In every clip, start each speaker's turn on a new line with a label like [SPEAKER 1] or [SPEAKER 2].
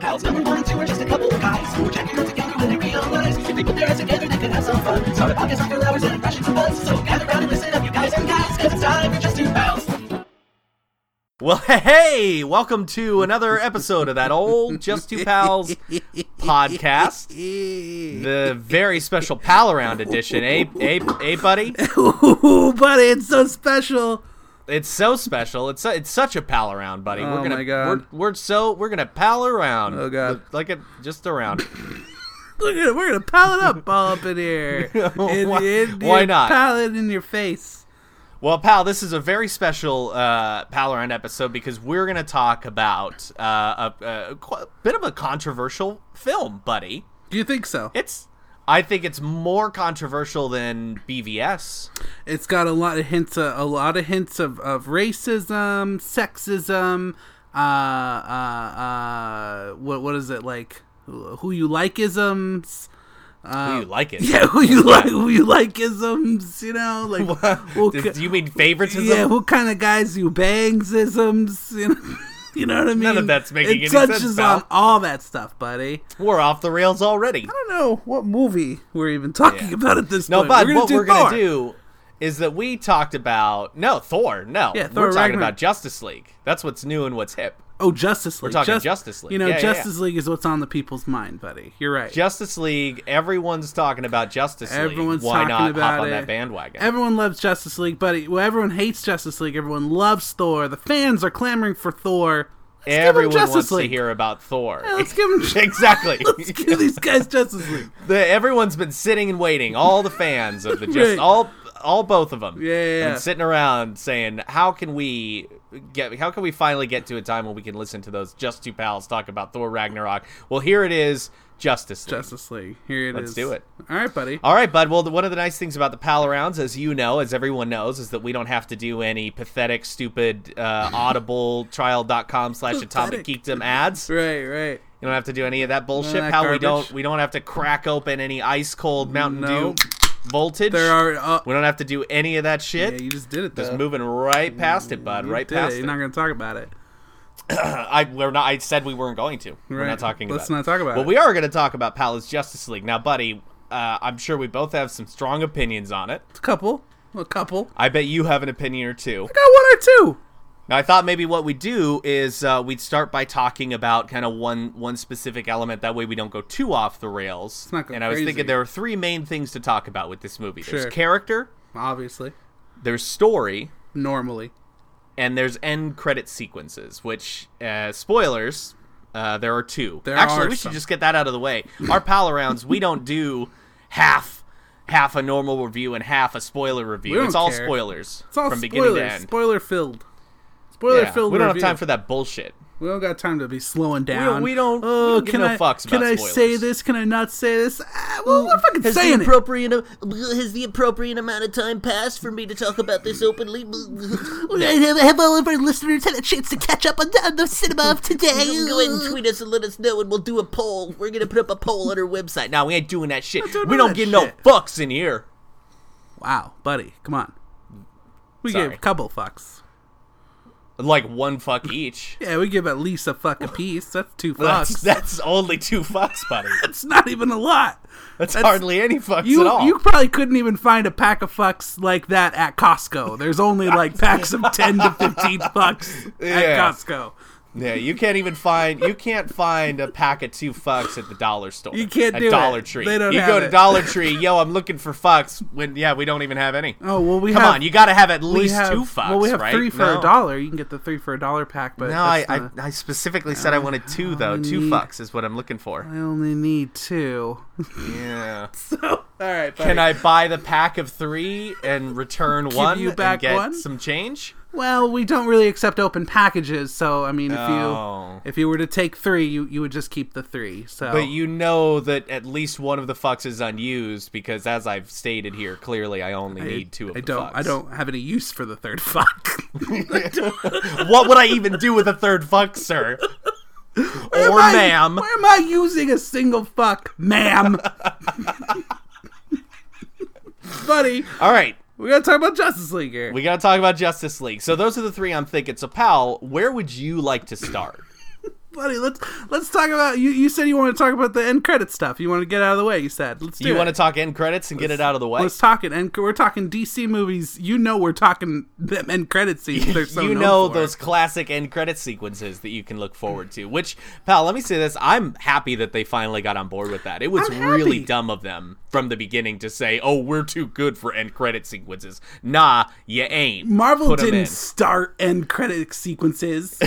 [SPEAKER 1] pals, but we weren't. We were just a couple of guys who were checking out together when they realized if they put their heads together, they could have some fun. Started podcast after hours and impressions of us. So gather round and listen up, you guys and guys, because it's time for just two pals.
[SPEAKER 2] Well, hey, welcome to another episode of that old Just Two Pals podcast. The very special pal around edition, eh, eh, eh buddy?
[SPEAKER 3] Ooh, buddy, it's so special.
[SPEAKER 2] It's so special. It's su- it's such a pal around, buddy.
[SPEAKER 3] Oh
[SPEAKER 2] we're gonna
[SPEAKER 3] my God.
[SPEAKER 2] We're, we're so we're gonna pal around.
[SPEAKER 3] Oh God.
[SPEAKER 2] like a, just around.
[SPEAKER 3] Look at it. We're gonna pile it up all up in here. In-
[SPEAKER 2] Why-
[SPEAKER 3] in-
[SPEAKER 2] why
[SPEAKER 3] in-
[SPEAKER 2] not?
[SPEAKER 3] Pile it in your face.
[SPEAKER 2] Well, pal, this is a very special uh, pal around episode because we're gonna talk about uh, a, a, quite a bit of a controversial film, buddy.
[SPEAKER 3] Do you think so?
[SPEAKER 2] It's I think it's more controversial than BVS.
[SPEAKER 3] It's got a lot of hints, of, a lot of hints of, of racism, sexism. Uh, uh, uh, what what is it like? Who you like isms?
[SPEAKER 2] Do you like it?
[SPEAKER 3] Um, Yeah, who you like? Who you like isms? You know, like who
[SPEAKER 2] Does-
[SPEAKER 3] ca-
[SPEAKER 2] Do you mean favoritism?
[SPEAKER 3] yeah, what kind of guys you bangs isms? You know, you know what I mean?
[SPEAKER 2] of that's making
[SPEAKER 3] it
[SPEAKER 2] any sense,
[SPEAKER 3] touches
[SPEAKER 2] pal.
[SPEAKER 3] on all that stuff, buddy.
[SPEAKER 2] We're off the rails already.
[SPEAKER 3] I don't know what movie we're even talking
[SPEAKER 2] Yeah.
[SPEAKER 3] about at this
[SPEAKER 2] No,
[SPEAKER 3] point.
[SPEAKER 2] but what
[SPEAKER 3] do
[SPEAKER 2] we're going
[SPEAKER 3] Thor.
[SPEAKER 2] to do is that we talked about no Thor. No,
[SPEAKER 3] Yeah, Thor
[SPEAKER 2] we're talking
[SPEAKER 3] Ragnarok.
[SPEAKER 2] about Justice League. That's what's new and what's hip.
[SPEAKER 3] Oh, Justice League.
[SPEAKER 2] talking Justice League.
[SPEAKER 3] You know,
[SPEAKER 2] Yeah, yeah, yeah.
[SPEAKER 3] Justice League is what's on the people's mind, buddy. You're right.
[SPEAKER 2] Justice League. Everyone's talking about Justice
[SPEAKER 3] Everyone's
[SPEAKER 2] League. Why
[SPEAKER 3] talking
[SPEAKER 2] not
[SPEAKER 3] about
[SPEAKER 2] hop on
[SPEAKER 3] it.
[SPEAKER 2] that bandwagon?
[SPEAKER 3] Everyone loves Justice League, buddy. Well, everyone hates Justice League. Everyone loves Thor. The fans are clamoring for Thor. Let's give 'em
[SPEAKER 2] Everyone
[SPEAKER 3] Justice
[SPEAKER 2] wants
[SPEAKER 3] League.
[SPEAKER 2] to hear about Thor.
[SPEAKER 3] Yeah, let's give 'em-
[SPEAKER 2] exactly.
[SPEAKER 3] Let's give these guys Justice League.
[SPEAKER 2] The, everyone's been sitting and waiting. All the fans of the just
[SPEAKER 3] Right.
[SPEAKER 2] all all both of them.
[SPEAKER 3] Yeah, yeah, yeah.
[SPEAKER 2] And sitting around saying, "How can we get? How can we finally get to a time when we can listen to those just two pals talk about Thor Ragnarok?" Well, here it is, Justice. League.
[SPEAKER 3] Justice League. Here it
[SPEAKER 2] Let's
[SPEAKER 3] is.
[SPEAKER 2] do it.
[SPEAKER 3] All right, buddy.
[SPEAKER 2] All right, bud. Well, the, one of the nice things about the pal rounds, as you know, as everyone knows, is that we don't have to do any pathetic, stupid, uh, audible trial.com slash atomic
[SPEAKER 3] Pathetic.
[SPEAKER 2] geekdom ads.
[SPEAKER 3] Right, right.
[SPEAKER 2] You don't have to do any of that bullshit.
[SPEAKER 3] None of that
[SPEAKER 2] How we
[SPEAKER 3] garbage.
[SPEAKER 2] don't we don't have to crack open any ice cold Mountain
[SPEAKER 3] No.
[SPEAKER 2] Dew voltage.
[SPEAKER 3] There are. Uh,
[SPEAKER 2] we don't have to do any of that
[SPEAKER 3] yeah,
[SPEAKER 2] shit.
[SPEAKER 3] you just did it. Though.
[SPEAKER 2] just moving right past it, bud.
[SPEAKER 3] You
[SPEAKER 2] Right
[SPEAKER 3] did it.
[SPEAKER 2] past it.
[SPEAKER 3] You're not gonna talk about it.
[SPEAKER 2] I we're not. I said we weren't going to. We're
[SPEAKER 3] Right.
[SPEAKER 2] not talking.
[SPEAKER 3] Let's
[SPEAKER 2] about
[SPEAKER 3] not talk
[SPEAKER 2] it.
[SPEAKER 3] about
[SPEAKER 2] Well,
[SPEAKER 3] it.
[SPEAKER 2] we are going to talk about Palace Justice League now, buddy. Uh, I'm sure we both have some strong opinions on it.
[SPEAKER 3] A couple. A couple.
[SPEAKER 2] I bet you have an opinion or two.
[SPEAKER 3] Got one or two.
[SPEAKER 2] Now, I thought maybe what we do is uh, we'd start by talking about kind of one one specific element. That way, we don't go too off the rails.
[SPEAKER 3] not go
[SPEAKER 2] and I was
[SPEAKER 3] crazy.
[SPEAKER 2] thinking there are three main things to talk about with this movie.
[SPEAKER 3] Sure.
[SPEAKER 2] There's character,
[SPEAKER 3] Obviously.
[SPEAKER 2] there's story,
[SPEAKER 3] Normally.
[SPEAKER 2] and there's end credit sequences. Which uh, spoilers, uh, there are two.
[SPEAKER 3] There
[SPEAKER 2] Actually,
[SPEAKER 3] are
[SPEAKER 2] we
[SPEAKER 3] some.
[SPEAKER 2] should just get that out of the way. Our pal arounds, we don't do half half a normal review and half a spoiler review.
[SPEAKER 3] don't
[SPEAKER 2] It's all
[SPEAKER 3] care.
[SPEAKER 2] spoilers
[SPEAKER 3] It's all
[SPEAKER 2] from
[SPEAKER 3] spoilers.
[SPEAKER 2] beginning to end.
[SPEAKER 3] Spoiler filled.
[SPEAKER 2] Yeah,
[SPEAKER 3] Spoiler filled.
[SPEAKER 2] we don't
[SPEAKER 3] review.
[SPEAKER 2] have time for that bullshit.
[SPEAKER 3] We don't got time to be slowing down.
[SPEAKER 2] we don't- we
[SPEAKER 3] Oh,
[SPEAKER 2] don't give
[SPEAKER 3] can
[SPEAKER 2] no
[SPEAKER 3] I?
[SPEAKER 2] fucks
[SPEAKER 3] can
[SPEAKER 2] about
[SPEAKER 3] I say
[SPEAKER 2] spoilers.
[SPEAKER 3] this? Can I not say this? Ah, well, we're fucking saying it.
[SPEAKER 4] appropriate has the appropriate amount of time passed for me to talk about this openly?
[SPEAKER 5] Have, have all of our listeners had a chance to catch up on the, on the cinema of today?
[SPEAKER 4] Go ahead and tweet us and let us know, and we'll do a poll. We're gonna put up a poll on our website.
[SPEAKER 2] Now we ain't doing that shit.
[SPEAKER 3] doing
[SPEAKER 2] we
[SPEAKER 3] none
[SPEAKER 2] don't
[SPEAKER 3] of
[SPEAKER 2] get
[SPEAKER 3] that
[SPEAKER 2] no
[SPEAKER 3] shit.
[SPEAKER 2] fucks in here.
[SPEAKER 3] Wow, buddy, come on. We
[SPEAKER 2] Sorry.
[SPEAKER 3] gave a couple fucks.
[SPEAKER 2] Like one fuck each.
[SPEAKER 3] Yeah, we give at least a fuck a piece. That's two
[SPEAKER 2] That's,
[SPEAKER 3] fucks.
[SPEAKER 2] that's only two fucks, buddy.
[SPEAKER 3] That's not even a lot.
[SPEAKER 2] That's,
[SPEAKER 3] That's-
[SPEAKER 2] hardly any fucks
[SPEAKER 3] You
[SPEAKER 2] at all.
[SPEAKER 3] you probably couldn't even find a pack of fucks like that at Costco. There's only like packs of ten to fifteen fucks at
[SPEAKER 2] Yeah.
[SPEAKER 3] Costco.
[SPEAKER 2] yeah, you can't even find you can't find a pack of two fucks at the dollar store.
[SPEAKER 3] You can't
[SPEAKER 2] at
[SPEAKER 3] do it.
[SPEAKER 2] Dollar Tree.
[SPEAKER 3] They don't
[SPEAKER 2] you
[SPEAKER 3] have
[SPEAKER 2] go to
[SPEAKER 3] it.
[SPEAKER 2] Dollar Tree. Yo, I'm looking for fucks. When yeah, we don't even have any.
[SPEAKER 3] Oh well, we
[SPEAKER 2] Come
[SPEAKER 3] have,
[SPEAKER 2] on, you got to have at
[SPEAKER 3] we
[SPEAKER 2] least
[SPEAKER 3] have-
[SPEAKER 2] two fucks.
[SPEAKER 3] Well, we have
[SPEAKER 2] right?
[SPEAKER 3] three for
[SPEAKER 2] No.
[SPEAKER 3] a dollar. You can get the three for a dollar pack, but
[SPEAKER 2] No, I,
[SPEAKER 3] that's
[SPEAKER 2] I
[SPEAKER 3] not- Um,
[SPEAKER 2] I specifically said I wanted two though. Two
[SPEAKER 3] need-
[SPEAKER 2] fucks is what I'm looking for.
[SPEAKER 3] I only need two.
[SPEAKER 2] Yeah.
[SPEAKER 3] so all right, buddy.
[SPEAKER 2] Can I buy the pack of three and return one
[SPEAKER 3] you
[SPEAKER 2] and
[SPEAKER 3] back
[SPEAKER 2] get
[SPEAKER 3] one?
[SPEAKER 2] some change?
[SPEAKER 3] Well, we don't really accept open packages, so I mean, if
[SPEAKER 2] Oh.
[SPEAKER 3] you if you were to take three, you you would just keep the three. So
[SPEAKER 2] But you know that at least one of the fucks is unused because, as I've stated here, clearly I only
[SPEAKER 3] I,
[SPEAKER 2] need two of
[SPEAKER 3] I
[SPEAKER 2] the
[SPEAKER 3] don't
[SPEAKER 2] fucks.
[SPEAKER 3] I don't have any use for the third fuck.
[SPEAKER 2] What would I even do with a third fuck, sir?
[SPEAKER 3] Where
[SPEAKER 2] or
[SPEAKER 3] am I-
[SPEAKER 2] ma'am?
[SPEAKER 3] Where am I using a single fuck, ma'am? Buddy,
[SPEAKER 2] All right,
[SPEAKER 3] we gotta talk about Justice League here.
[SPEAKER 2] we gotta talk about Justice League. So those are the three I'm thinking. So, pal, where would you like to start?
[SPEAKER 3] buddy, let's let's talk about you. You said you want to talk about the end credit stuff. You want to get out of the way. You said, let's do
[SPEAKER 2] you
[SPEAKER 3] it.
[SPEAKER 2] want to talk end credits and get it out of the way?
[SPEAKER 3] Let's talk it. And we're talking DC movies. You know, we're talking them end credit scenes. They're so
[SPEAKER 2] you
[SPEAKER 3] known
[SPEAKER 2] know
[SPEAKER 3] for.
[SPEAKER 2] those classic end credit sequences that you can look forward to. Which, pal, let me say this: I'm happy that they finally got on board with that. It was
[SPEAKER 3] I'm
[SPEAKER 2] really
[SPEAKER 3] happy.
[SPEAKER 2] dumb of them from the beginning to say, "Oh, we're too good for end credit sequences." Nah, you ain't.
[SPEAKER 3] Marvel
[SPEAKER 2] Put 'em
[SPEAKER 3] didn't
[SPEAKER 2] in.
[SPEAKER 3] start end credit sequences.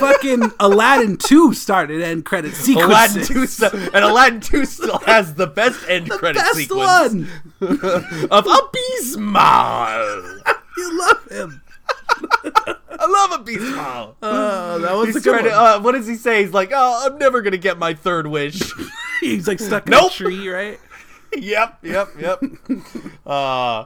[SPEAKER 3] Fucking Aladdin 2 started end credit sequences.
[SPEAKER 2] Aladdin two still, and Aladdin two still has the best end credit
[SPEAKER 3] Best
[SPEAKER 2] sequence
[SPEAKER 3] one.
[SPEAKER 2] of Abismal.
[SPEAKER 3] You love him.
[SPEAKER 2] I love Abismal.
[SPEAKER 3] Oh, that was a
[SPEAKER 2] He's
[SPEAKER 3] good
[SPEAKER 2] trying
[SPEAKER 3] one.
[SPEAKER 2] to, uh, what does he say? He's like, "Oh, I'm never gonna get my third wish."
[SPEAKER 3] He's like stuck in
[SPEAKER 2] Nope.
[SPEAKER 3] a tree, right?
[SPEAKER 2] yep, yep, yep. Uh,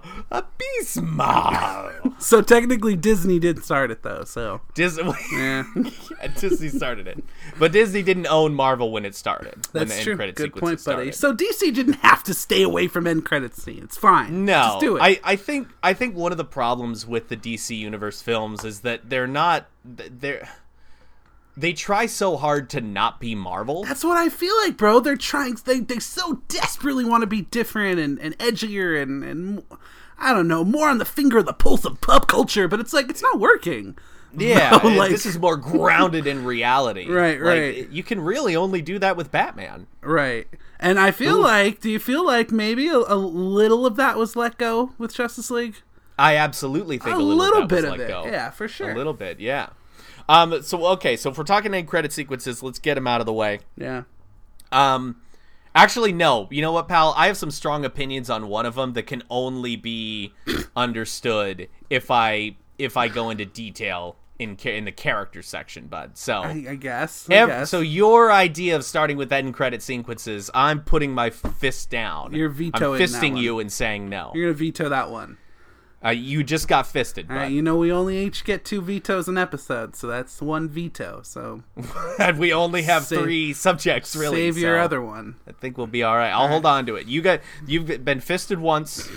[SPEAKER 2] Abismal.
[SPEAKER 3] So technically Disney did start it though. So
[SPEAKER 2] Disney,
[SPEAKER 3] yeah,
[SPEAKER 2] yeah, Disney started it, but Disney didn't own Marvel when it started. when the
[SPEAKER 3] that's
[SPEAKER 2] end
[SPEAKER 3] true.
[SPEAKER 2] credit
[SPEAKER 3] Good
[SPEAKER 2] sequences
[SPEAKER 3] point, buddy.
[SPEAKER 2] started.
[SPEAKER 3] So DC didn't have to stay away from end credit scenes. It's fine.
[SPEAKER 2] No,
[SPEAKER 3] just do it.
[SPEAKER 2] I, I think I think one of the problems with the DC universe films is that they're not th- they're they try so hard to not be Marvel.
[SPEAKER 3] That's what I feel like, bro. They're trying. They they so desperately want to be different and, and edgier and and I don't know, more on the finger of the pulse of pop culture. But it's like it's not working.
[SPEAKER 2] yeah,
[SPEAKER 3] no,
[SPEAKER 2] it-
[SPEAKER 3] like-
[SPEAKER 2] this is more grounded in reality.
[SPEAKER 3] Right,
[SPEAKER 2] Like,
[SPEAKER 3] right.
[SPEAKER 2] it- you can really only do that with Batman.
[SPEAKER 3] Right. And I feel like, do you feel like maybe a, a little of that was let go with Justice League?
[SPEAKER 2] I absolutely think a
[SPEAKER 3] A
[SPEAKER 2] little,
[SPEAKER 3] little
[SPEAKER 2] of that was
[SPEAKER 3] bit of
[SPEAKER 2] let
[SPEAKER 3] it,
[SPEAKER 2] go.
[SPEAKER 3] yeah, for sure.
[SPEAKER 2] A little bit, yeah. Um, so okay, so if we're talking end credit sequences, let's get them out of the way.
[SPEAKER 3] Yeah.
[SPEAKER 2] Um, actually, no. You know what, pal? I have some strong opinions on one of them that can only be understood if I if I go into detail in ca- in the character section, bud. So.
[SPEAKER 3] I, I guess. I
[SPEAKER 2] ev-
[SPEAKER 3] guess.
[SPEAKER 2] so your idea of starting with end credit sequences, I'm putting my fist down.
[SPEAKER 3] You're
[SPEAKER 2] I'm
[SPEAKER 3] vetoing that
[SPEAKER 2] fisting
[SPEAKER 3] one.
[SPEAKER 2] you and saying no.
[SPEAKER 3] you're gonna veto that one.
[SPEAKER 2] Uh, you just got fisted.
[SPEAKER 3] All
[SPEAKER 2] bud.
[SPEAKER 3] right. You know we only each get two vetoes an episode, so that's one veto. So
[SPEAKER 2] and we only have
[SPEAKER 3] Save-
[SPEAKER 2] three subjects really.
[SPEAKER 3] save your
[SPEAKER 2] so
[SPEAKER 3] other one.
[SPEAKER 2] I think we'll be all right. I'll hold on to it. You got you've been fisted once.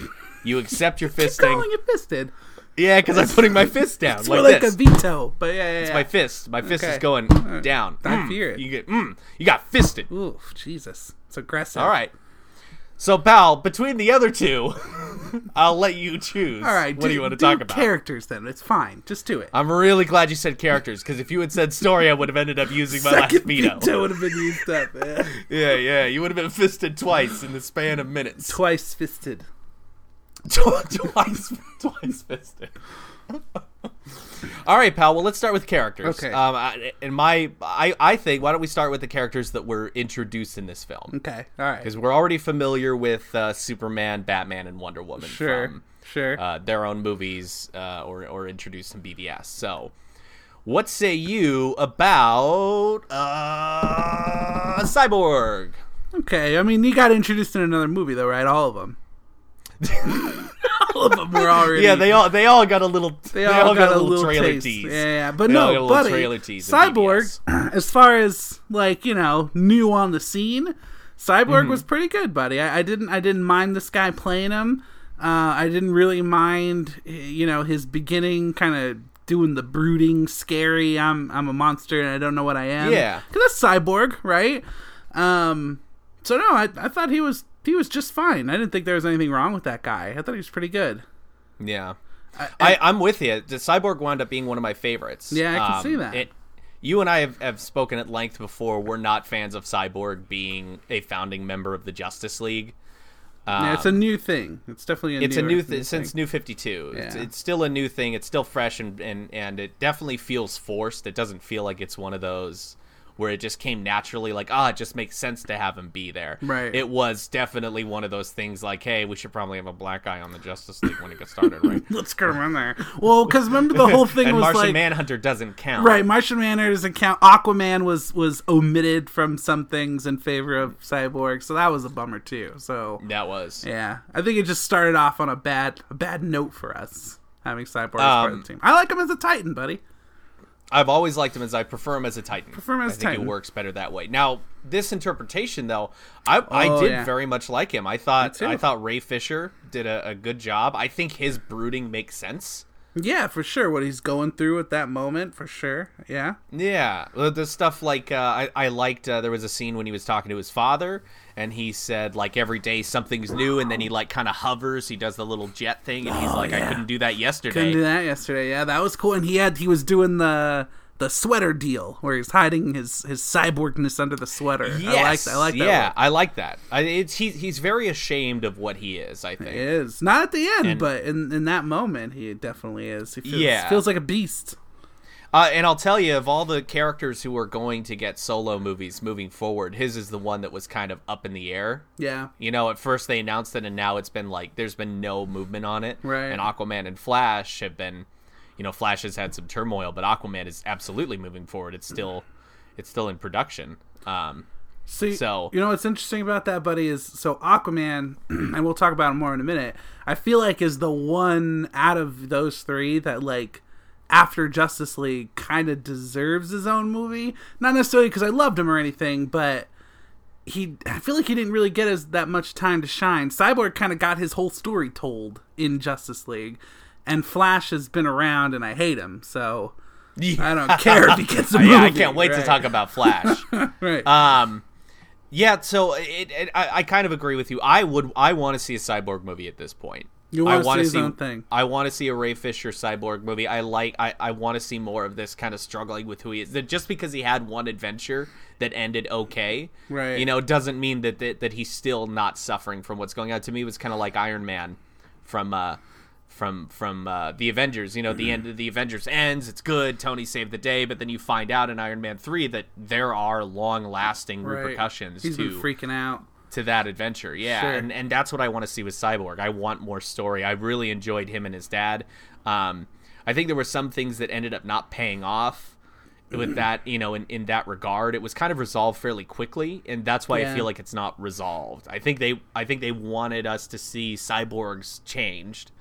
[SPEAKER 2] You accept your fisting.
[SPEAKER 3] Calling it fisted.
[SPEAKER 2] Yeah, because I'm putting my fist down
[SPEAKER 3] It's
[SPEAKER 2] like,
[SPEAKER 3] more like
[SPEAKER 2] this.
[SPEAKER 3] a veto, but yeah, yeah. yeah.
[SPEAKER 2] my fist, my fist is
[SPEAKER 3] Okay.
[SPEAKER 2] going down.
[SPEAKER 3] I
[SPEAKER 2] Mm.
[SPEAKER 3] fear it.
[SPEAKER 2] You get, mm, you got fisted.
[SPEAKER 3] Oof, Jesus, it's aggressive.
[SPEAKER 2] All right. So, pal, between the other two, I'll let you choose.
[SPEAKER 3] all right.
[SPEAKER 2] What
[SPEAKER 3] do,
[SPEAKER 2] do you want to
[SPEAKER 3] do
[SPEAKER 2] talk about? Uh,
[SPEAKER 3] Characters, then it's fine. Just do it.
[SPEAKER 2] I'm really glad you said characters, because if you had said story, I would have ended up using my last veto.
[SPEAKER 3] would have been used up. yeah.
[SPEAKER 2] Yeah, yeah, you would have been fisted twice in the span of minutes.
[SPEAKER 3] Twice fisted.
[SPEAKER 2] twice, twice fisted. All right, pal. Well, let's start with characters.
[SPEAKER 3] Okay.
[SPEAKER 2] Um, I, and my, I, I think why don't we start with the characters that were introduced in this film?
[SPEAKER 3] Okay. All right.
[SPEAKER 2] Because we're already familiar with uh, Superman, Batman, and Wonder Woman
[SPEAKER 3] Sure.
[SPEAKER 2] from
[SPEAKER 3] sure.
[SPEAKER 2] uh, their own movies uh, or or introduced in BVS. So, what say you about uh, Cyborg?
[SPEAKER 3] okay. I mean, he got introduced in another movie, though, right? All of them. all of them were already.
[SPEAKER 2] Yeah, they all they all got a little they, all, got, a little, trailer
[SPEAKER 3] taste.
[SPEAKER 2] tease.
[SPEAKER 3] Yeah, yeah, but
[SPEAKER 2] They all got a
[SPEAKER 3] no,
[SPEAKER 2] little
[SPEAKER 3] buddy.
[SPEAKER 2] trailer tease in
[SPEAKER 3] Cyborg, as far as like you know, new on the scene, Cyborg
[SPEAKER 2] Mm-hmm.
[SPEAKER 3] was pretty good, buddy. I, I didn't, I didn't mind this guy playing him. Uh, I didn't really mind, eh, you know, his beginning kind of doing the brooding, scary. I'm, I'm a monster and I don't know what I am.
[SPEAKER 2] Yeah.
[SPEAKER 3] because that's Cyborg, right? Um, so no, I, I thought he was, he was just fine. I didn't think there was anything wrong with that guy. I thought he was pretty good.
[SPEAKER 2] Yeah, I, I'm with you. The Cyborg wound up being one of my favorites. Um,
[SPEAKER 3] Yeah, I can see that.
[SPEAKER 2] you and I have, have spoken at length before. We're not fans of Cyborg being a founding member of the Justice League.
[SPEAKER 3] Yeah, it's a new thing. It's definitely a
[SPEAKER 2] Um, It's a
[SPEAKER 3] newer
[SPEAKER 2] new thi-
[SPEAKER 3] thing.
[SPEAKER 2] since New Fifty Two. It's,
[SPEAKER 3] Yeah.
[SPEAKER 2] it's still a new thing. It's still fresh and, and and it definitely feels forced. It doesn't feel like it's one of those where it just came naturally. Like ah, it just makes sense to have him be there.
[SPEAKER 3] Right.
[SPEAKER 2] It was definitely one of those things. Like hey, we should probably have a black guy on the Justice League when it gets started, right?
[SPEAKER 3] Let's go in there. Well, because remember the whole thing
[SPEAKER 2] and
[SPEAKER 3] was
[SPEAKER 2] Martian
[SPEAKER 3] like
[SPEAKER 2] Manhunter doesn't count.
[SPEAKER 3] right. Martian Manhunter doesn't count. Aquaman was was omitted from some things in favor of Cyborg, so that was a bummer too. So
[SPEAKER 2] That was.
[SPEAKER 3] yeah, I think it just started off on a bad a bad note for us having Cyborg as part of
[SPEAKER 2] Um,
[SPEAKER 3] the team. I like him as a Titan, buddy.
[SPEAKER 2] I've always liked him as I prefer him as a Titan.
[SPEAKER 3] Prefer him as
[SPEAKER 2] I think
[SPEAKER 3] Titan.
[SPEAKER 2] it works better that way. Now, this interpretation though, I I
[SPEAKER 3] Oh,
[SPEAKER 2] did
[SPEAKER 3] yeah.
[SPEAKER 2] very much like him. I thought
[SPEAKER 3] too.
[SPEAKER 2] I thought Ray Fisher did a, a good job. I think his brooding makes sense.
[SPEAKER 3] Yeah, for sure. What he's going through at that moment, for sure. Yeah.
[SPEAKER 2] Yeah, well, there's stuff like uh, I, I liked. Uh, there was a scene when he was talking to his father, and he said like every day something's new, and then he like kind of hovers. He does the little jet thing, and he's like, I couldn't do that yesterday.
[SPEAKER 3] Oh, Couldn't do that yesterday. Yeah, that was cool. And he had he was doing the the sweater deal where he's hiding his his cyborgness under the sweater.
[SPEAKER 2] Yes,
[SPEAKER 3] I like I like that.
[SPEAKER 2] Yeah,
[SPEAKER 3] one.
[SPEAKER 2] I like that. I, it's he, he's very ashamed of what he is. I think.
[SPEAKER 3] He is not at the end,
[SPEAKER 2] And-
[SPEAKER 3] but in in that moment, he definitely is. He feels,
[SPEAKER 2] Yeah.
[SPEAKER 3] feels like a beast.
[SPEAKER 2] Uh, and I'll tell you, of all the characters who are going to get solo movies moving forward, his is the one that was kind of up in the air.
[SPEAKER 3] Yeah,
[SPEAKER 2] You know, at first they announced it, and now it's been like there's been no movement on it.
[SPEAKER 3] Right.
[SPEAKER 2] And Aquaman and Flash have been, you know, Flash has had some turmoil, but Aquaman is absolutely moving forward. It's still, it's still in production. Um,
[SPEAKER 3] See,
[SPEAKER 2] So-
[SPEAKER 3] you know what's interesting about that, buddy, is so Aquaman, and we'll talk about it more in a minute. I feel like is the one out of those three that like after Justice League kind of deserves his own movie. Not necessarily because I loved him or anything, but he I feel like he didn't really get as that much time to shine. Cyborg kind of got his whole story told in Justice League, and Flash has been around, and I hate him so. I don't care if he gets a movie.
[SPEAKER 2] yeah, I can't wait to
[SPEAKER 3] right?
[SPEAKER 2] talk about Flash.
[SPEAKER 3] Right.
[SPEAKER 2] um, yeah. So it, it I, I kind of agree with you. I would, I want to see a cyborg movie at this point.
[SPEAKER 3] You
[SPEAKER 2] I
[SPEAKER 3] wanna
[SPEAKER 2] wanna
[SPEAKER 3] see his own thing.
[SPEAKER 2] I want to see a Ray Fisher cyborg movie. I like. I, I want to see more of this kind of struggling with who he is. That just because he had one adventure that ended okay,
[SPEAKER 3] Right.
[SPEAKER 2] You know, doesn't mean that that, that he's still not suffering from what's going on. To me, it was kind of like Iron Man from uh from from uh, the Avengers. You know, the end of the Avengers ends. It's good. Tony saved the day, but then you find out in Iron Man three that there are long lasting
[SPEAKER 3] Right.
[SPEAKER 2] repercussions
[SPEAKER 3] He's
[SPEAKER 2] to
[SPEAKER 3] been freaking out.
[SPEAKER 2] to that adventure. Yeah,
[SPEAKER 3] Sure.
[SPEAKER 2] and and that's what I want to see with Cyborg. I want more story. I really enjoyed him and his dad. Um, I think there were some things that ended up not paying off with that. You know, in in that regard, it was kind of resolved fairly quickly, and that's why
[SPEAKER 3] Yeah.
[SPEAKER 2] I feel like it's not resolved. I think they I think they wanted us to see Cyborg's changed.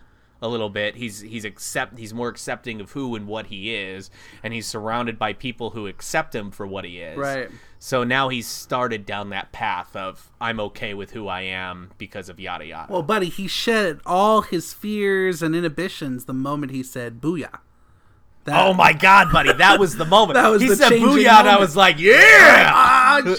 [SPEAKER 2] A little bit. He's he's accept. He's more accepting of who and what he is, and he's surrounded by people who accept him for what he is.
[SPEAKER 3] Right.
[SPEAKER 2] So now he's started down that path of I'm okay with who I am because of yada yada.
[SPEAKER 3] Well, buddy, he shed all his fears and inhibitions the moment he said "booyah." That,
[SPEAKER 2] oh my god, buddy, that was the moment.
[SPEAKER 3] That was
[SPEAKER 2] he
[SPEAKER 3] the
[SPEAKER 2] said
[SPEAKER 3] changing
[SPEAKER 2] booyah, and I
[SPEAKER 3] moment.
[SPEAKER 2] was like, yeah.
[SPEAKER 3] Oh,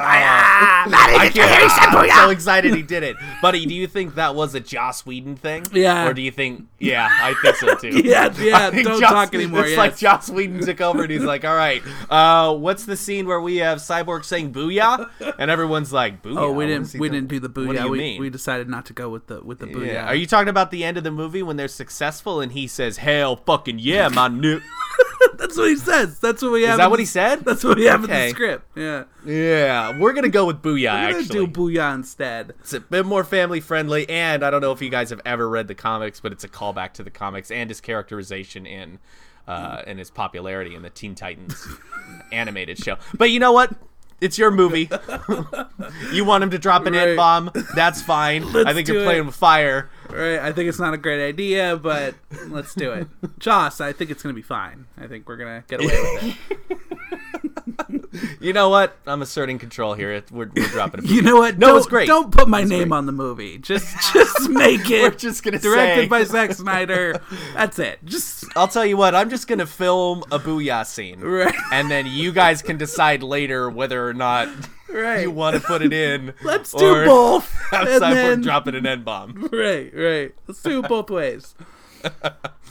[SPEAKER 2] I can't- I'm so excited he did it, buddy. Do you think that was a Joss Whedon thing?
[SPEAKER 3] Yeah.
[SPEAKER 2] Or do you think? Yeah, I think so too.
[SPEAKER 3] Yeah, yeah,
[SPEAKER 2] I think
[SPEAKER 3] don't
[SPEAKER 2] Joss-
[SPEAKER 3] talk anymore,
[SPEAKER 2] It's like
[SPEAKER 3] yes.
[SPEAKER 2] Joss Whedon took over and he's like, "All right, uh, what's the scene where we have Cyborg saying booyah?" And everyone's like, "Booyah."
[SPEAKER 3] Oh,
[SPEAKER 2] What
[SPEAKER 3] we
[SPEAKER 2] is
[SPEAKER 3] didn't
[SPEAKER 2] he
[SPEAKER 3] we
[SPEAKER 2] doing?
[SPEAKER 3] didn't do the
[SPEAKER 2] What
[SPEAKER 3] booyah.
[SPEAKER 2] do you
[SPEAKER 3] we
[SPEAKER 2] mean?
[SPEAKER 3] we decided not to go with the with the booyah.
[SPEAKER 2] Yeah. Are you talking about the end of the movie when they're successful and he says, "Hell, fucking yeah, my new"?
[SPEAKER 3] That's what he says. That's what we have.
[SPEAKER 2] Is
[SPEAKER 3] in
[SPEAKER 2] that what
[SPEAKER 3] the-
[SPEAKER 2] he said?
[SPEAKER 3] That's what we have in
[SPEAKER 2] Okay.
[SPEAKER 3] the script. Yeah.
[SPEAKER 2] Yeah, we're gonna go with Booyah.
[SPEAKER 3] We're gonna
[SPEAKER 2] actually,
[SPEAKER 3] do booyah instead.
[SPEAKER 2] it's a bit more family friendly, and I don't know if you guys have ever read the comics, but it's a callback to the comics and his characterization in, uh, and his popularity in the Teen Titans animated show. But you know what? It's your movie. you want him to drop an
[SPEAKER 3] Right.
[SPEAKER 2] N bomb? That's fine. I think
[SPEAKER 3] do
[SPEAKER 2] you're
[SPEAKER 3] it.
[SPEAKER 2] playing with fire.
[SPEAKER 3] Right. I think it's not a great idea, but let's do it. Joss, I think it's gonna be fine. I think we're gonna get away with it.
[SPEAKER 2] You know what? I'm asserting control here. It- We're, we're dropping a
[SPEAKER 3] You know what?
[SPEAKER 2] No,
[SPEAKER 3] don't,
[SPEAKER 2] it's great.
[SPEAKER 3] Don't put my name on the movie. Just just make it.
[SPEAKER 2] We're just gonna
[SPEAKER 3] directed
[SPEAKER 2] say-
[SPEAKER 3] by Zack Snyder. That's it. Just
[SPEAKER 2] I'll tell you what, I'm just gonna film a booyah scene.
[SPEAKER 3] Right.
[SPEAKER 2] And then you guys can decide later whether or not
[SPEAKER 3] right.
[SPEAKER 2] you wanna put it in.
[SPEAKER 3] Let's
[SPEAKER 2] or
[SPEAKER 3] do both.
[SPEAKER 2] Have
[SPEAKER 3] and
[SPEAKER 2] Cyborg
[SPEAKER 3] then,
[SPEAKER 2] dropping an N bomb.
[SPEAKER 3] Right, right. Let's do it both ways.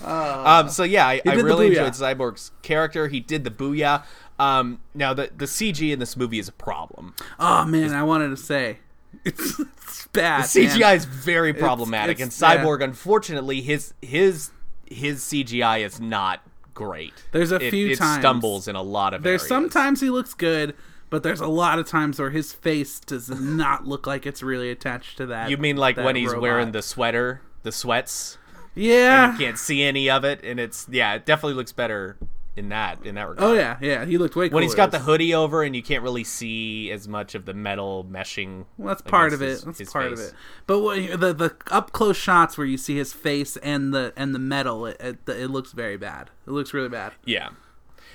[SPEAKER 2] Um so yeah, I, I
[SPEAKER 3] did the
[SPEAKER 2] really
[SPEAKER 3] booyah.
[SPEAKER 2] enjoyed Cyborg's character. He did the booyah. Um now the the CG in this movie is a problem.
[SPEAKER 3] Oh man, I wanted to say it's, it's bad.
[SPEAKER 2] CGI
[SPEAKER 3] man.
[SPEAKER 2] is very problematic
[SPEAKER 3] it's- yeah.
[SPEAKER 2] and Cyborg unfortunately his his his CGI is not great.
[SPEAKER 3] There's a
[SPEAKER 2] It-
[SPEAKER 3] few
[SPEAKER 2] it
[SPEAKER 3] times-
[SPEAKER 2] stumbles in a lot of
[SPEAKER 3] There's
[SPEAKER 2] areas.
[SPEAKER 3] sometimes he looks good, but there's a lot of times where his face does not look like it's really attached to that.
[SPEAKER 2] You mean like
[SPEAKER 3] that
[SPEAKER 2] when he's
[SPEAKER 3] robot.
[SPEAKER 2] wearing the sweater, the sweats?
[SPEAKER 3] yeah?
[SPEAKER 2] can't see any of it and it's yeah it definitely looks better in that in that regard
[SPEAKER 3] Oh yeah, yeah. He looked way.
[SPEAKER 2] when he's got the hoodie over and you can't really see as much of the metal meshing
[SPEAKER 3] Well, that's part of
[SPEAKER 2] against his-
[SPEAKER 3] it. that's
[SPEAKER 2] his
[SPEAKER 3] part
[SPEAKER 2] face.
[SPEAKER 3] of it. But what, the the up close shots where you see his face and the and the metal, it, it it looks very bad. It looks really bad.
[SPEAKER 2] yeah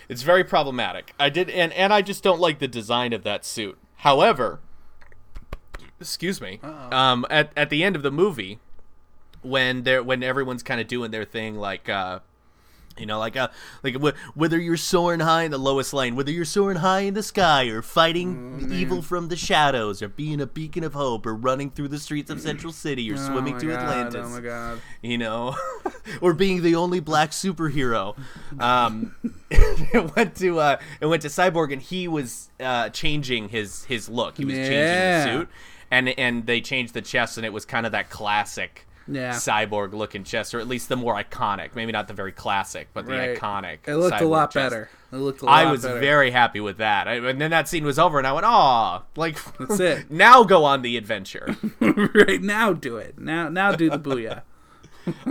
[SPEAKER 2] it's very problematic i did and and i just don't like the design of that suit however excuse me um at, at the end of the movie when they're when everyone's kind of doing their thing, like uh, you know, like uh, like wh- whether you're soaring high in the lowest lane, whether you're soaring high in the sky, or fighting
[SPEAKER 3] Mm-hmm.
[SPEAKER 2] evil from the shadows, or being a beacon of hope, or running through the streets of Central City, or swimming
[SPEAKER 3] oh my
[SPEAKER 2] through
[SPEAKER 3] God,
[SPEAKER 2] Atlantis
[SPEAKER 3] Oh my god.
[SPEAKER 2] you know, or being the only black superhero. Um, it went to uh, it went to Cyborg, and he was uh, changing his his look. He was
[SPEAKER 3] Yeah.
[SPEAKER 2] changing the suit, and and they changed the chest, and it was kind of that classic
[SPEAKER 3] Yeah.
[SPEAKER 2] cyborg looking chest, or at least the more iconic. Maybe not the very classic, but the
[SPEAKER 3] Right.
[SPEAKER 2] iconic.
[SPEAKER 3] It looked a
[SPEAKER 2] cyborg
[SPEAKER 3] lot
[SPEAKER 2] chest.
[SPEAKER 3] better. It looked a lot
[SPEAKER 2] I was
[SPEAKER 3] better.
[SPEAKER 2] very happy with that. I, and then that scene was over, and I went, "Aw, like
[SPEAKER 3] That's it.
[SPEAKER 2] now go on the adventure."
[SPEAKER 3] right now do it. Now now do the booyah.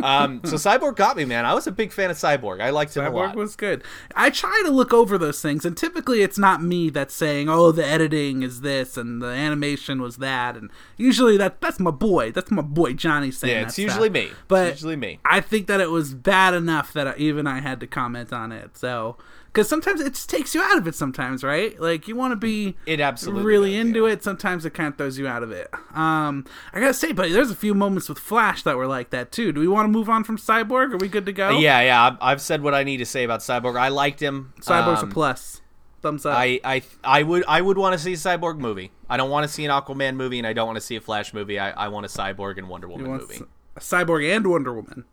[SPEAKER 2] Um, so Cyborg got me, man. I was a big fan of Cyborg. I liked him a
[SPEAKER 3] Cyborg
[SPEAKER 2] lot.
[SPEAKER 3] was good. I try to look over those things, and typically it's not me that's saying, "Oh, the editing is this and the animation was that," and usually that that's my boy. That's my boy Johnny saying.
[SPEAKER 2] Yeah,
[SPEAKER 3] that
[SPEAKER 2] it's usually
[SPEAKER 3] stuff.
[SPEAKER 2] me. It's
[SPEAKER 3] But
[SPEAKER 2] usually me.
[SPEAKER 3] I think that it was bad enough that I, even I had to comment on it. So because sometimes it just takes you out of it. Sometimes, right? Like you want to be
[SPEAKER 2] It absolutely
[SPEAKER 3] really
[SPEAKER 2] does,
[SPEAKER 3] into it. Sometimes it kind of throws you out of it. Um, I gotta say, buddy, there's a few moments with Flash that were like that too. Do we want to move on from Cyborg? Are we good to go?
[SPEAKER 2] Yeah, yeah. I've, I've said what I need to say about Cyborg. I liked him.
[SPEAKER 3] Cyborg's
[SPEAKER 2] Um,
[SPEAKER 3] a plus. Thumbs up.
[SPEAKER 2] I, I, I would, I would want to see a Cyborg movie. I don't want to see an Aquaman movie, and I don't want to see a Flash movie. I, I want a Cyborg and Wonder Woman
[SPEAKER 3] He wants
[SPEAKER 2] movie.
[SPEAKER 3] a Cyborg and Wonder Woman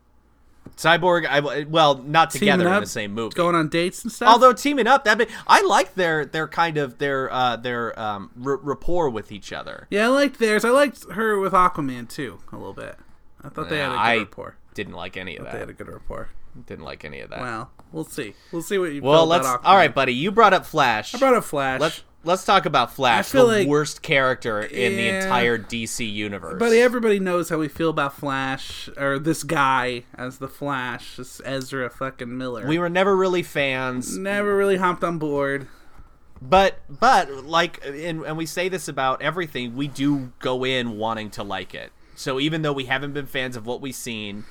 [SPEAKER 2] Cyborg, I w- well, not together
[SPEAKER 3] Teaming
[SPEAKER 2] in
[SPEAKER 3] up,
[SPEAKER 2] the same movie.
[SPEAKER 3] going on dates and stuff.
[SPEAKER 2] Although teaming up, that I like their their kind of their uh, their um, r- rapport with each other.
[SPEAKER 3] yeah, I liked theirs. I liked her with Aquaman too a little bit. I thought they had a good
[SPEAKER 2] I
[SPEAKER 3] rapport.
[SPEAKER 2] didn't like any of
[SPEAKER 3] They had
[SPEAKER 2] that.
[SPEAKER 3] a good rapport.
[SPEAKER 2] Didn't like any of that.
[SPEAKER 3] Well, we'll see. We'll see what you.
[SPEAKER 2] well,
[SPEAKER 3] feel
[SPEAKER 2] let's.
[SPEAKER 3] About Aquaman.
[SPEAKER 2] All right, buddy. You brought up Flash.
[SPEAKER 3] I brought up Flash.
[SPEAKER 2] Let's let's talk about Flash,
[SPEAKER 3] I feel
[SPEAKER 2] the
[SPEAKER 3] like-
[SPEAKER 2] worst character in the
[SPEAKER 3] Yeah.
[SPEAKER 2] entire DC universe.
[SPEAKER 3] Buddy, everybody knows how we feel about Flash or this guy as the Flash, this Ezra fucking Miller.
[SPEAKER 2] we were never really fans,
[SPEAKER 3] never really hopped on board.
[SPEAKER 2] but but like, and, and we say this about everything. We do go in wanting to like it. So even though we haven't been fans of what we've seen,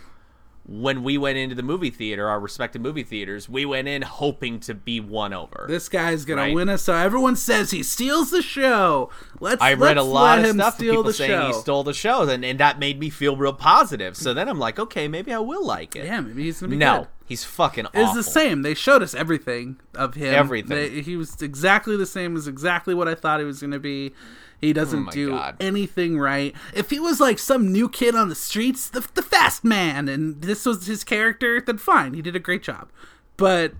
[SPEAKER 2] when we went into the movie theater, our respective movie theaters, we went in hoping to be won over.
[SPEAKER 3] This guy's gonna
[SPEAKER 2] Right.
[SPEAKER 3] win us. So everyone says he steals the show. Let's.
[SPEAKER 2] I read a
[SPEAKER 3] let's
[SPEAKER 2] lot
[SPEAKER 3] let
[SPEAKER 2] of
[SPEAKER 3] him
[SPEAKER 2] stuff of
[SPEAKER 3] steal
[SPEAKER 2] people
[SPEAKER 3] the
[SPEAKER 2] saying
[SPEAKER 3] show.
[SPEAKER 2] he stole the show, and, and that made me feel real positive. So then I'm like, okay, maybe I will like it.
[SPEAKER 3] Yeah, maybe he's gonna be
[SPEAKER 2] no,
[SPEAKER 3] good.
[SPEAKER 2] he's fucking awful.
[SPEAKER 3] It's the same. They showed us everything of him.
[SPEAKER 2] Everything.
[SPEAKER 3] They- he was exactly the same as exactly what I thought he was going to be. He doesn't
[SPEAKER 2] my
[SPEAKER 3] do
[SPEAKER 2] God.
[SPEAKER 3] anything right. If he was like some new kid on the streets, the, the fast man, and this was his character, then fine. He did a great job. But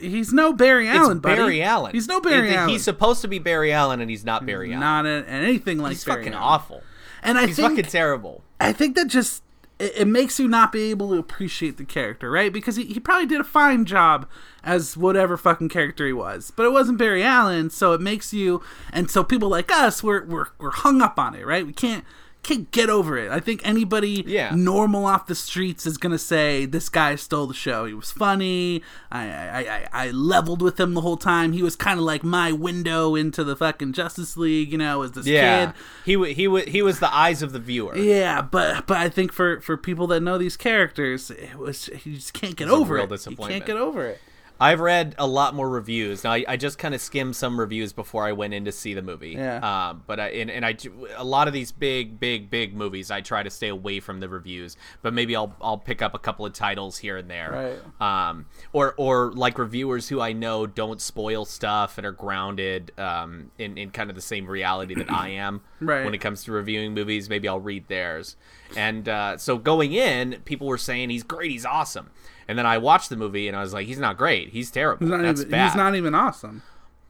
[SPEAKER 3] he's no Barry Allen,
[SPEAKER 2] it's
[SPEAKER 3] buddy.
[SPEAKER 2] Barry Allen.
[SPEAKER 3] He's no Barry
[SPEAKER 2] It-
[SPEAKER 3] Allen.
[SPEAKER 2] He's supposed to be Barry Allen, and he's not Barry Allen.
[SPEAKER 3] not a, anything like
[SPEAKER 2] he's
[SPEAKER 3] Barry
[SPEAKER 2] fucking
[SPEAKER 3] Allen.
[SPEAKER 2] awful.
[SPEAKER 3] And I
[SPEAKER 2] He's
[SPEAKER 3] think
[SPEAKER 2] fucking terrible.
[SPEAKER 3] I think that just it, it makes you not be able to appreciate the character, right? Because he, he probably did a fine job as whatever fucking character he was, but it wasn't Barry Allen, so it makes you and so people like us we're we're, we're hung up on it, right? We can't can't get over it. I think anybody
[SPEAKER 2] Yeah.
[SPEAKER 3] normal off the streets is gonna say this guy stole the show. He was funny. I I, I, I leveled with him the whole time. He was kind of like my window into the fucking Justice League. You know, as this
[SPEAKER 2] Yeah,
[SPEAKER 3] kid.
[SPEAKER 2] he wa he wa he was the eyes of the viewer.
[SPEAKER 3] Yeah, but but I think for for people that know these characters, it was you just can't get
[SPEAKER 2] a
[SPEAKER 3] over
[SPEAKER 2] real
[SPEAKER 3] it. You
[SPEAKER 2] disappointment.
[SPEAKER 3] can't get over it.
[SPEAKER 2] I've read a lot more reviews. Now I, I just kind of skimmed some reviews before I went in to see the movie.
[SPEAKER 3] Yeah.
[SPEAKER 2] Um, but I and, and I do- a lot of these big big big movies I try to stay away from the reviews. But maybe I'll I'll pick up a couple of titles here and there. Right. Um. Or or like reviewers who I know don't spoil stuff and are grounded um in in kind of the same reality that I am.
[SPEAKER 3] Right.
[SPEAKER 2] When it comes to reviewing movies, maybe I'll read theirs. And uh, so going in, people were saying he's great, he's awesome. And then I watched the movie and I was like, he's not great, he's terrible.
[SPEAKER 3] He's not,
[SPEAKER 2] That's
[SPEAKER 3] even,
[SPEAKER 2] bad.
[SPEAKER 3] he's not even awesome.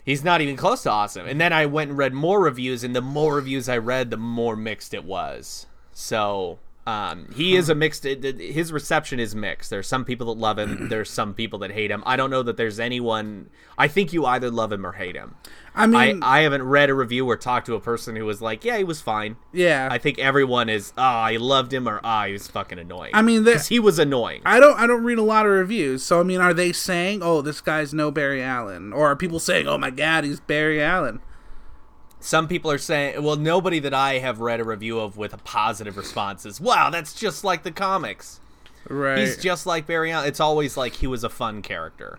[SPEAKER 2] even close to awesome. And then I went and read more reviews, and the more reviews I read, the more mixed it was. So um, he
[SPEAKER 3] Hmm.
[SPEAKER 2] is a mixed. it- it- His reception is mixed. There's some people that love him. There's some people that hate him. I don't know that there's anyone. I think you either love him or hate him.
[SPEAKER 3] I mean,
[SPEAKER 2] I, uh, I haven't read a review or talked to a person who was like, yeah, he was fine.
[SPEAKER 3] yeah,
[SPEAKER 2] I think everyone is ah, I loved him or ah, he was fucking annoying.
[SPEAKER 3] I mean, there-
[SPEAKER 2] 'Cause he was annoying.
[SPEAKER 3] I don't I don't read a lot of reviews. So I mean, are they saying, "Oh, this guy's no Barry Allen," or are people saying, "Oh my God, he's Barry Allen"?
[SPEAKER 2] Some people are saying, well, nobody that I have read a review of with a positive response is, wow, that's just like the comics.
[SPEAKER 3] Right.
[SPEAKER 2] He's just like Barry Allen. It's always like he was a fun character.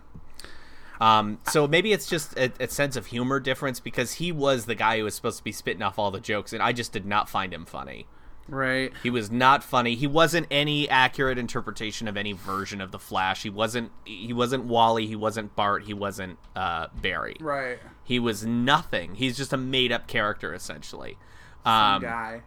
[SPEAKER 2] Um, so maybe it's just a, a sense of humor difference because he was the guy who was supposed to be spitting off all the jokes, and I just did not find him funny.
[SPEAKER 3] Right.
[SPEAKER 2] He was not funny. He wasn't any accurate interpretation of any version of the Flash. He wasn't he wasn't Wally, he wasn't Bart, he wasn't uh, Barry.
[SPEAKER 3] Right.
[SPEAKER 2] He was nothing. He's just a made up character essentially.
[SPEAKER 3] Some
[SPEAKER 2] Um,
[SPEAKER 3] guy.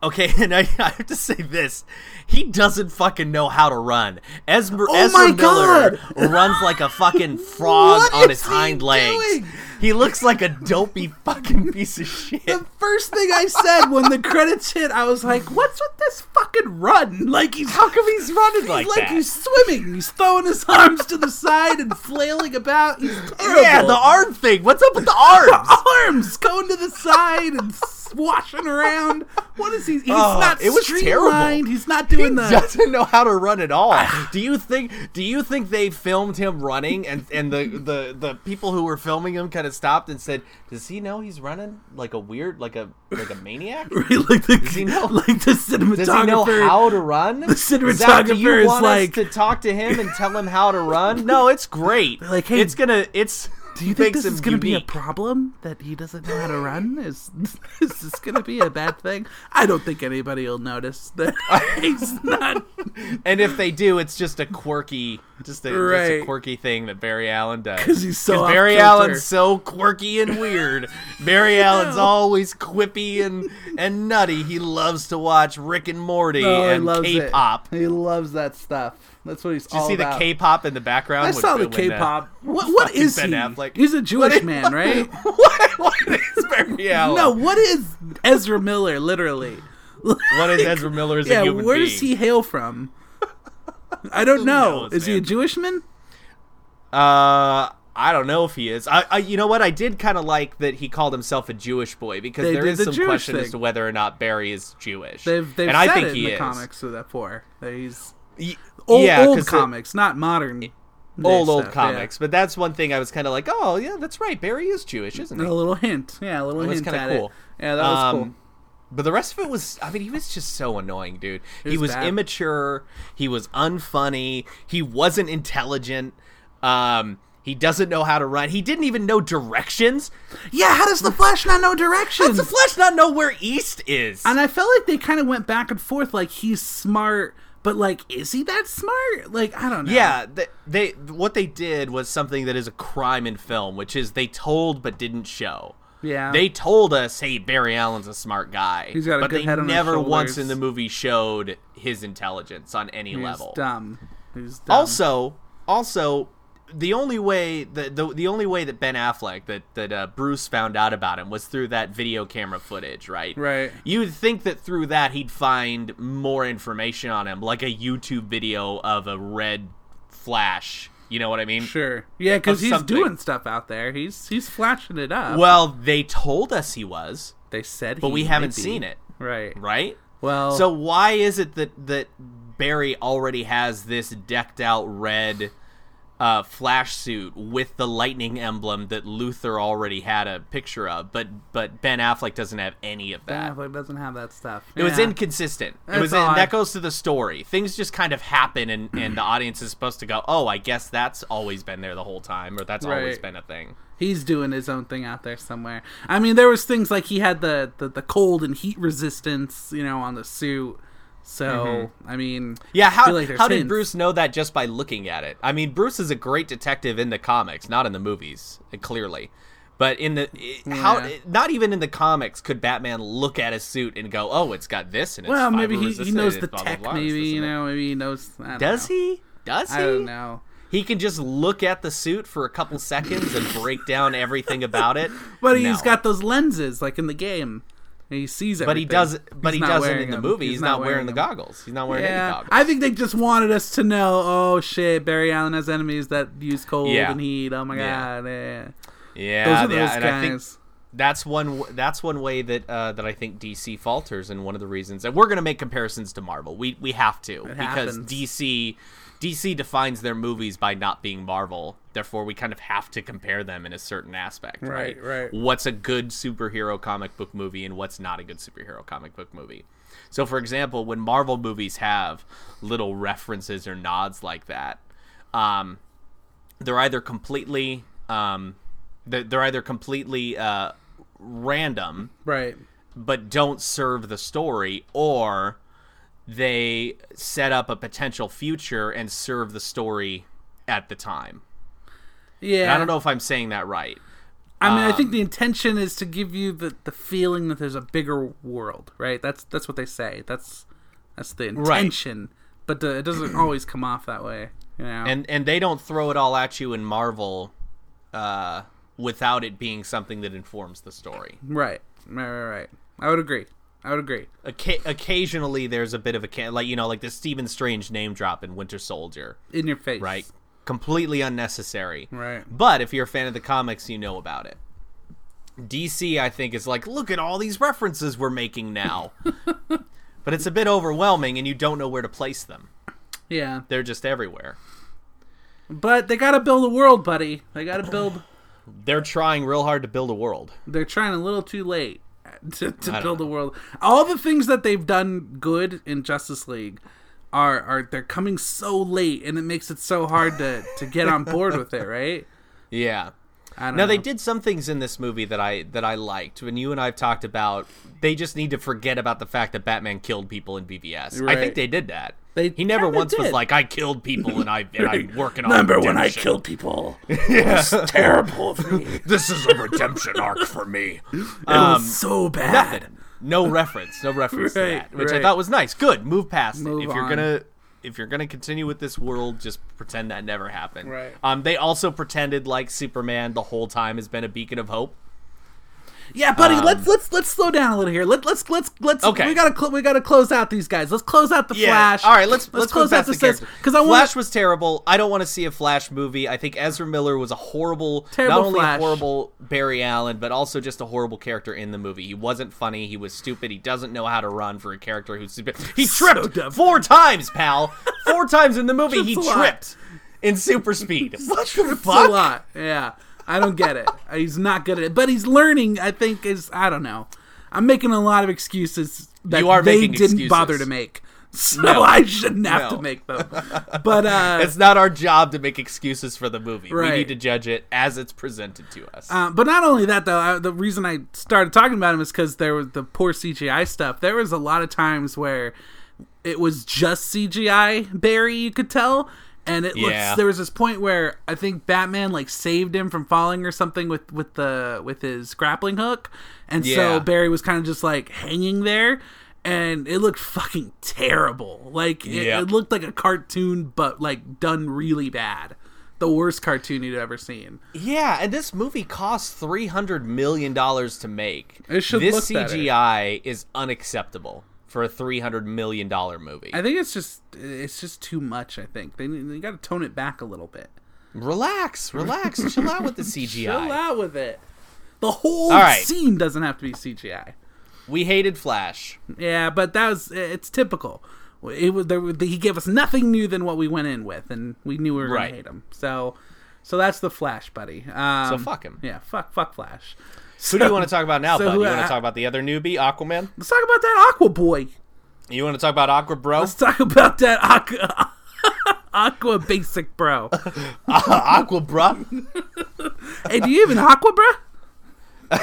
[SPEAKER 2] okay, and I, I have to say this: he doesn't fucking know how to run. Esmer,
[SPEAKER 3] Oh
[SPEAKER 2] Ezra
[SPEAKER 3] my
[SPEAKER 2] Miller
[SPEAKER 3] God!
[SPEAKER 2] runs like a fucking frog
[SPEAKER 3] What
[SPEAKER 2] on his
[SPEAKER 3] is he
[SPEAKER 2] hind legs.
[SPEAKER 3] doing?
[SPEAKER 2] He looks like a dopey fucking piece of shit.
[SPEAKER 3] The first thing I said when the credits hit, I was like, "What's with this fucking run? Like he's
[SPEAKER 2] How come he's running like,
[SPEAKER 3] like, like
[SPEAKER 2] that?
[SPEAKER 3] he's swimming. He's throwing his arms to the side and flailing about. He's terrible.
[SPEAKER 2] yeah, the arm thing. What's up with the arms?
[SPEAKER 3] arms going to the side and swashing around. What is he? He's
[SPEAKER 2] Oh,
[SPEAKER 3] not
[SPEAKER 2] it was
[SPEAKER 3] streamlined.
[SPEAKER 2] terrible.
[SPEAKER 3] He's not doing
[SPEAKER 2] he
[SPEAKER 3] the.
[SPEAKER 2] doesn't know how to run at all.
[SPEAKER 3] Ah.
[SPEAKER 2] do you think? Do you think they filmed him running, and and the the the people who were filming him kind of stopped and said, "Does he know he's running like a weird, like a like a maniac?
[SPEAKER 3] like the,
[SPEAKER 2] he know-
[SPEAKER 3] like the cinematographer.
[SPEAKER 2] Does he know how to run? The do
[SPEAKER 3] cinematographer
[SPEAKER 2] you
[SPEAKER 3] is
[SPEAKER 2] want
[SPEAKER 3] like-
[SPEAKER 2] us to talk to him and tell him how to run? No, it's great.
[SPEAKER 3] Like, hey,
[SPEAKER 2] it's gonna. It's.
[SPEAKER 3] Do you think
[SPEAKER 2] makes
[SPEAKER 3] this is
[SPEAKER 2] him
[SPEAKER 3] going to be a
[SPEAKER 2] unique.
[SPEAKER 3] problem that he doesn't know how to run? Is is this going to be a bad thing? I don't think anybody will notice that he's not.
[SPEAKER 2] And if they do, it's just a quirky, just a, just
[SPEAKER 3] Right.
[SPEAKER 2] a quirky thing that Barry Allen does.
[SPEAKER 3] 'Cause he's so off
[SPEAKER 2] Barry
[SPEAKER 3] kilter.
[SPEAKER 2] Allen's so quirky and weird. Barry Allen's always quippy and and nutty. He loves to watch Rick and Morty
[SPEAKER 3] Oh, he
[SPEAKER 2] and
[SPEAKER 3] loves it.
[SPEAKER 2] K-pop.
[SPEAKER 3] He loves that stuff. That's what he's
[SPEAKER 2] Did you
[SPEAKER 3] all
[SPEAKER 2] see the
[SPEAKER 3] about.
[SPEAKER 2] K-pop in the background?
[SPEAKER 3] I
[SPEAKER 2] when-
[SPEAKER 3] saw the
[SPEAKER 2] when, uh,
[SPEAKER 3] K-pop. What what
[SPEAKER 2] fucking
[SPEAKER 3] is
[SPEAKER 2] Ben
[SPEAKER 3] he?
[SPEAKER 2] Affleck-
[SPEAKER 3] He's a Jewish man, right?
[SPEAKER 2] what, what is Barry Allen?
[SPEAKER 3] No, what is Ezra Miller literally?
[SPEAKER 2] What is Ezra Miller as a
[SPEAKER 3] Yeah,
[SPEAKER 2] human
[SPEAKER 3] where
[SPEAKER 2] being?
[SPEAKER 3] does he hail from? I don't know.
[SPEAKER 2] knows,
[SPEAKER 3] is he a
[SPEAKER 2] man?
[SPEAKER 3] Jewish man?
[SPEAKER 2] Uh, I don't know if he is. I, I you know what? I did kind of like that he called himself a Jewish boy because
[SPEAKER 3] They
[SPEAKER 2] there
[SPEAKER 3] did
[SPEAKER 2] is
[SPEAKER 3] the
[SPEAKER 2] some
[SPEAKER 3] Jewish
[SPEAKER 2] question as
[SPEAKER 3] thing.
[SPEAKER 2] to whether or not Barry is Jewish.
[SPEAKER 3] They've they've
[SPEAKER 2] and
[SPEAKER 3] said
[SPEAKER 2] I think
[SPEAKER 3] it
[SPEAKER 2] he
[SPEAKER 3] in the
[SPEAKER 2] is.
[SPEAKER 3] comics with that four. That he's
[SPEAKER 2] Y-
[SPEAKER 3] old,
[SPEAKER 2] yeah,
[SPEAKER 3] old
[SPEAKER 2] 'cause the-
[SPEAKER 3] comics, not modern. day
[SPEAKER 2] old old
[SPEAKER 3] stuff, yeah.
[SPEAKER 2] comics. But that's one thing I was kind of like, oh yeah, that's right. Barry is Jewish, isn't
[SPEAKER 3] And
[SPEAKER 2] he?
[SPEAKER 3] a little hint, yeah, a little
[SPEAKER 2] That was
[SPEAKER 3] hint
[SPEAKER 2] kinda
[SPEAKER 3] at
[SPEAKER 2] cool.
[SPEAKER 3] it. Yeah, that was
[SPEAKER 2] Um,
[SPEAKER 3] cool.
[SPEAKER 2] But the rest of it was, I mean, he was just so annoying, dude. he
[SPEAKER 3] was
[SPEAKER 2] was
[SPEAKER 3] bad.
[SPEAKER 2] immature. He was unfunny. He wasn't intelligent. Um, he doesn't know how to run. He didn't even know directions.
[SPEAKER 3] Yeah, how does the Flash not know
[SPEAKER 2] Does
[SPEAKER 3] directions?
[SPEAKER 2] the Flash not know where East is?
[SPEAKER 3] And I felt like they kind of went back and forth. Like he's smart, but like, is he that smart? Like I don't know.
[SPEAKER 2] Yeah, they, they what they did was something that is a crime in film, which is they told but didn't show.
[SPEAKER 3] yeah.
[SPEAKER 2] They told us, "Hey, Barry Allen's a smart guy,"
[SPEAKER 3] He's got a
[SPEAKER 2] but
[SPEAKER 3] good
[SPEAKER 2] they
[SPEAKER 3] head on his
[SPEAKER 2] never once
[SPEAKER 3] shoulders.
[SPEAKER 2] in the movie showed his intelligence on any
[SPEAKER 3] he's
[SPEAKER 2] level.
[SPEAKER 3] dumb. He's dumb.
[SPEAKER 2] Also, also, the only way the, the the only way that Ben Affleck that that uh, Bruce found out about him was through that video camera footage, right?
[SPEAKER 3] Right.
[SPEAKER 2] You'd think that through that he'd find more information on him, like a YouTube video of a red flash. You know what I mean?
[SPEAKER 3] sure. Yeah, because
[SPEAKER 2] of
[SPEAKER 3] he's
[SPEAKER 2] something.
[SPEAKER 3] doing stuff out there. He's he's flashing it up.
[SPEAKER 2] Well, they told us he was,
[SPEAKER 3] they said,
[SPEAKER 2] but
[SPEAKER 3] he
[SPEAKER 2] we
[SPEAKER 3] might
[SPEAKER 2] haven't
[SPEAKER 3] be.
[SPEAKER 2] seen it,
[SPEAKER 3] Right.
[SPEAKER 2] right?
[SPEAKER 3] Well,
[SPEAKER 2] So why is it that that Barry already has this decked out red uh, flash suit with the lightning emblem that Luther already had a picture of, but but Ben Affleck doesn't have any of
[SPEAKER 3] Ben
[SPEAKER 2] that.
[SPEAKER 3] Affleck doesn't have that stuff.
[SPEAKER 2] It was
[SPEAKER 3] Yeah.
[SPEAKER 2] inconsistent. it
[SPEAKER 3] That's
[SPEAKER 2] was and
[SPEAKER 3] odd.
[SPEAKER 2] that goes to the story. Things just kind of happen, and and the audience is supposed to go, oh, I guess that's always been there the whole time, or that's always
[SPEAKER 3] Right.
[SPEAKER 2] been a thing.
[SPEAKER 3] He's doing his own thing out there somewhere. I mean, there was things like he had the the, the cold and heat resistance, you know, on the suit. So I mean,
[SPEAKER 2] Mm-hmm. Yeah,
[SPEAKER 3] I
[SPEAKER 2] how,
[SPEAKER 3] feel like there's
[SPEAKER 2] how did
[SPEAKER 3] hints.
[SPEAKER 2] Bruce know that just by looking at it? I mean, Bruce is a great detective in the comics, not in the movies, uh, clearly. But in the i- how
[SPEAKER 3] Yeah.
[SPEAKER 2] not even in the comics could Batman look at his suit and go, "Oh, it's got this and it's
[SPEAKER 3] Well,
[SPEAKER 2] fiber
[SPEAKER 3] maybe he, he
[SPEAKER 2] resistant,
[SPEAKER 3] knows
[SPEAKER 2] it's
[SPEAKER 3] the
[SPEAKER 2] blah, blah,
[SPEAKER 3] tech.
[SPEAKER 2] blah, it's
[SPEAKER 3] maybe
[SPEAKER 2] this and
[SPEAKER 3] you
[SPEAKER 2] that."
[SPEAKER 3] know. Maybe he knows. I don't
[SPEAKER 2] Does
[SPEAKER 3] know.
[SPEAKER 2] he? Does he?
[SPEAKER 3] I don't know.
[SPEAKER 2] He can just look at the suit for a couple seconds and break down everything about it.
[SPEAKER 3] But
[SPEAKER 2] No.
[SPEAKER 3] he's got those lenses, like in the game. And he sees everything.
[SPEAKER 2] But he does. But
[SPEAKER 3] He's
[SPEAKER 2] he
[SPEAKER 3] not
[SPEAKER 2] doesn't
[SPEAKER 3] wearing
[SPEAKER 2] in the
[SPEAKER 3] them.
[SPEAKER 2] movie. He's, not, wearing, the
[SPEAKER 3] them.
[SPEAKER 2] goggles. He's not wearing any
[SPEAKER 3] Yeah,
[SPEAKER 2] goggles.
[SPEAKER 3] I think they just wanted us to know. Oh shit, Barry Allen has enemies that use cold
[SPEAKER 2] Yeah.
[SPEAKER 3] and heat. Oh my
[SPEAKER 2] Yeah.
[SPEAKER 3] god, yeah.
[SPEAKER 2] yeah,
[SPEAKER 3] those are
[SPEAKER 2] yeah,
[SPEAKER 3] those
[SPEAKER 2] and I think
[SPEAKER 3] guys.
[SPEAKER 2] that's one that's one way that uh, that I think DC falters, and one of the reasons. And we're gonna make comparisons to Marvel. We we have to because
[SPEAKER 3] happens.
[SPEAKER 2] DC DC defines their movies by not being Marvel. Therefore, we kind of have to compare them in a certain aspect, right?
[SPEAKER 3] Right, right.
[SPEAKER 2] What's a good superhero comic book movie, and what's not a good superhero comic book movie? So, for example, when Marvel movies have little references or nods like that, um, they're either completely um, they're, they're either completely uh, random
[SPEAKER 3] Right.
[SPEAKER 2] but don't serve the story or they set up a potential future and serve the story at the time. And
[SPEAKER 3] Yeah.
[SPEAKER 2] I don't know if I'm saying that right.
[SPEAKER 3] I mean, I
[SPEAKER 2] Um,
[SPEAKER 3] think the intention is to give you the, the feeling that there's a bigger world, right? That's that's what they say. That's that's the
[SPEAKER 2] Right.
[SPEAKER 3] intention, but the, it doesn't always come off that way. You know?
[SPEAKER 2] And and they don't throw it all at you in Marvel uh without it being something that informs the story.
[SPEAKER 3] right, right, right, right. I would agree. I would agree.
[SPEAKER 2] Occa- occasionally there's a bit of a ca- like you know like the Stephen Strange name drop in Winter Soldier,
[SPEAKER 3] In your face,
[SPEAKER 2] right? Completely unnecessary.
[SPEAKER 3] Right.
[SPEAKER 2] But if you're a fan of the comics, you know about it. DC, I think, is like, look at all these references we're making now. but it's a bit overwhelming, and you don't know where to place them.
[SPEAKER 3] Yeah,
[SPEAKER 2] They're just everywhere.
[SPEAKER 3] but they gotta build a world, buddy. They gotta build.
[SPEAKER 2] They're trying real hard to build a world.
[SPEAKER 3] They're trying a little too late to, to
[SPEAKER 2] don't
[SPEAKER 3] build a world. All the things that they've done good in Justice League are are they're coming so late, and it makes it so hard to to get on board with it, right?
[SPEAKER 2] Yeah.
[SPEAKER 3] I don't
[SPEAKER 2] Now
[SPEAKER 3] know.
[SPEAKER 2] they did some things in this movie that I that I liked. When you and I've talked about, they just need to forget about the fact that Batman killed people in BVS. I
[SPEAKER 3] Right.
[SPEAKER 2] think they did that.
[SPEAKER 3] They
[SPEAKER 2] he never
[SPEAKER 3] kinda
[SPEAKER 2] once was
[SPEAKER 3] did.
[SPEAKER 2] like, "I killed people and I and I'm working on."
[SPEAKER 6] Remember when I
[SPEAKER 2] redemption."
[SPEAKER 6] killed people? It was terrible of me. This is a redemption arc for me.
[SPEAKER 3] so bad.
[SPEAKER 2] Um, Nothing. No reference. No reference to
[SPEAKER 3] Right,
[SPEAKER 2] that, which I
[SPEAKER 3] right.
[SPEAKER 2] thought was nice. Good. Move past
[SPEAKER 3] Move
[SPEAKER 2] it. If you're
[SPEAKER 3] on.
[SPEAKER 2] gonna if you're gonna continue with this world, just pretend that never happened.
[SPEAKER 3] Right.
[SPEAKER 2] Um. They also pretended like Superman the whole time has been a beacon of hope.
[SPEAKER 3] Yeah, buddy,
[SPEAKER 6] Um,
[SPEAKER 3] let's let's let's slow down a little here. Let let's let's let's
[SPEAKER 2] Okay.
[SPEAKER 3] we got to cl- we got to close out these guys. Let's close out the Flash.
[SPEAKER 2] All right, let's let's,
[SPEAKER 3] close out the
[SPEAKER 2] character
[SPEAKER 3] cuz I want
[SPEAKER 2] Flash was terrible. I don't want to see a Flash movie. I think Ezra Miller was a horrible,
[SPEAKER 3] Terrible
[SPEAKER 2] not only
[SPEAKER 3] Flash.
[SPEAKER 2] a horrible Barry Allen, but also just a horrible character in the movie. He wasn't funny. He was stupid. He doesn't know how to run for a character who's stupid. He tripped four times, pal. Four times in the movie, he
[SPEAKER 3] Trips a lot.
[SPEAKER 2] tripped in super speed. what the
[SPEAKER 3] a
[SPEAKER 2] fuck?
[SPEAKER 3] lot. Yeah. I don't get it. He's not good at it, but he's learning, I think is I don't know. I'm making a lot of excuses that
[SPEAKER 2] You are
[SPEAKER 3] they
[SPEAKER 2] making
[SPEAKER 3] didn't bother
[SPEAKER 2] excuses.
[SPEAKER 3] to make. So I shouldn't have
[SPEAKER 2] No.
[SPEAKER 3] to make them. But uh
[SPEAKER 2] It's not our job to make excuses for the movie.
[SPEAKER 3] Right.
[SPEAKER 2] We need to judge it as it's presented to us.
[SPEAKER 3] Uh, but not only that, though, I, the reason I started talking about him is because there was the poor CGI stuff. There was a lot of times where it was just CGI Barry, you could tell, and it
[SPEAKER 2] Yeah.
[SPEAKER 3] looks. There was this point where I think Batman like saved him from falling or something with with the with his grappling hook, and
[SPEAKER 2] Yeah.
[SPEAKER 3] so Barry was kind of just like hanging there. And it looked fucking terrible. Like it,
[SPEAKER 2] Yeah.
[SPEAKER 3] it looked like a cartoon, but like done really bad. The worst cartoon you'd ever seen.
[SPEAKER 2] Yeah, and this movie cost three hundred million dollars to make.
[SPEAKER 3] It should
[SPEAKER 2] this
[SPEAKER 3] look better.
[SPEAKER 2] CGI is unacceptable for a three hundred million dollar movie.
[SPEAKER 3] I think it's just it's just too much. I think they they got to tone it back a little bit.
[SPEAKER 2] relax, relax, chill out with the CGI.
[SPEAKER 3] Chill out with it. The whole
[SPEAKER 2] All right.
[SPEAKER 3] scene doesn't have to be CGI.
[SPEAKER 2] We hated Flash.
[SPEAKER 3] Yeah, but that was it's typical. It was there. were- He gave us nothing new than what we went in with, and we knew we were gonna
[SPEAKER 2] Right.
[SPEAKER 3] hate him. So, so that's the Flash, buddy. Um,
[SPEAKER 2] So fuck him.
[SPEAKER 3] Yeah, fuck, fuck Flash.
[SPEAKER 2] Who do you want to talk about now,
[SPEAKER 3] so
[SPEAKER 2] bud?
[SPEAKER 3] who-
[SPEAKER 2] You want
[SPEAKER 3] I-
[SPEAKER 2] to talk about the other newbie, Aquaman?
[SPEAKER 3] Let's talk about that Aqua Boy.
[SPEAKER 2] You want to talk about Aqua Bro?
[SPEAKER 3] Let's talk about that Aqua Aqua Basic Bro.
[SPEAKER 2] Aqua Bruh?
[SPEAKER 3] hey, do you even Aqua, bro?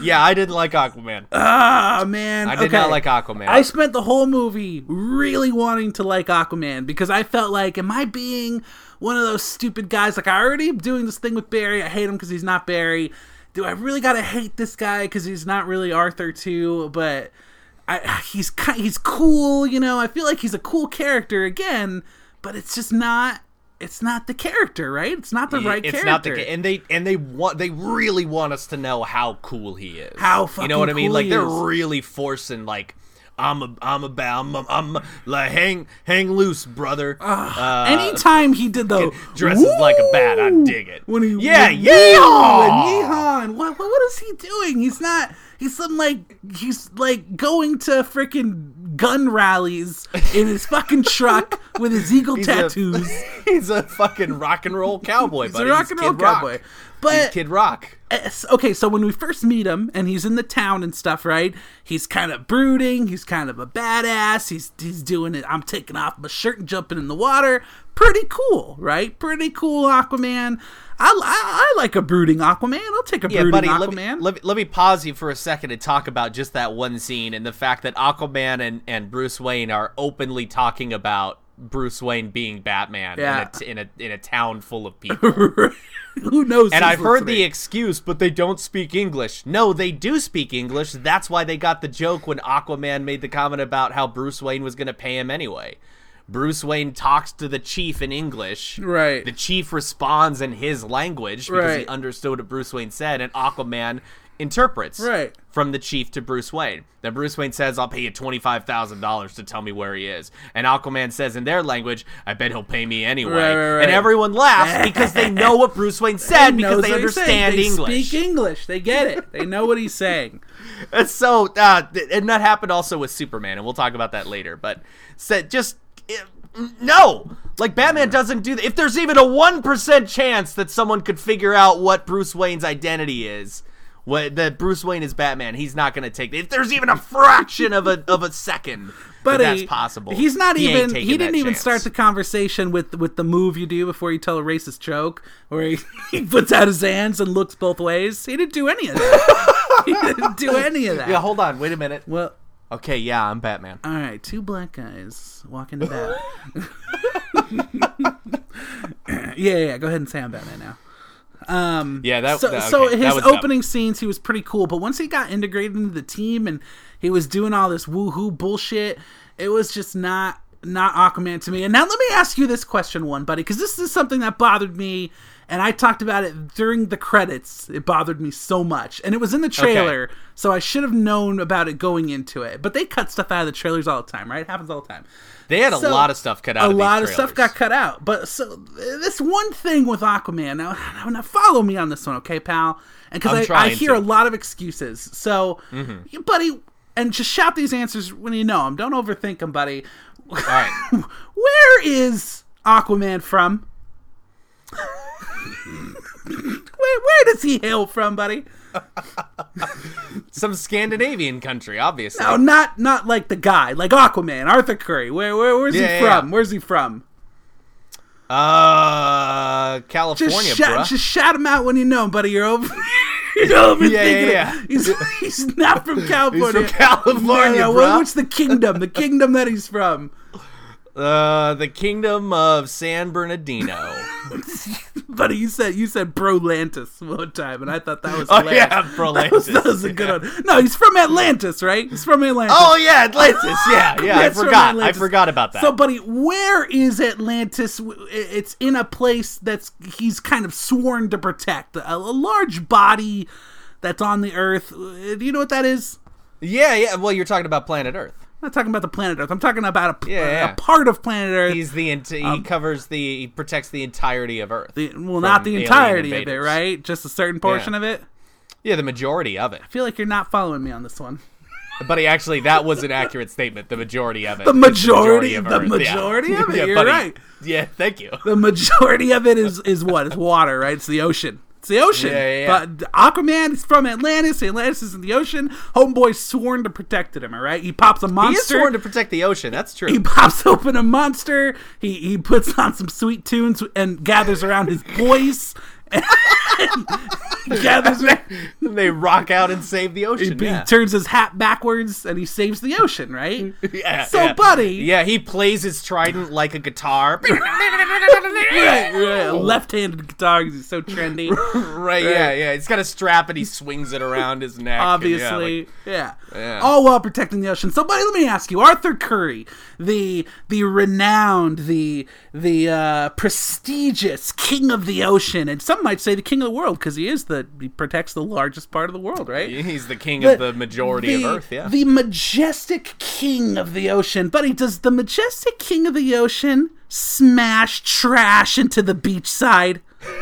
[SPEAKER 2] yeah, I didn't like Aquaman.
[SPEAKER 3] Oh man,
[SPEAKER 2] I did
[SPEAKER 3] okay.
[SPEAKER 2] not like Aquaman.
[SPEAKER 3] I spent the whole movie really wanting to like Aquaman because I felt like, am I being one of those stupid guys? Like, I already am doing this thing with Barry. I hate him because he's not Barry. Do I really gotta hate this guy because he's not really Arthur too? But I, he's ki- he's cool, you know. I feel like he's a cool character again, but it's just not. It's not the character, right? It's not the
[SPEAKER 2] Yeah,
[SPEAKER 3] right
[SPEAKER 2] it's
[SPEAKER 3] character.
[SPEAKER 2] not the ca- and they and they want they really want us to know how cool he is.
[SPEAKER 3] How
[SPEAKER 2] you know what I
[SPEAKER 3] fucking
[SPEAKER 2] mean?
[SPEAKER 3] cool
[SPEAKER 2] like
[SPEAKER 3] he
[SPEAKER 2] they're
[SPEAKER 3] is.
[SPEAKER 2] really forcing like I'm a I'm a ba- I'm a, I'm a, like hang hang loose, brother.
[SPEAKER 3] Ah,
[SPEAKER 2] Uh,
[SPEAKER 3] Anytime he did the
[SPEAKER 2] dresses like a bat, I
[SPEAKER 3] "Woo!"
[SPEAKER 2] dig it.
[SPEAKER 3] When he
[SPEAKER 2] Yeah,
[SPEAKER 3] when,
[SPEAKER 2] yeehaw!
[SPEAKER 3] and yeehaw, and what, what what is he doing? He's not. He's some like he's like going to freaking gun rallies in his fucking truck with his eagle
[SPEAKER 2] he's a-
[SPEAKER 3] tattoos.
[SPEAKER 2] he's a fucking rock and roll cowboy,
[SPEAKER 3] He's
[SPEAKER 2] buddy.
[SPEAKER 3] a rock and
[SPEAKER 2] Kid
[SPEAKER 3] roll
[SPEAKER 2] Rock.
[SPEAKER 3] cowboy.
[SPEAKER 2] He's
[SPEAKER 3] But
[SPEAKER 2] Kid Rock.
[SPEAKER 3] uh, so- okay, so when we first meet him and he's in the town and stuff, right? He's kind of brooding. He's kind of a badass. He's he's doing it. I'm taking off my shirt and jumping in the water. pretty cool, right? Pretty cool Aquaman. I, I, I like a brooding Aquaman. I'll take a
[SPEAKER 2] Yeah,
[SPEAKER 3] brooding
[SPEAKER 2] buddy, let me,
[SPEAKER 3] Aquaman.
[SPEAKER 2] let, me, let me pause you for a second and talk about just that one scene and the fact that Aquaman and, and Bruce Wayne are openly talking about Bruce Wayne being Batman
[SPEAKER 3] Yeah.
[SPEAKER 2] in, a, t- in, a, in a town full of people.
[SPEAKER 3] Who knows?
[SPEAKER 2] and
[SPEAKER 3] who's
[SPEAKER 2] I've heard the
[SPEAKER 3] listening?
[SPEAKER 2] excuse, but they don't speak English. No, they do speak English. That's why they got the joke when Aquaman made the comment about how Bruce Wayne was going to pay him anyway. Bruce Wayne talks to the chief in English.
[SPEAKER 3] Right.
[SPEAKER 2] The chief responds in his language because he
[SPEAKER 3] Right.
[SPEAKER 2] understood what Bruce Wayne said, and Aquaman interprets
[SPEAKER 3] Right.
[SPEAKER 2] from the chief to Bruce Wayne. Then Bruce Wayne says, I'll pay you $25,000 to tell me where he is. And Aquaman says in their language, I bet he'll pay me anyway.
[SPEAKER 3] Right, right, right.
[SPEAKER 2] And everyone laughs because they know what Bruce Wayne said
[SPEAKER 3] knows
[SPEAKER 2] because they
[SPEAKER 3] what he's saying.
[SPEAKER 2] understand
[SPEAKER 3] They
[SPEAKER 2] English.
[SPEAKER 3] speak English. They get it. They know what he's saying.
[SPEAKER 2] And so, uh, th- and that happened also with Superman, and we'll talk about that later. But said just eh, no, like Batman doesn't do that. If there's even a one percent chance that someone could figure out what Bruce Wayne's identity is, what that Bruce Wayne is Batman, he's not going to take. If there's even a fraction of a of a second, that
[SPEAKER 3] Buddy,
[SPEAKER 2] that's possible.
[SPEAKER 3] He's not
[SPEAKER 2] he ain't
[SPEAKER 3] even.
[SPEAKER 2] taking
[SPEAKER 3] He didn't
[SPEAKER 2] that
[SPEAKER 3] even
[SPEAKER 2] chance.
[SPEAKER 3] start the conversation with with the move you do before you tell a racist joke, where he, he puts out his hands and looks both ways. He didn't do any of that. he didn't do any of that.
[SPEAKER 2] Yeah, hold on, wait a minute.
[SPEAKER 3] well,
[SPEAKER 2] Okay, yeah, I'm Batman.
[SPEAKER 3] all right. Two black guys walking to battle. yeah, yeah, yeah. Go ahead and say I'm Batman now.
[SPEAKER 2] Yeah, that.
[SPEAKER 3] so,
[SPEAKER 2] that-
[SPEAKER 3] so
[SPEAKER 2] okay, that
[SPEAKER 3] his
[SPEAKER 2] was dumb.
[SPEAKER 3] opening scenes he was pretty cool but once he got integrated into the team and he was doing all this woohoo bullshit it was just not not aquaman to me and now let me ask you this question one buddy because this is something that bothered me and i talked about it during the credits it bothered me so much and it was in the trailer so i should have known about it going into it but they cut stuff out of the trailers all the time right it happens all the time
[SPEAKER 2] They had a
[SPEAKER 3] so,
[SPEAKER 2] lot of stuff cut out.
[SPEAKER 3] a
[SPEAKER 2] of these
[SPEAKER 3] lot of stuff
[SPEAKER 2] trailers.
[SPEAKER 3] got cut out. But so this one thing with Aquaman now, now follow me on this one, okay, pal? And
[SPEAKER 2] I'm
[SPEAKER 3] because I, I
[SPEAKER 2] trying
[SPEAKER 3] hear
[SPEAKER 2] to. Mm-hmm.
[SPEAKER 3] a lot of excuses, so you- buddy, and just shout these answers when you know them. Don't overthink them, buddy.
[SPEAKER 2] All right.
[SPEAKER 3] Where is Aquaman from? where, where does he hail from, buddy?
[SPEAKER 2] Some Scandinavian country, obviously.
[SPEAKER 3] Oh, not not like the guy, like Aquaman, Arthur Curry. Where where where's
[SPEAKER 2] Yeah,
[SPEAKER 3] he
[SPEAKER 2] yeah,
[SPEAKER 3] from?
[SPEAKER 2] yeah.
[SPEAKER 3] Where's he from?
[SPEAKER 2] Uh, California,
[SPEAKER 3] just shout,
[SPEAKER 2] bruh.
[SPEAKER 3] just shout him out when you know him, buddy. You're over. You're over
[SPEAKER 2] Yeah,
[SPEAKER 3] thinking
[SPEAKER 2] yeah,
[SPEAKER 3] it. He's, he's not from California.
[SPEAKER 2] California,
[SPEAKER 3] No, no,
[SPEAKER 2] bruh.
[SPEAKER 3] What's the kingdom? The kingdom that he's from.
[SPEAKER 2] uh, the kingdom of San Bernardino.
[SPEAKER 3] Buddy, you said you said Brolantis one time, and I thought that was
[SPEAKER 2] Oh,
[SPEAKER 3] hilarious. That was, that was a good one. No, he's from Atlantis, right? He's from Atlantis.
[SPEAKER 2] Oh yeah, Atlantis. Yeah, yeah. I
[SPEAKER 3] That's from
[SPEAKER 2] forgot. I
[SPEAKER 3] Atlantis.
[SPEAKER 2] forgot about that.
[SPEAKER 3] So, buddy, where is Atlantis? W- It's in a place that's he's kind of sworn to protect a, a large body that's on the Earth. Uh, Do you know what that is?
[SPEAKER 2] yeah, yeah. Well, you're talking about planet Earth.
[SPEAKER 3] I'm not talking about the planet Earth. I'm talking about a,
[SPEAKER 2] Yeah, yeah.
[SPEAKER 3] a part of planet Earth.
[SPEAKER 2] He's the ent- he covers the he protects the entirety of Earth.
[SPEAKER 3] Um, The- well,
[SPEAKER 2] from
[SPEAKER 3] not the
[SPEAKER 2] alien
[SPEAKER 3] entirety of it,
[SPEAKER 2] invaders.
[SPEAKER 3] right? Just a certain portion
[SPEAKER 2] Yeah.
[SPEAKER 3] of it. I
[SPEAKER 2] Yeah, the majority of it.
[SPEAKER 3] feel like you're not following me on this one.
[SPEAKER 2] But he actually, that was an accurate statement. The majority of it.
[SPEAKER 3] The
[SPEAKER 2] It's
[SPEAKER 3] majority,
[SPEAKER 2] of
[SPEAKER 3] the
[SPEAKER 2] Earth. Yeah.
[SPEAKER 3] majority of it.
[SPEAKER 2] Yeah,
[SPEAKER 3] you're
[SPEAKER 2] buddy.
[SPEAKER 3] right.
[SPEAKER 2] Yeah, thank you.
[SPEAKER 3] The majority of it is is what? It's water, right? It's the ocean. It's the ocean.
[SPEAKER 2] Yeah, yeah, yeah.
[SPEAKER 3] But Aquaman is from Atlantis. Atlantis is in the ocean. Homeboy sworn to protect him. All right. He pops a
[SPEAKER 2] He is
[SPEAKER 3] monster.
[SPEAKER 2] sworn to protect the ocean. That's true.
[SPEAKER 3] he pops open a monster. He he puts on some sweet tunes and gathers around his boys. gathers around.
[SPEAKER 2] and they rock out and save the ocean.
[SPEAKER 3] He
[SPEAKER 2] yeah.
[SPEAKER 3] turns his hat backwards and he saves the ocean, right?
[SPEAKER 2] Yeah,
[SPEAKER 3] So,
[SPEAKER 2] yeah.
[SPEAKER 3] buddy.
[SPEAKER 2] Yeah, he plays his trident like a guitar.
[SPEAKER 3] Right, right. A left-handed guitar 'cause he's so trendy.
[SPEAKER 2] right, yeah, yeah. He's got a strap and he swings it around his neck. and yeah,
[SPEAKER 3] obviously.
[SPEAKER 2] like-
[SPEAKER 3] yeah,
[SPEAKER 2] Yeah.
[SPEAKER 3] All while protecting the ocean. So, buddy, let me ask you: Arthur Curry, the the renowned, the the uh, prestigious king of the ocean, and some might say the king of the world because he is the he protects the largest part of the world, right?
[SPEAKER 2] he's the king
[SPEAKER 3] But
[SPEAKER 2] of the majority
[SPEAKER 3] the-
[SPEAKER 2] of Earth, yeah.
[SPEAKER 3] The majestic king of the ocean. Buddy, does the majestic king of the ocean smash trash into the beachside?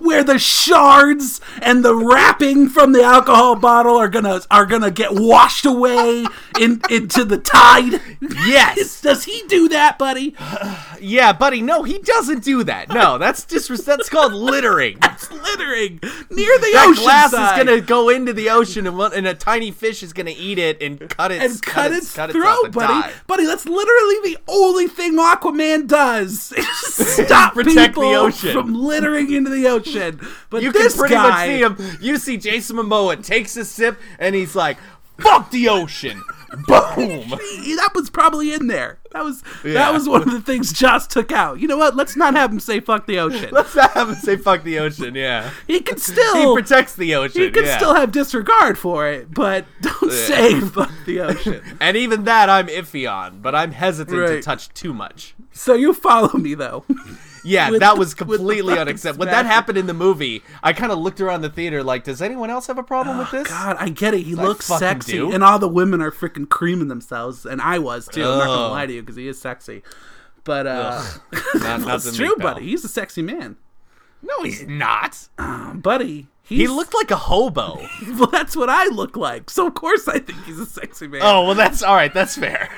[SPEAKER 3] Where the shards and the wrapping from the alcohol bottle are gonna are gonna get washed away in, into the tide.
[SPEAKER 2] yes!
[SPEAKER 3] Does he do that, buddy?
[SPEAKER 2] yeah, buddy. No, he doesn't do that. No, that's disres- That's called littering.
[SPEAKER 3] It's littering near the
[SPEAKER 2] that
[SPEAKER 3] ocean
[SPEAKER 2] glass
[SPEAKER 3] side.
[SPEAKER 2] is gonna go into the ocean, and, one, and a tiny fish is gonna eat it and cut its
[SPEAKER 3] and cut its,
[SPEAKER 2] cut
[SPEAKER 3] throat,
[SPEAKER 2] up
[SPEAKER 3] buddy.
[SPEAKER 2] and die.
[SPEAKER 3] Buddy, that's literally the only thing Aquaman does. is Stop
[SPEAKER 2] Protect the
[SPEAKER 3] people
[SPEAKER 2] ocean.
[SPEAKER 3] from littering into the ocean. But
[SPEAKER 2] You can
[SPEAKER 3] this
[SPEAKER 2] pretty
[SPEAKER 3] guy,
[SPEAKER 2] much see him. You see Jason Momoa takes a sip, and he's like, "Fuck the ocean." Boom.
[SPEAKER 3] he- that was probably in there. That was
[SPEAKER 2] Yeah.
[SPEAKER 3] that was one of the things Joss took out. You know what? Let's not have him say "fuck the ocean."
[SPEAKER 2] Let's not have him say "fuck the ocean." Yeah,
[SPEAKER 3] He can
[SPEAKER 2] he
[SPEAKER 3] still
[SPEAKER 2] protects the ocean.
[SPEAKER 3] Oh, he can
[SPEAKER 2] yeah.
[SPEAKER 3] still have disregard for it, but don't say "fuck the ocean."
[SPEAKER 2] and even that I'm iffy on, but I'm hesitant to
[SPEAKER 3] Right.
[SPEAKER 2] touch too much.
[SPEAKER 3] so you follow me though.
[SPEAKER 2] Yeah,
[SPEAKER 3] With-
[SPEAKER 2] that was
[SPEAKER 3] with the
[SPEAKER 2] completely
[SPEAKER 3] fucking
[SPEAKER 2] unacceptable. When
[SPEAKER 3] smash.
[SPEAKER 2] that happened in the movie, I kind of looked around the theater like, does anyone else have a problem with this?
[SPEAKER 3] Oh, God, I get it. He looks
[SPEAKER 2] fucking
[SPEAKER 3] sexy,
[SPEAKER 2] do.
[SPEAKER 3] and all the women are freaking creaming themselves, and I was too. I'm not
[SPEAKER 2] Ugh.
[SPEAKER 3] gonna lie to you because he is sexy. But uh,
[SPEAKER 2] Not- not the
[SPEAKER 3] it's true,
[SPEAKER 2] meatball.
[SPEAKER 3] buddy. He's a sexy man,
[SPEAKER 2] No, he's not.
[SPEAKER 3] buddy. He's,
[SPEAKER 2] He looked like a hobo.
[SPEAKER 3] well. That's what I look like. So of course I think he's a sexy man.
[SPEAKER 2] oh, well, that's all right. That's fair.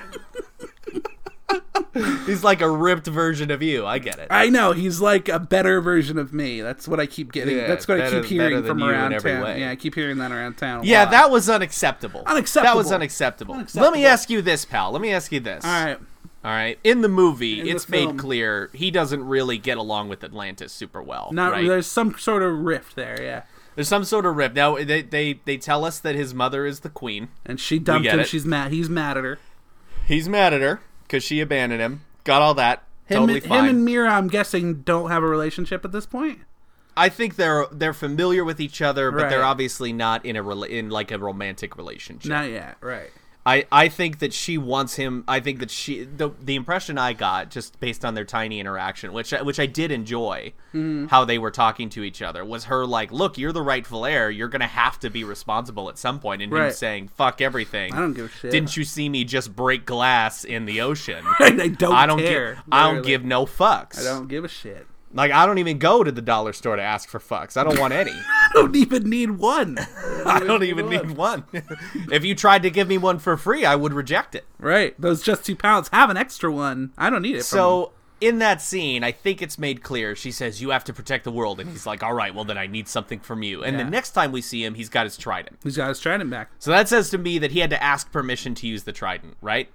[SPEAKER 2] he's like a ripped version of you. I get it.
[SPEAKER 3] I know he's like a better version of me. That's what I keep getting.
[SPEAKER 2] Yeah,
[SPEAKER 3] that's what I
[SPEAKER 2] better-
[SPEAKER 3] keep
[SPEAKER 2] better
[SPEAKER 3] hearing
[SPEAKER 2] than
[SPEAKER 3] from
[SPEAKER 2] you in
[SPEAKER 3] around
[SPEAKER 2] every
[SPEAKER 3] town.
[SPEAKER 2] way.
[SPEAKER 3] Yeah, I keep hearing that around town. a
[SPEAKER 2] yeah,
[SPEAKER 3] lot.
[SPEAKER 2] that was unacceptable. That was
[SPEAKER 3] Uh,
[SPEAKER 2] unacceptable.
[SPEAKER 3] Unacceptable.
[SPEAKER 2] Let me
[SPEAKER 3] Unacceptable.
[SPEAKER 2] ask you this, pal. Let me ask you this.
[SPEAKER 3] All right.
[SPEAKER 2] All right. In the movie,
[SPEAKER 3] In the
[SPEAKER 2] it's made
[SPEAKER 3] film.
[SPEAKER 2] clear he doesn't really get along with Atlantis super well.
[SPEAKER 3] Not
[SPEAKER 2] right?
[SPEAKER 3] there's some sort of rift there. Yeah,
[SPEAKER 2] There's some sort of rip. Now they, they they tell us that his mother is the queen.
[SPEAKER 3] and she dumped
[SPEAKER 2] get
[SPEAKER 3] him.
[SPEAKER 2] it.
[SPEAKER 3] She's mad. He's mad at her.
[SPEAKER 2] He's mad at her because she abandoned him. Got all that.
[SPEAKER 3] Him,
[SPEAKER 2] totally
[SPEAKER 3] and-
[SPEAKER 2] fine.
[SPEAKER 3] him and Mira, I'm guessing, don't have a relationship at this point.
[SPEAKER 2] I think they're they're familiar with each other, but they're
[SPEAKER 3] Right.
[SPEAKER 2] obviously not in a rela- in like a romantic relationship.
[SPEAKER 3] Not yet, right?
[SPEAKER 2] I I think that she wants him. I think that she the the impression I got just based on their tiny interaction, which I- which I did enjoy,
[SPEAKER 3] Mm-hmm.
[SPEAKER 2] how they were talking to each other was her like, look, you're the rightful heir. You're gonna have to be responsible at some point, and him
[SPEAKER 3] Right.
[SPEAKER 2] saying, fuck everything.
[SPEAKER 3] I don't give a shit.
[SPEAKER 2] Didn't you see me just break glass in the ocean?
[SPEAKER 3] I don't.
[SPEAKER 2] I don't
[SPEAKER 3] care.
[SPEAKER 2] give. I don't
[SPEAKER 3] literally.
[SPEAKER 2] give no fucks.
[SPEAKER 3] I don't give a shit.
[SPEAKER 2] Like I don't even go to the dollar store to ask for fucks. I don't want any.
[SPEAKER 3] I don't even need one.
[SPEAKER 2] I don't even need one. if you tried to give me one for free, I would reject it.
[SPEAKER 3] Right? Those just two pounds have an extra one. I don't need it. from
[SPEAKER 2] So in that scene, I think it's made clear. She says, "You have to protect the world," and he's like, "All right, well then I need something from you." And
[SPEAKER 3] Yeah.
[SPEAKER 2] the next time we see him, he's got his trident.
[SPEAKER 3] he's got his trident back.
[SPEAKER 2] So that says to me that he had to ask permission to use the trident, right?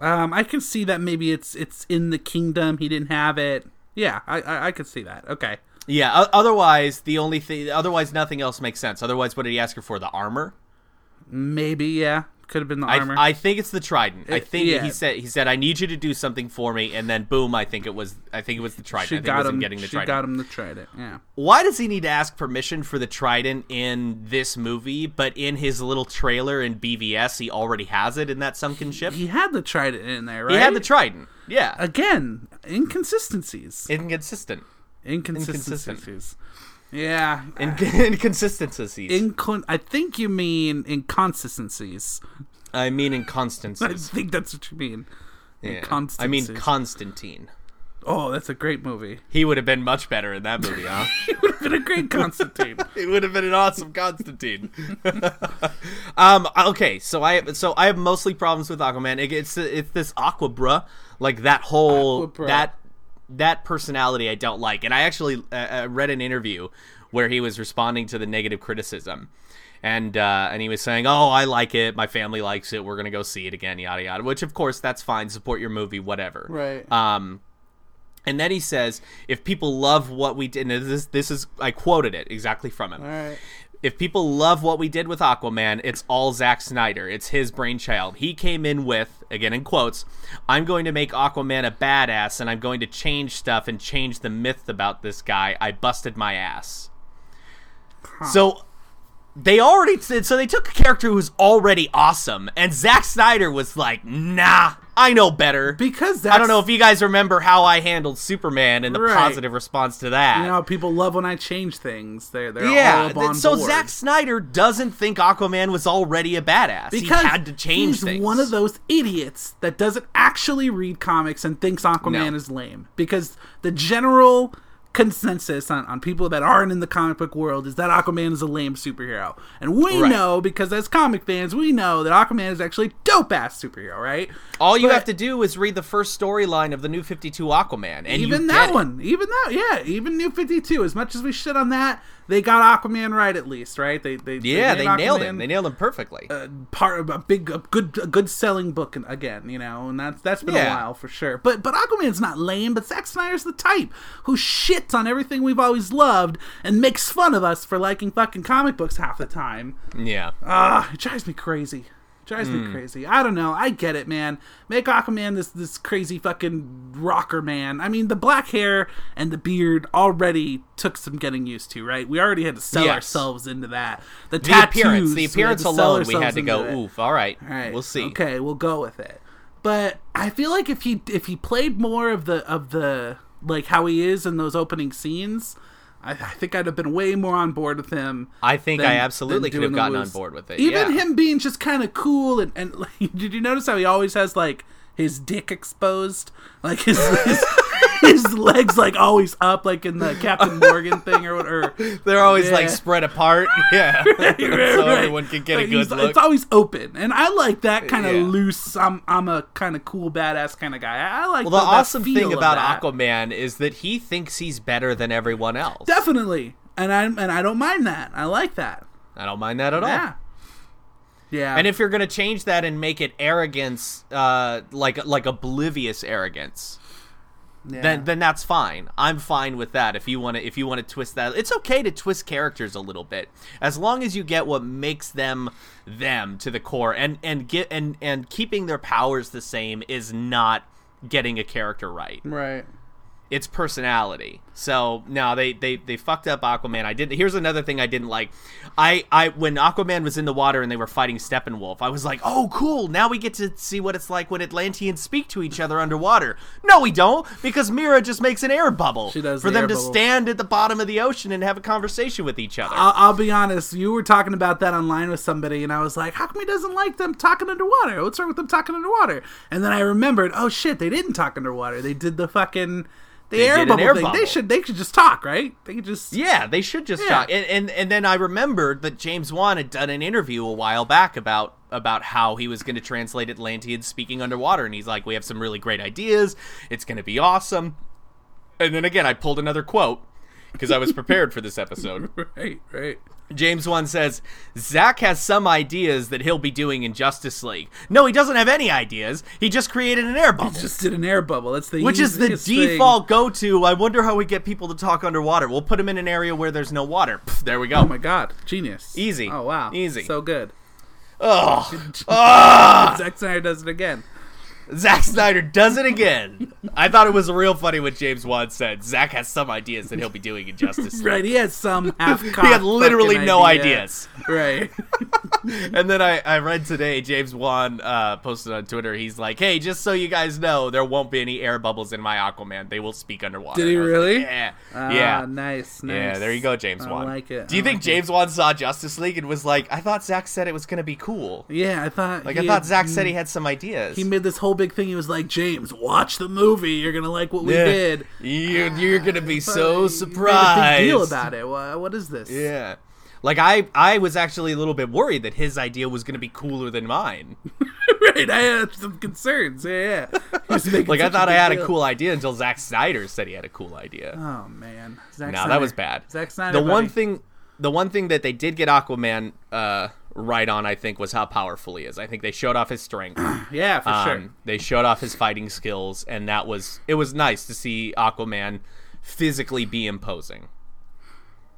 [SPEAKER 3] Um, I can see that maybe it's it's in the kingdom. He didn't have it. Yeah, I I, I could see that. Okay.
[SPEAKER 2] Yeah. o- otherwise, the only thing, otherwise nothing else makes sense. Otherwise, what did he ask her for? The armor.
[SPEAKER 3] Maybe yeah. Could have been the armor.
[SPEAKER 2] I, I think it's the trident. I
[SPEAKER 3] It-
[SPEAKER 2] think
[SPEAKER 3] yeah.
[SPEAKER 2] he said he said I need you to do something for me, and then boom, I think it was I think it was the trident.
[SPEAKER 3] she
[SPEAKER 2] I think it
[SPEAKER 3] got
[SPEAKER 2] was
[SPEAKER 3] him.
[SPEAKER 2] getting the
[SPEAKER 3] she
[SPEAKER 2] trident.
[SPEAKER 3] got him the trident. Yeah.
[SPEAKER 2] Why does he need to ask permission for the trident in this movie, but in his little trailer in BVS, he already has it in that sunken ship?
[SPEAKER 3] He Uh, had the trident in there, right?
[SPEAKER 2] He had the trident. Yeah,
[SPEAKER 3] Again, inconsistencies.
[SPEAKER 2] inconsistent.
[SPEAKER 3] inconsistencies.
[SPEAKER 2] Inconsistent.
[SPEAKER 3] Yeah.
[SPEAKER 2] In- inconsistencies.
[SPEAKER 3] Incon- I think you mean inconsistencies.
[SPEAKER 2] I mean
[SPEAKER 3] I
[SPEAKER 2] inconstancies.
[SPEAKER 3] think that's what you mean.
[SPEAKER 2] Yeah. I mean
[SPEAKER 3] Inconstancies.
[SPEAKER 2] Constantine.
[SPEAKER 3] oh, that's a great movie.
[SPEAKER 2] He would have been much better in that movie, huh?
[SPEAKER 3] It would have been a great Constantine.
[SPEAKER 2] it would have been an awesome Constantine. um, okay, so I so I have mostly problems with Aquaman. It- it's it's this Aqua bruh, like that whole
[SPEAKER 3] Aqua bruh.
[SPEAKER 2] that that personality I don't like. And I actually uh, uh, read an interview where he was responding to the negative criticism. And uh, and he was saying, "Oh, I like it. My family likes it. We're gonna go see it again. Yada yada." Which, of course, that's fine. Support your movie, whatever.
[SPEAKER 3] Right.
[SPEAKER 2] Um, and then he says, if people love what we did, and this this is I quoted it exactly from him.
[SPEAKER 3] right.
[SPEAKER 2] If people love what we did with Aquaman, it's all Zack Snyder. It's his brainchild. He came in with, again in quotes, I'm going to make Aquaman a badass and I'm going to change stuff and change the myth about this guy. I busted my ass. So they already so they took a character who's already awesome and Zack Snyder was like, "Nah, I know better."
[SPEAKER 3] Because that's,
[SPEAKER 2] I don't know if you guys remember how I handled Superman and the
[SPEAKER 3] Right.
[SPEAKER 2] positive response to that.
[SPEAKER 3] you know people love when I change things. They're they're all
[SPEAKER 2] yeah,
[SPEAKER 3] up on
[SPEAKER 2] th- so
[SPEAKER 3] board.
[SPEAKER 2] Zack Snyder doesn't think Aquaman was already a badass.
[SPEAKER 3] because
[SPEAKER 2] he had to change
[SPEAKER 3] he's
[SPEAKER 2] things.
[SPEAKER 3] one of those idiots that doesn't actually read comics and thinks Aquaman
[SPEAKER 2] No.
[SPEAKER 3] is lame because the general consensus on, on people that aren't in the comic book world is that Aquaman is a lame superhero. And we
[SPEAKER 2] Right.
[SPEAKER 3] know, because as comic fans, we know that Aquaman is actually a dope ass superhero, right?
[SPEAKER 2] All you
[SPEAKER 3] But-
[SPEAKER 2] have to do is read the first storyline of the new 52 Aquaman, and you
[SPEAKER 3] even
[SPEAKER 2] get
[SPEAKER 3] that
[SPEAKER 2] it.
[SPEAKER 3] one, even that, yeah, even New Fifty Two. As much as we shit on that, they got Aquaman right at least, right? They, they,
[SPEAKER 2] Yeah, they
[SPEAKER 3] made
[SPEAKER 2] nailed
[SPEAKER 3] Aquaman uh,
[SPEAKER 2] him. They nailed him perfectly.
[SPEAKER 3] part of a big, a good, a good selling book and- again, you know, and that's that's been
[SPEAKER 2] Yeah.
[SPEAKER 3] a while for sure. But but Aquaman's not lame, but Zack Snyder's the type who shits on everything we've always loved and makes fun of us for liking fucking comic books half the time.
[SPEAKER 2] yeah.
[SPEAKER 3] Ah, it drives me crazy. Drives me
[SPEAKER 2] Hmm.
[SPEAKER 3] crazy. I don't know. I get it, man. Make Aquaman this this crazy fucking rocker man. I mean, the black hair and the beard already took some getting used to, right? We already had to sell
[SPEAKER 2] Yes.
[SPEAKER 3] ourselves into that. The,
[SPEAKER 2] The
[SPEAKER 3] tattoos,
[SPEAKER 2] appearance,
[SPEAKER 3] we
[SPEAKER 2] the
[SPEAKER 3] had
[SPEAKER 2] appearance
[SPEAKER 3] to sell
[SPEAKER 2] alone, we had
[SPEAKER 3] ourselves
[SPEAKER 2] to go.
[SPEAKER 3] into it.
[SPEAKER 2] Oof. All right.
[SPEAKER 3] All right,
[SPEAKER 2] We'll see.
[SPEAKER 3] Okay, we'll go with it. But I feel like if he if he played more of the of the like how he is in those opening scenes, I, I think I'd have been way more on board with him.
[SPEAKER 2] I think
[SPEAKER 3] than-
[SPEAKER 2] I absolutely
[SPEAKER 3] than
[SPEAKER 2] could have
[SPEAKER 3] doing the
[SPEAKER 2] gotten on
[SPEAKER 3] moves.
[SPEAKER 2] board with it.
[SPEAKER 3] Even
[SPEAKER 2] yeah.
[SPEAKER 3] him being just kind of cool and and like, did you notice how he always has like his dick exposed, like his. his His legs like always up, like in the Captain Morgan thing, or what- or
[SPEAKER 2] They're always
[SPEAKER 3] Yeah.
[SPEAKER 2] like spread apart. Yeah.
[SPEAKER 3] Right,
[SPEAKER 2] so
[SPEAKER 3] right.
[SPEAKER 2] everyone can get a
[SPEAKER 3] Like,
[SPEAKER 2] good
[SPEAKER 3] he's-
[SPEAKER 2] look. Uh,
[SPEAKER 3] It's always open, and I like that kind of
[SPEAKER 2] Yeah.
[SPEAKER 3] loose. I'm I'm a kind of cool badass kind of guy. I I like
[SPEAKER 2] well, the
[SPEAKER 3] that- that
[SPEAKER 2] awesome
[SPEAKER 3] feel
[SPEAKER 2] thing
[SPEAKER 3] of
[SPEAKER 2] about
[SPEAKER 3] that.
[SPEAKER 2] Aquaman is that he thinks he's better than everyone else.
[SPEAKER 3] Definitely, and I and I don't mind that. I like that.
[SPEAKER 2] I don't mind that at all.
[SPEAKER 3] Yeah, yeah.
[SPEAKER 2] And if you're gonna change that and make it arrogance, uh, like like oblivious arrogance,
[SPEAKER 3] yeah.
[SPEAKER 2] then then that's fine. I'm fine with that. If you want to if you want to twist that, it's okay to twist characters a little bit, as long as you get what makes them them to the core, and and get and and keeping their powers the same is not getting a character right.
[SPEAKER 3] right.
[SPEAKER 2] It's personality. So no, they they they fucked up Aquaman. I didn't. Here's another thing I didn't like. I I when Aquaman was in the water and they were fighting Steppenwolf, I was like, oh cool, now we get to see what it's like when Atlanteans speak to each other underwater. No, we don't, because Mira just makes an air bubble
[SPEAKER 3] She does
[SPEAKER 2] for
[SPEAKER 3] the
[SPEAKER 2] them
[SPEAKER 3] air
[SPEAKER 2] to
[SPEAKER 3] bubble.
[SPEAKER 2] stand at the bottom of the ocean and have a conversation with each other.
[SPEAKER 3] I'll, I'll be honest. You were talking about that online with somebody, and I was like, "How come he doesn't like them talking underwater? What's wrong with them talking underwater?" And then I remembered, "Oh shit, they didn't talk underwater. They did the fucking the
[SPEAKER 2] They
[SPEAKER 3] air
[SPEAKER 2] did an
[SPEAKER 3] bubble
[SPEAKER 2] air
[SPEAKER 3] thing. They
[SPEAKER 2] bubble.
[SPEAKER 3] should they should just talk, right? They could just
[SPEAKER 2] Yeah, they should just
[SPEAKER 3] Yeah.
[SPEAKER 2] talk. And, and and then I remembered that James Wan had done an interview a while back about about how he was going to translate Atlantean speaking underwater, and he's like, "We have some really great ideas. It's going to be awesome." And then again, I pulled another quote because I was prepared for this episode.
[SPEAKER 3] right, right."
[SPEAKER 2] James Wan says, Zach has some ideas that he'll be doing in Justice League. No, he doesn't have any ideas. He just created an air bubble.
[SPEAKER 3] just did an air bubble. That's the
[SPEAKER 2] Which is the
[SPEAKER 3] easiest thing.
[SPEAKER 2] default go to. I wonder how we get people to talk underwater. We'll put them in an area where there's no water. Pff, there we go.
[SPEAKER 3] Oh my god, genius!
[SPEAKER 2] Easy.
[SPEAKER 3] Oh wow,
[SPEAKER 2] Easy. Uh,
[SPEAKER 3] So good.
[SPEAKER 2] Oh,
[SPEAKER 3] Zack Snyder does it again.
[SPEAKER 2] Zack Snyder does it again. I thought it was real funny what James Wan said. Zack has some ideas that he'll be doing injustice. League.
[SPEAKER 3] Right, he had some half.
[SPEAKER 2] He had literally no ideas.
[SPEAKER 3] Right.
[SPEAKER 2] And then I, I read today James Wan uh, posted on Twitter. He's like, "Hey, just so you guys know, there won't be any air bubbles in my Aquaman. They will speak underwater."
[SPEAKER 3] Did he
[SPEAKER 2] And I was like,
[SPEAKER 3] really?
[SPEAKER 2] yeah.
[SPEAKER 3] Ah,
[SPEAKER 2] yeah.
[SPEAKER 3] Nice. Nice.
[SPEAKER 2] Yeah, there you go, James
[SPEAKER 3] I
[SPEAKER 2] Wan.
[SPEAKER 3] like it.
[SPEAKER 2] Do you
[SPEAKER 3] I
[SPEAKER 2] think
[SPEAKER 3] like it.
[SPEAKER 2] James Wan saw Justice League and was like, "I thought Zack said it was going to be cool.
[SPEAKER 3] Yeah, I thought.
[SPEAKER 2] Like
[SPEAKER 3] he
[SPEAKER 2] I thought
[SPEAKER 3] had-
[SPEAKER 2] Zack said he had some ideas."
[SPEAKER 3] He made this whole big thing. He was like, "James, watch the movie. You're gonna like what we
[SPEAKER 2] Yeah.
[SPEAKER 3] did."
[SPEAKER 2] You, you're gonna be so
[SPEAKER 3] But he Made a
[SPEAKER 2] surprised.
[SPEAKER 3] big deal about it. Wha- what is this?
[SPEAKER 2] Yeah. Like I, I was actually a little bit worried that his idea was going to be cooler than mine.
[SPEAKER 3] right. I had some concerns. Yeah, yeah. He was making
[SPEAKER 2] Like I
[SPEAKER 3] such
[SPEAKER 2] thought I
[SPEAKER 3] big
[SPEAKER 2] had
[SPEAKER 3] deal.
[SPEAKER 2] a cool idea until Zack Snyder said he had a cool idea.
[SPEAKER 3] Oh man, Zack
[SPEAKER 2] No,
[SPEAKER 3] Snyder.
[SPEAKER 2] that was bad.
[SPEAKER 3] Zack Snyder.
[SPEAKER 2] The one
[SPEAKER 3] buddy.
[SPEAKER 2] thing, the one thing that they did get Aquaman uh, right on, I think, was how powerful he is. I think they showed off his strength.
[SPEAKER 3] Yeah, for sure.
[SPEAKER 2] Um, They showed off his fighting skills, and that was it. Was nice to see Aquaman physically be imposing.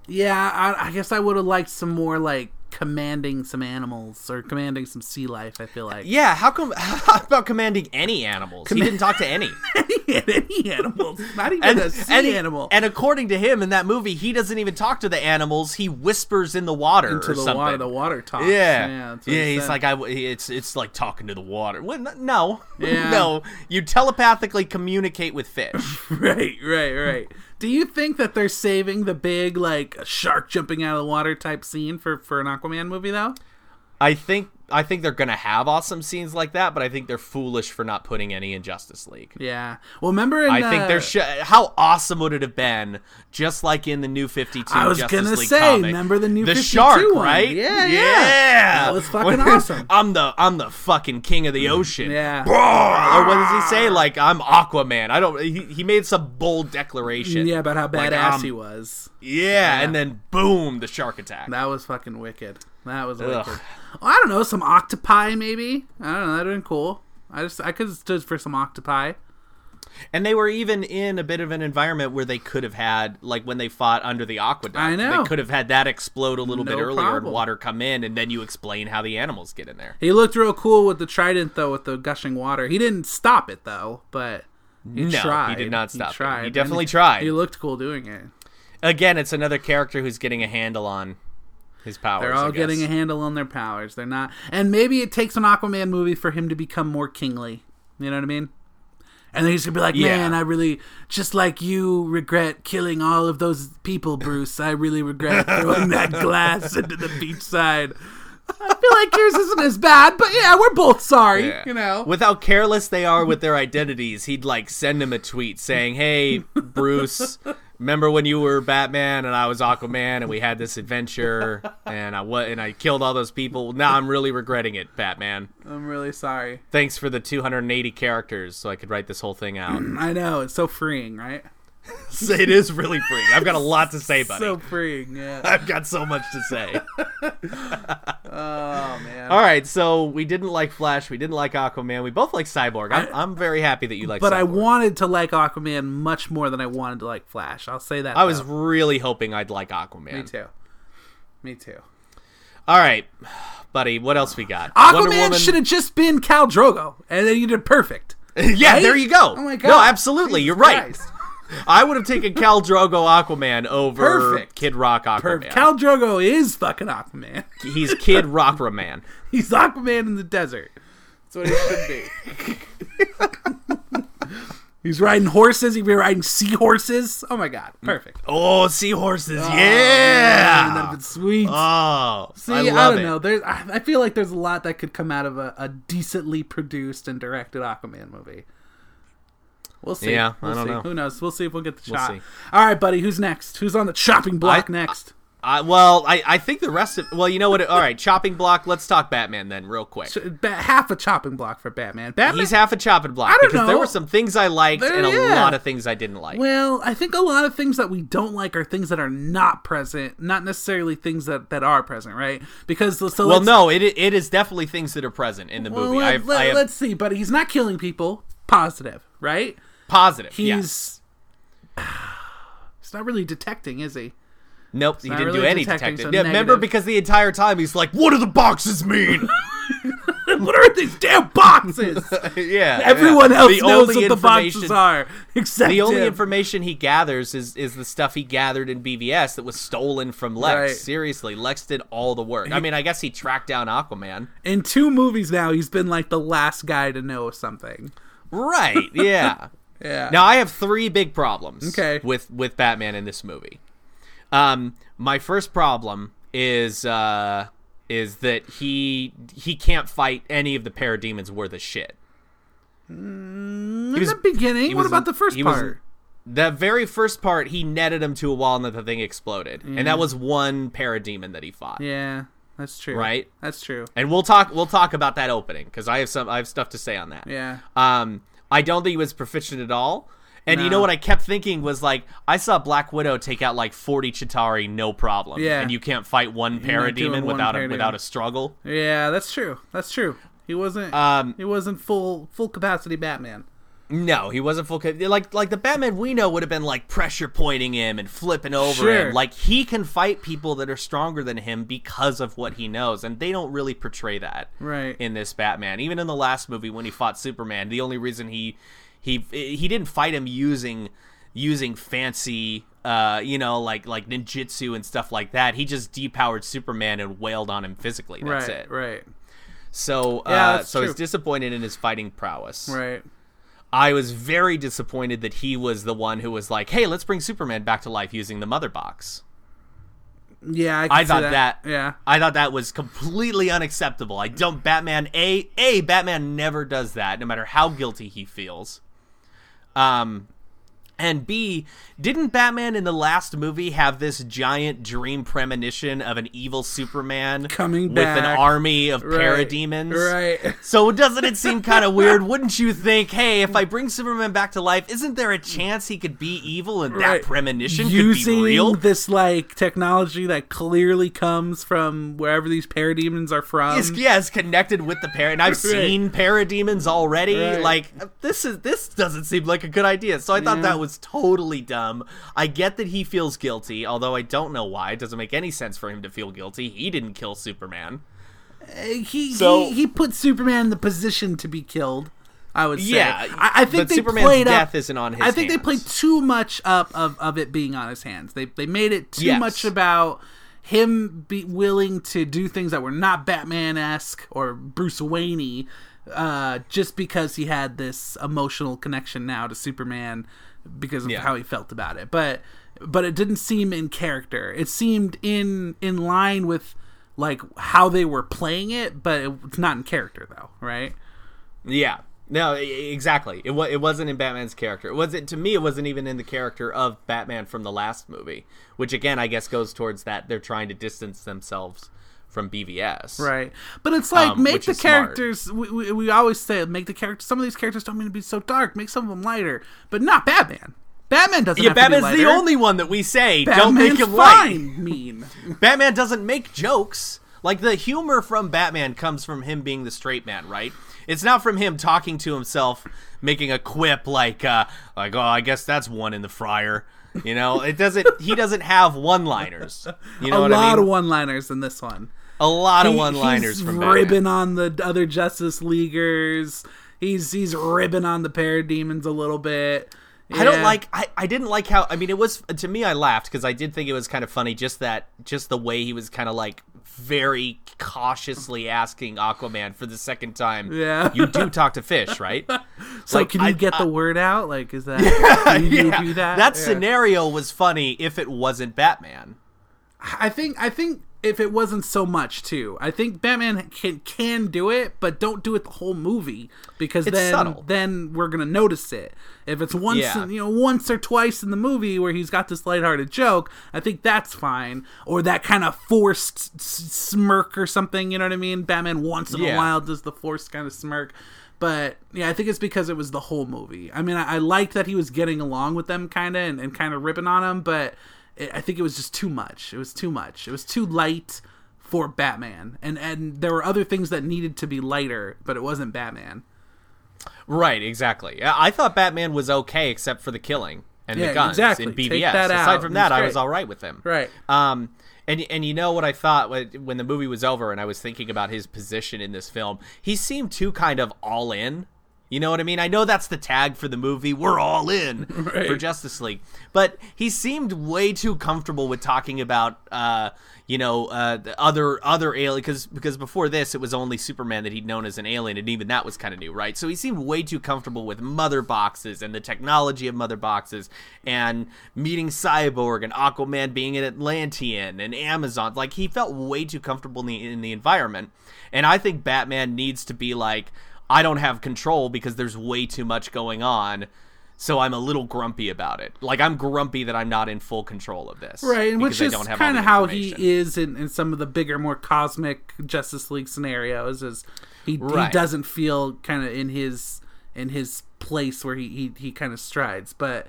[SPEAKER 3] Yeah, I, I guess I would have liked some more like commanding some animals or commanding some sea life. I feel like
[SPEAKER 2] Yeah, how come? How about commanding any animals? he didn't talk to any.
[SPEAKER 3] any animals, not even a sea
[SPEAKER 2] he-
[SPEAKER 3] animal.
[SPEAKER 2] and according to him in that movie, he doesn't even talk to the animals. He whispers in the water
[SPEAKER 3] into
[SPEAKER 2] or
[SPEAKER 3] the
[SPEAKER 2] something.
[SPEAKER 3] water, the water talks.
[SPEAKER 2] Yeah, yeah.
[SPEAKER 3] that's what he
[SPEAKER 2] he's
[SPEAKER 3] said.
[SPEAKER 2] like, I. w- It's it's like talking to the water. Well, n- no,
[SPEAKER 3] Yeah.
[SPEAKER 2] no. You telepathically communicate with fish.
[SPEAKER 3] right, right, right. Do you think that they're saving the big like shark jumping out of the water type scene for for an Aquaman movie though?
[SPEAKER 2] I think I think they're gonna have awesome scenes like that, but I think they're foolish for not putting any in Justice League.
[SPEAKER 3] Yeah. Well, remember in
[SPEAKER 2] I think
[SPEAKER 3] uh,
[SPEAKER 2] there should. How awesome would it have been? Just like in the New Fifty Two.
[SPEAKER 3] I was
[SPEAKER 2] Justice
[SPEAKER 3] gonna
[SPEAKER 2] League
[SPEAKER 3] say,
[SPEAKER 2] comic,
[SPEAKER 3] remember the New
[SPEAKER 2] the
[SPEAKER 3] 52
[SPEAKER 2] shark,
[SPEAKER 3] one?
[SPEAKER 2] right?
[SPEAKER 3] Yeah, yeah.
[SPEAKER 2] yeah.
[SPEAKER 3] That was fucking
[SPEAKER 2] When-
[SPEAKER 3] awesome. Mm,
[SPEAKER 2] I'm the I'm the fucking king of the ocean.
[SPEAKER 3] Yeah.
[SPEAKER 2] Or what does he say? Like I'm Aquaman. I don't. He, he made some bold declaration.
[SPEAKER 3] Yeah, about how badass
[SPEAKER 2] Like, um,
[SPEAKER 3] he was.
[SPEAKER 2] Yeah, and then boom, the shark attack.
[SPEAKER 3] That was fucking wicked. That was
[SPEAKER 2] Ugh.
[SPEAKER 3] wicked. Oh, I don't know, some octopi maybe. I don't know. That'd have been cool. I just I could have stood for some octopi.
[SPEAKER 2] And they were even in a bit of an environment where they could have had, like when they fought under the aqueduct,
[SPEAKER 3] I know.
[SPEAKER 2] they could have had that explode a little bit
[SPEAKER 3] No
[SPEAKER 2] earlier and
[SPEAKER 3] problem.
[SPEAKER 2] water come in, and then you explain how the animals get in there.
[SPEAKER 3] He looked real cool with the trident though, with the gushing water. He didn't stop it though, but he
[SPEAKER 2] No, he
[SPEAKER 3] tried.
[SPEAKER 2] did not stop it. He
[SPEAKER 3] tried. And
[SPEAKER 2] definitely tried.
[SPEAKER 3] He looked cool doing it.
[SPEAKER 2] Again, it's another character who's getting a handle on his powers.
[SPEAKER 3] They're
[SPEAKER 2] I
[SPEAKER 3] all
[SPEAKER 2] guess.
[SPEAKER 3] getting a handle on their powers. They're not, and maybe it takes an Aquaman movie for him to become more kingly. You know what I mean? And then he's gonna be like,
[SPEAKER 2] Yeah.
[SPEAKER 3] "Man, I really, just like you, regret killing all of those people, Bruce. I really regret throwing that glass into the beachside. I feel like yours isn't as bad, but yeah, we're both sorry.
[SPEAKER 2] Yeah.
[SPEAKER 3] You know,
[SPEAKER 2] with how careless they are with their identities, he'd like send him a tweet saying, "Hey, Bruce." Remember when you were Batman and I was Aquaman and we had this adventure and I wa- and I killed all those people. Now I'm really regretting it, Batman.
[SPEAKER 3] I'm really sorry.
[SPEAKER 2] Thanks for the 280 characters so I could write this whole thing out.
[SPEAKER 3] I know it's so freeing, right?
[SPEAKER 2] it is really freeing. I've got a lot to say, buddy.
[SPEAKER 3] So freeing. Yeah.
[SPEAKER 2] I've got so much to say.
[SPEAKER 3] Oh man.
[SPEAKER 2] All right, so we didn't like Flash. We didn't like Aquaman. We both like Cyborg. I'm, I, am i am very happy that you like
[SPEAKER 3] But
[SPEAKER 2] Cyborg.
[SPEAKER 3] I wanted to like Aquaman much more than I wanted to like Flash. I'll say that.
[SPEAKER 2] I was
[SPEAKER 3] though.
[SPEAKER 2] really hoping I'd like Aquaman.
[SPEAKER 3] Me too. Me too.
[SPEAKER 2] All right, buddy, what else we got? Wonder
[SPEAKER 3] Aquaman
[SPEAKER 2] Woman-
[SPEAKER 3] should have just been Cal Drogo, and then you did perfect.
[SPEAKER 2] yeah,
[SPEAKER 3] right?
[SPEAKER 2] there you go.
[SPEAKER 3] Oh my god!
[SPEAKER 2] No, absolutely,
[SPEAKER 3] Jesus
[SPEAKER 2] you're right.
[SPEAKER 3] Christ.
[SPEAKER 2] I would have taken Cal Drogo Aquaman over
[SPEAKER 3] Perfect.
[SPEAKER 2] Kid Rock Aquaman.
[SPEAKER 3] Perfect. Cal Drogo is fucking Aquaman.
[SPEAKER 2] He's Kid Rock Man.
[SPEAKER 3] He's Aquaman in the desert. That's what he should be. He's riding horses. He'd be riding seahorses. Oh my god! Perfect.
[SPEAKER 2] Oh, seahorses, yeah.
[SPEAKER 3] Man, that'd been sweet.
[SPEAKER 2] Oh,
[SPEAKER 3] See,
[SPEAKER 2] I
[SPEAKER 3] I,
[SPEAKER 2] love
[SPEAKER 3] don't
[SPEAKER 2] it.
[SPEAKER 3] know. There's, I I feel like there's a lot that could come out of a, a decently produced and directed Aquaman movie. We'll see.
[SPEAKER 2] Yeah, I
[SPEAKER 3] we'll
[SPEAKER 2] don't
[SPEAKER 3] see.
[SPEAKER 2] know.
[SPEAKER 3] Who knows? We'll see if we'll get the shot.
[SPEAKER 2] see.
[SPEAKER 3] All right, buddy. Who's next? Who's on the chopping block
[SPEAKER 2] I-
[SPEAKER 3] next?
[SPEAKER 2] I, well, I, I think the rest of well, you know what? All right, chopping block. Let's talk Batman then, real quick.
[SPEAKER 3] Ch- ba- half a chopping block for Batman. Batman.
[SPEAKER 2] He's half a chopping block
[SPEAKER 3] I don't
[SPEAKER 2] because there
[SPEAKER 3] know.
[SPEAKER 2] were some things I liked
[SPEAKER 3] There-
[SPEAKER 2] and a
[SPEAKER 3] yeah.
[SPEAKER 2] lot of things I didn't like.
[SPEAKER 3] well, I think a lot of things that we don't like are things that are not present, not necessarily things that, that are present, right? Because so
[SPEAKER 2] Well,
[SPEAKER 3] let's-
[SPEAKER 2] no, it it is definitely things that are present in the
[SPEAKER 3] well,
[SPEAKER 2] movie.
[SPEAKER 3] let-
[SPEAKER 2] I've,
[SPEAKER 3] let-
[SPEAKER 2] I have
[SPEAKER 3] let's see, buddy. He's not killing people. Positive, right?
[SPEAKER 2] positive.
[SPEAKER 3] he's
[SPEAKER 2] yes.
[SPEAKER 3] he's not really detecting, is he?
[SPEAKER 2] Nope, he
[SPEAKER 3] not
[SPEAKER 2] didn't do
[SPEAKER 3] really
[SPEAKER 2] any
[SPEAKER 3] detecting,
[SPEAKER 2] detecting.
[SPEAKER 3] so
[SPEAKER 2] yeah, remember
[SPEAKER 3] negative.
[SPEAKER 2] because the entire time he's like, "What do the boxes mean?"
[SPEAKER 3] what are these damn boxes?
[SPEAKER 2] yeah,
[SPEAKER 3] Everyone
[SPEAKER 2] yeah.
[SPEAKER 3] else
[SPEAKER 2] The
[SPEAKER 3] knows
[SPEAKER 2] only
[SPEAKER 3] what the boxes
[SPEAKER 2] information-
[SPEAKER 3] are, except
[SPEAKER 2] The only
[SPEAKER 3] him.
[SPEAKER 2] information he gathers is is the stuff he gathered in BVS that was stolen from Lex.
[SPEAKER 3] Right.
[SPEAKER 2] Seriously, Lex did all the work. I mean, I guess he tracked down Aquaman.
[SPEAKER 3] In two movies now, he's been like the last guy to know something.
[SPEAKER 2] Right. Yeah.
[SPEAKER 3] Yeah.
[SPEAKER 2] Now I have three big problems.
[SPEAKER 3] Okay.
[SPEAKER 2] With with Batman in this movie, um, my first problem is uh is that he he can't fight any of the parademons worth a shit.
[SPEAKER 3] Mm, in
[SPEAKER 2] was-
[SPEAKER 3] the beginning,
[SPEAKER 2] he
[SPEAKER 3] what
[SPEAKER 2] was-
[SPEAKER 3] about the first
[SPEAKER 2] he was-
[SPEAKER 3] part?
[SPEAKER 2] The very first part, he netted him to a wall and then the thing exploded, and that was one parademon that he fought.
[SPEAKER 3] Mm. yeah, that's true.
[SPEAKER 2] Right?
[SPEAKER 3] That's true.
[SPEAKER 2] And we'll talk we'll talk about that opening because I have some I have stuff to say on that.
[SPEAKER 3] Yeah.
[SPEAKER 2] Um, I don't think he was proficient at all. And you
[SPEAKER 3] No.
[SPEAKER 2] know what I kept thinking was like I saw Black Widow take out like forty Chitari no problem.
[SPEAKER 3] Yeah.
[SPEAKER 2] And you can't fight one
[SPEAKER 3] not doing
[SPEAKER 2] parademon
[SPEAKER 3] one
[SPEAKER 2] without a
[SPEAKER 3] parademon.
[SPEAKER 2] without a struggle.
[SPEAKER 3] Yeah, that's true. That's true. He wasn't.
[SPEAKER 2] Um,
[SPEAKER 3] he wasn't full full capacity Batman.
[SPEAKER 2] No, he wasn't full. cap- Like like the Batman we know would have been like pressure pointing him and flipping over
[SPEAKER 3] Sure.
[SPEAKER 2] him. Like he can fight people that are stronger than him because of what he knows, and they don't really portray that
[SPEAKER 3] Right.
[SPEAKER 2] in this Batman. Even in the last movie when he fought Superman, the only reason he he he didn't fight him using using fancy. Uh, you know, like like ninjutsu and stuff like that. He just depowered Superman and wailed on him physically. That's
[SPEAKER 3] right.
[SPEAKER 2] it.
[SPEAKER 3] Right.
[SPEAKER 2] So, uh,
[SPEAKER 3] Yeah, that's
[SPEAKER 2] so he's
[SPEAKER 3] true.
[SPEAKER 2] disappointed in his fighting prowess.
[SPEAKER 3] Right.
[SPEAKER 2] I was very disappointed that he was the one who was like, "Hey, let's bring Superman back to life using the Mother Box."
[SPEAKER 3] Yeah, I, can
[SPEAKER 2] I
[SPEAKER 3] see
[SPEAKER 2] thought that-
[SPEAKER 3] Yeah,
[SPEAKER 2] I thought that was completely unacceptable. I don't Batman a a Batman never does that, no matter how guilty he feels. Um, and B, didn't Batman in the last movie have this giant dream premonition of an evil Superman
[SPEAKER 3] Coming
[SPEAKER 2] with an
[SPEAKER 3] back.
[SPEAKER 2] army of
[SPEAKER 3] Right.
[SPEAKER 2] parademons?
[SPEAKER 3] Right.
[SPEAKER 2] So doesn't it seem kind of weird? Wouldn't you think, hey, if I bring Superman back to life, isn't there a chance he could be evil and
[SPEAKER 3] Right.
[SPEAKER 2] that premonition
[SPEAKER 3] Using
[SPEAKER 2] could be real?
[SPEAKER 3] this like technology that clearly comes from wherever these parademons are from.
[SPEAKER 2] is yeah, is connected with the parent. I've seen parademons already.
[SPEAKER 3] Right.
[SPEAKER 2] Like this is this doesn't seem like a good idea. So I thought that was totally dumb. I get that he feels guilty, although I don't know why. It doesn't make any sense for him to feel guilty. He didn't kill Superman.
[SPEAKER 3] he,
[SPEAKER 2] So-
[SPEAKER 3] he he put Superman in the position to be killed. I would say.
[SPEAKER 2] Yeah,
[SPEAKER 3] I, I think
[SPEAKER 2] but
[SPEAKER 3] they
[SPEAKER 2] Superman's
[SPEAKER 3] played up-
[SPEAKER 2] death isn't on his
[SPEAKER 3] I think they
[SPEAKER 2] hands.
[SPEAKER 3] played too much up of, of it being on his hands. They they made it too
[SPEAKER 2] Yes.
[SPEAKER 3] much about him be willing to do things that were not Batman esque or Bruce Wayne uh just because he had this emotional connection now to Superman because of
[SPEAKER 2] Yeah.
[SPEAKER 3] how he felt about it. But but it didn't seem in character. It seemed in in line with like how they were playing it, but it, it's not in character though, right?
[SPEAKER 2] Yeah. No, e- e- exactly. It wa- it wasn't in Batman's character. It wasn't to me. It wasn't even in the character of Batman from the last movie, which again I guess goes towards that they're trying to distance themselves from BVS.
[SPEAKER 3] Right. But it's like
[SPEAKER 2] Um,
[SPEAKER 3] make
[SPEAKER 2] which
[SPEAKER 3] the
[SPEAKER 2] is smart.
[SPEAKER 3] characters we, we, we always say make the characters some of these characters don't mean to be so dark, make some of them lighter, but not Batman. Batman doesn't
[SPEAKER 2] Yeah,
[SPEAKER 3] have to be
[SPEAKER 2] Batman's the
[SPEAKER 3] lighter.
[SPEAKER 2] only one that we say don't
[SPEAKER 3] Batman's
[SPEAKER 2] make him light.
[SPEAKER 3] fine, mean.
[SPEAKER 2] Batman doesn't make jokes. Like the humor from Batman comes from him being the straight man, right? It's not from him talking to himself, making a quip like, uh, like, oh, I guess that's one in the fryer. You know, it doesn't. He doesn't have one-liners. You know
[SPEAKER 3] a
[SPEAKER 2] what
[SPEAKER 3] lot
[SPEAKER 2] I mean?
[SPEAKER 3] of one-liners in this one.
[SPEAKER 2] a lot of
[SPEAKER 3] He-
[SPEAKER 2] one-liners
[SPEAKER 3] he's
[SPEAKER 2] from
[SPEAKER 3] ribbing
[SPEAKER 2] Batman.
[SPEAKER 3] on the other Justice Leaguers. He's he's ribbing on the parademons a little bit.
[SPEAKER 2] I don't
[SPEAKER 3] Yeah.
[SPEAKER 2] like. I, I didn't like how. I mean, it was to me. I laughed because I did think it was kind of funny. Just that. Just the way he was kind of like very cautiously asking Aquaman for the second time.
[SPEAKER 3] Yeah.
[SPEAKER 2] You do talk to fish, right?
[SPEAKER 3] So
[SPEAKER 2] like,
[SPEAKER 3] can you
[SPEAKER 2] I-
[SPEAKER 3] get the word out? Like is that can you
[SPEAKER 2] Yeah,
[SPEAKER 3] do that?
[SPEAKER 2] that
[SPEAKER 3] Yeah.
[SPEAKER 2] scenario was funny if it wasn't Batman.
[SPEAKER 3] I think I think if it wasn't so much too, I think Batman can can do it, but don't do it the whole movie because
[SPEAKER 2] It's
[SPEAKER 3] then
[SPEAKER 2] subtle.
[SPEAKER 3] then we're gonna notice it. If it's once
[SPEAKER 2] Yeah.
[SPEAKER 3] you know once or twice in the movie where he's got this lighthearted joke, I think that's fine. Or that kind of forced s- smirk or something. You know what I mean? Batman once in a
[SPEAKER 2] Yeah.
[SPEAKER 3] while does the forced kind of smirk. But yeah, I think it's because it was the whole movie. I mean, I, I liked that he was getting along with them kind of and, and kind of ripping on them, but it, I think it was just too much. It was too much. It was too light for Batman, and and there were other things that needed to be lighter, but it wasn't Batman.
[SPEAKER 2] Right, exactly. I I thought Batman was okay except for the killing and
[SPEAKER 3] Yeah,
[SPEAKER 2] the guns
[SPEAKER 3] exactly.
[SPEAKER 2] in
[SPEAKER 3] Take
[SPEAKER 2] BBS.
[SPEAKER 3] that
[SPEAKER 2] Aside
[SPEAKER 3] out,
[SPEAKER 2] from
[SPEAKER 3] he's
[SPEAKER 2] that, I
[SPEAKER 3] great.
[SPEAKER 2] was all right with him.
[SPEAKER 3] Right.
[SPEAKER 2] Um, and and you know what I thought when when the movie was over and I was thinking about his position in this film, he seemed too kind of all in. You know what I mean? I know that's the tag for the movie. We're all in for Justice League, but he seemed way too comfortable with talking about, uh, you know, uh, the other other alien. Because because before this, it was only Superman that he'd known as an alien, and even that was kind of new, right? So he seemed way too comfortable with mother boxes and the technology of mother boxes, and meeting Cyborg and Aquaman being an Atlantean and Amazon. Like he felt way too comfortable in the, in the environment, and I think Batman needs to be like. I don't have control because there's way too much going on. So I'm a little grumpy about it. Like I'm grumpy that I'm not in full control of this.
[SPEAKER 3] right and
[SPEAKER 2] because
[SPEAKER 3] which
[SPEAKER 2] I
[SPEAKER 3] is
[SPEAKER 2] don't have all
[SPEAKER 3] kind
[SPEAKER 2] the
[SPEAKER 3] of how he
[SPEAKER 2] information.
[SPEAKER 3] is in, in some of the bigger more cosmic justice league scenarios is he,
[SPEAKER 2] Right.
[SPEAKER 3] he doesn't feel kind of in his in his place where he he, he kind of strides but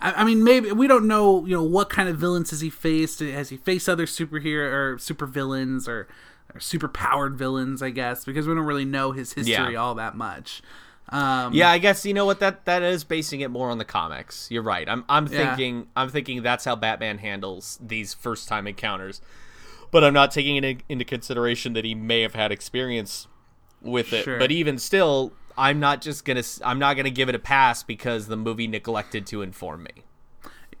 [SPEAKER 3] I, I mean maybe we don't know you know what kind of villains has he faced has he faced other superhero or super villains or or super powered villains i guess because we don't really know his history
[SPEAKER 2] Yeah.
[SPEAKER 3] all that much um
[SPEAKER 2] Yeah, I guess you know what that that is basing it more on the comics. You're right. I'm I'm
[SPEAKER 3] Yeah.
[SPEAKER 2] thinking I'm thinking that's how Batman handles these first time encounters. But I'm not taking it in- into consideration that he may have had experience with it.
[SPEAKER 3] Sure.
[SPEAKER 2] But even still, I'm not just going to I'm not going to give it a pass because the movie neglected to inform me.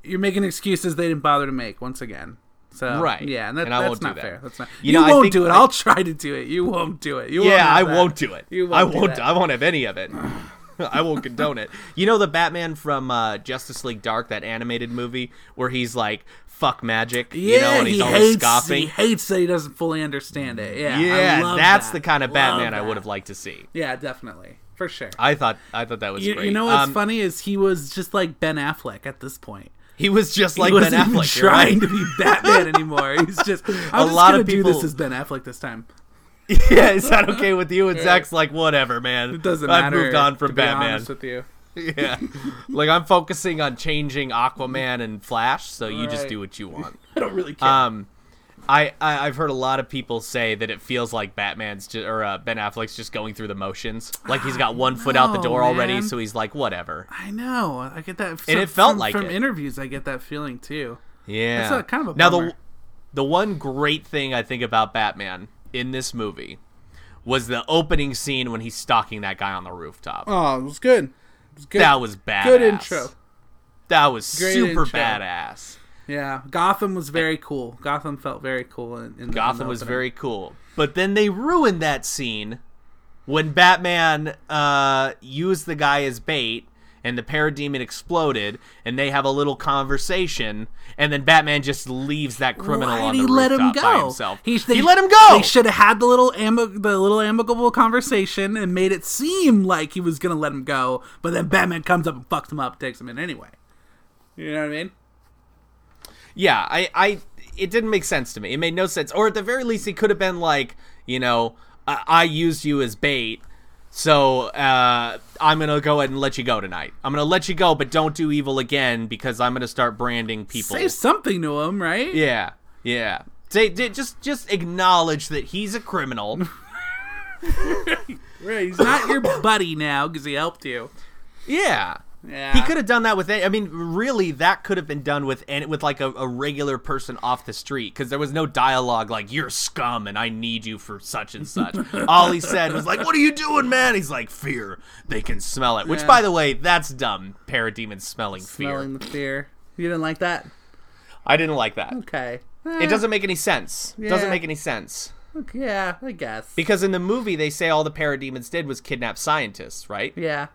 [SPEAKER 3] you're making excuses they didn't bother to make once again. So
[SPEAKER 2] Right.
[SPEAKER 3] yeah, and, that,
[SPEAKER 2] And I
[SPEAKER 3] that's
[SPEAKER 2] won't do
[SPEAKER 3] not
[SPEAKER 2] that.
[SPEAKER 3] fair. That's not. You,
[SPEAKER 2] You know, I
[SPEAKER 3] won't
[SPEAKER 2] think
[SPEAKER 3] do it.
[SPEAKER 2] I-
[SPEAKER 3] I'll try to do it. You won't do it. You won't
[SPEAKER 2] yeah,
[SPEAKER 3] have
[SPEAKER 2] I
[SPEAKER 3] that.
[SPEAKER 2] won't do it.
[SPEAKER 3] You
[SPEAKER 2] I
[SPEAKER 3] won't do
[SPEAKER 2] won't.
[SPEAKER 3] that.
[SPEAKER 2] I won't have any of it. I won't condone it. You know the Batman from uh, Justice League Dark, that animated movie where he's like fuck magic, you know, and he's
[SPEAKER 3] he
[SPEAKER 2] always
[SPEAKER 3] hates,
[SPEAKER 2] scoffing.
[SPEAKER 3] He hates that he doesn't fully understand it. Yeah, I
[SPEAKER 2] yeah,
[SPEAKER 3] love
[SPEAKER 2] that's
[SPEAKER 3] that.
[SPEAKER 2] the kind of
[SPEAKER 3] Love
[SPEAKER 2] Batman I
[SPEAKER 3] that.
[SPEAKER 2] would have liked to see.
[SPEAKER 3] Yeah, definitely, for sure.
[SPEAKER 2] I thought I thought that was
[SPEAKER 3] You,
[SPEAKER 2] great.
[SPEAKER 3] you know what's
[SPEAKER 2] Um,
[SPEAKER 3] funny is he was just like Ben Affleck at this point.
[SPEAKER 2] He was just
[SPEAKER 3] He
[SPEAKER 2] like Ben
[SPEAKER 3] wasn't even
[SPEAKER 2] Affleck. you're
[SPEAKER 3] trying
[SPEAKER 2] right.
[SPEAKER 3] to be Batman anymore. He's just I'm just
[SPEAKER 2] lot
[SPEAKER 3] gonna
[SPEAKER 2] of
[SPEAKER 3] do this
[SPEAKER 2] people-
[SPEAKER 3] as Ben Affleck this time.
[SPEAKER 2] yeah, is that okay with you? And Zach's like, whatever, man.
[SPEAKER 3] It doesn't
[SPEAKER 2] I've
[SPEAKER 3] matter.
[SPEAKER 2] moved on from
[SPEAKER 3] to be
[SPEAKER 2] Batman.
[SPEAKER 3] honest with you.
[SPEAKER 2] yeah, like I'm focusing on changing Aquaman and Flash, so you just
[SPEAKER 3] Right.
[SPEAKER 2] do what you want.
[SPEAKER 3] I don't really care.
[SPEAKER 2] Um, I, I I've heard a lot of people say that it feels like Batman's ju- or uh, Ben Affleck's just going through the motions. Like he's got one foot out the
[SPEAKER 3] No,
[SPEAKER 2] door already,
[SPEAKER 3] man.
[SPEAKER 2] so he's like, whatever.
[SPEAKER 3] I know. I get that.
[SPEAKER 2] it felt
[SPEAKER 3] from,
[SPEAKER 2] like
[SPEAKER 3] from
[SPEAKER 2] it.
[SPEAKER 3] interviews, I get that feeling too.
[SPEAKER 2] Yeah,
[SPEAKER 3] That's a- kind of a
[SPEAKER 2] now the
[SPEAKER 3] bummer.
[SPEAKER 2] the one great thing I think about Batman in this movie was the opening scene when he's stalking that guy on the rooftop.
[SPEAKER 3] Oh, it was good. It was good.
[SPEAKER 2] That was badass.
[SPEAKER 3] good intro.
[SPEAKER 2] That was
[SPEAKER 3] Great
[SPEAKER 2] super
[SPEAKER 3] intro.
[SPEAKER 2] badass.
[SPEAKER 3] Yeah, Gotham was very cool. Gotham felt very cool. In, in the- in
[SPEAKER 2] Gotham
[SPEAKER 3] the
[SPEAKER 2] was
[SPEAKER 3] opening.
[SPEAKER 2] very cool. But then they ruined that scene when Batman uh, used the guy as bait and the parademon exploded and they have a little conversation and then Batman just leaves that criminal
[SPEAKER 3] Why'd
[SPEAKER 2] on the
[SPEAKER 3] he let him
[SPEAKER 2] rooftop by
[SPEAKER 3] go?
[SPEAKER 2] himself.
[SPEAKER 3] He,
[SPEAKER 2] He,
[SPEAKER 3] they-
[SPEAKER 2] let him go.
[SPEAKER 3] They should have had the little ambi- the little amicable conversation and made it seem like he was gonna let him go, but then Batman comes up and fucks him up, takes him in anyway. You know what I mean?
[SPEAKER 2] Yeah, I, I, it didn't make sense to me. It made no sense. Or at the very least, it could have been like, you know, I, I used you as bait, so uh, I'm gonna go ahead and let you go tonight. I'm gonna let you go, but don't do evil again because I'm gonna start branding people.
[SPEAKER 3] Say something to him, right?
[SPEAKER 2] yeah, yeah. Say, d- just, just acknowledge that he's a criminal.
[SPEAKER 3] Right, he's not your buddy now because he helped you.
[SPEAKER 2] Yeah.
[SPEAKER 3] Yeah.
[SPEAKER 2] He could have done that with any. I mean, really, that could have been done with and with like a, a regular person off the street because there was no dialogue like "you're scum" and "I need you for such and such." All he said was like, "What are you doing, man?" He's like, "Fear, they can smell it." Which,
[SPEAKER 3] Yeah.
[SPEAKER 2] by the way, that's dumb. Parademon smelling
[SPEAKER 3] smelling
[SPEAKER 2] fear.
[SPEAKER 3] the fear. You didn't like that?
[SPEAKER 2] I didn't like that.
[SPEAKER 3] Okay. Eh,
[SPEAKER 2] It doesn't make any sense. It Doesn't
[SPEAKER 3] Yeah.
[SPEAKER 2] make any sense
[SPEAKER 3] Yeah, I guess.
[SPEAKER 2] because in the movie they say all the parademons did was kidnap scientists, right?
[SPEAKER 3] yeah.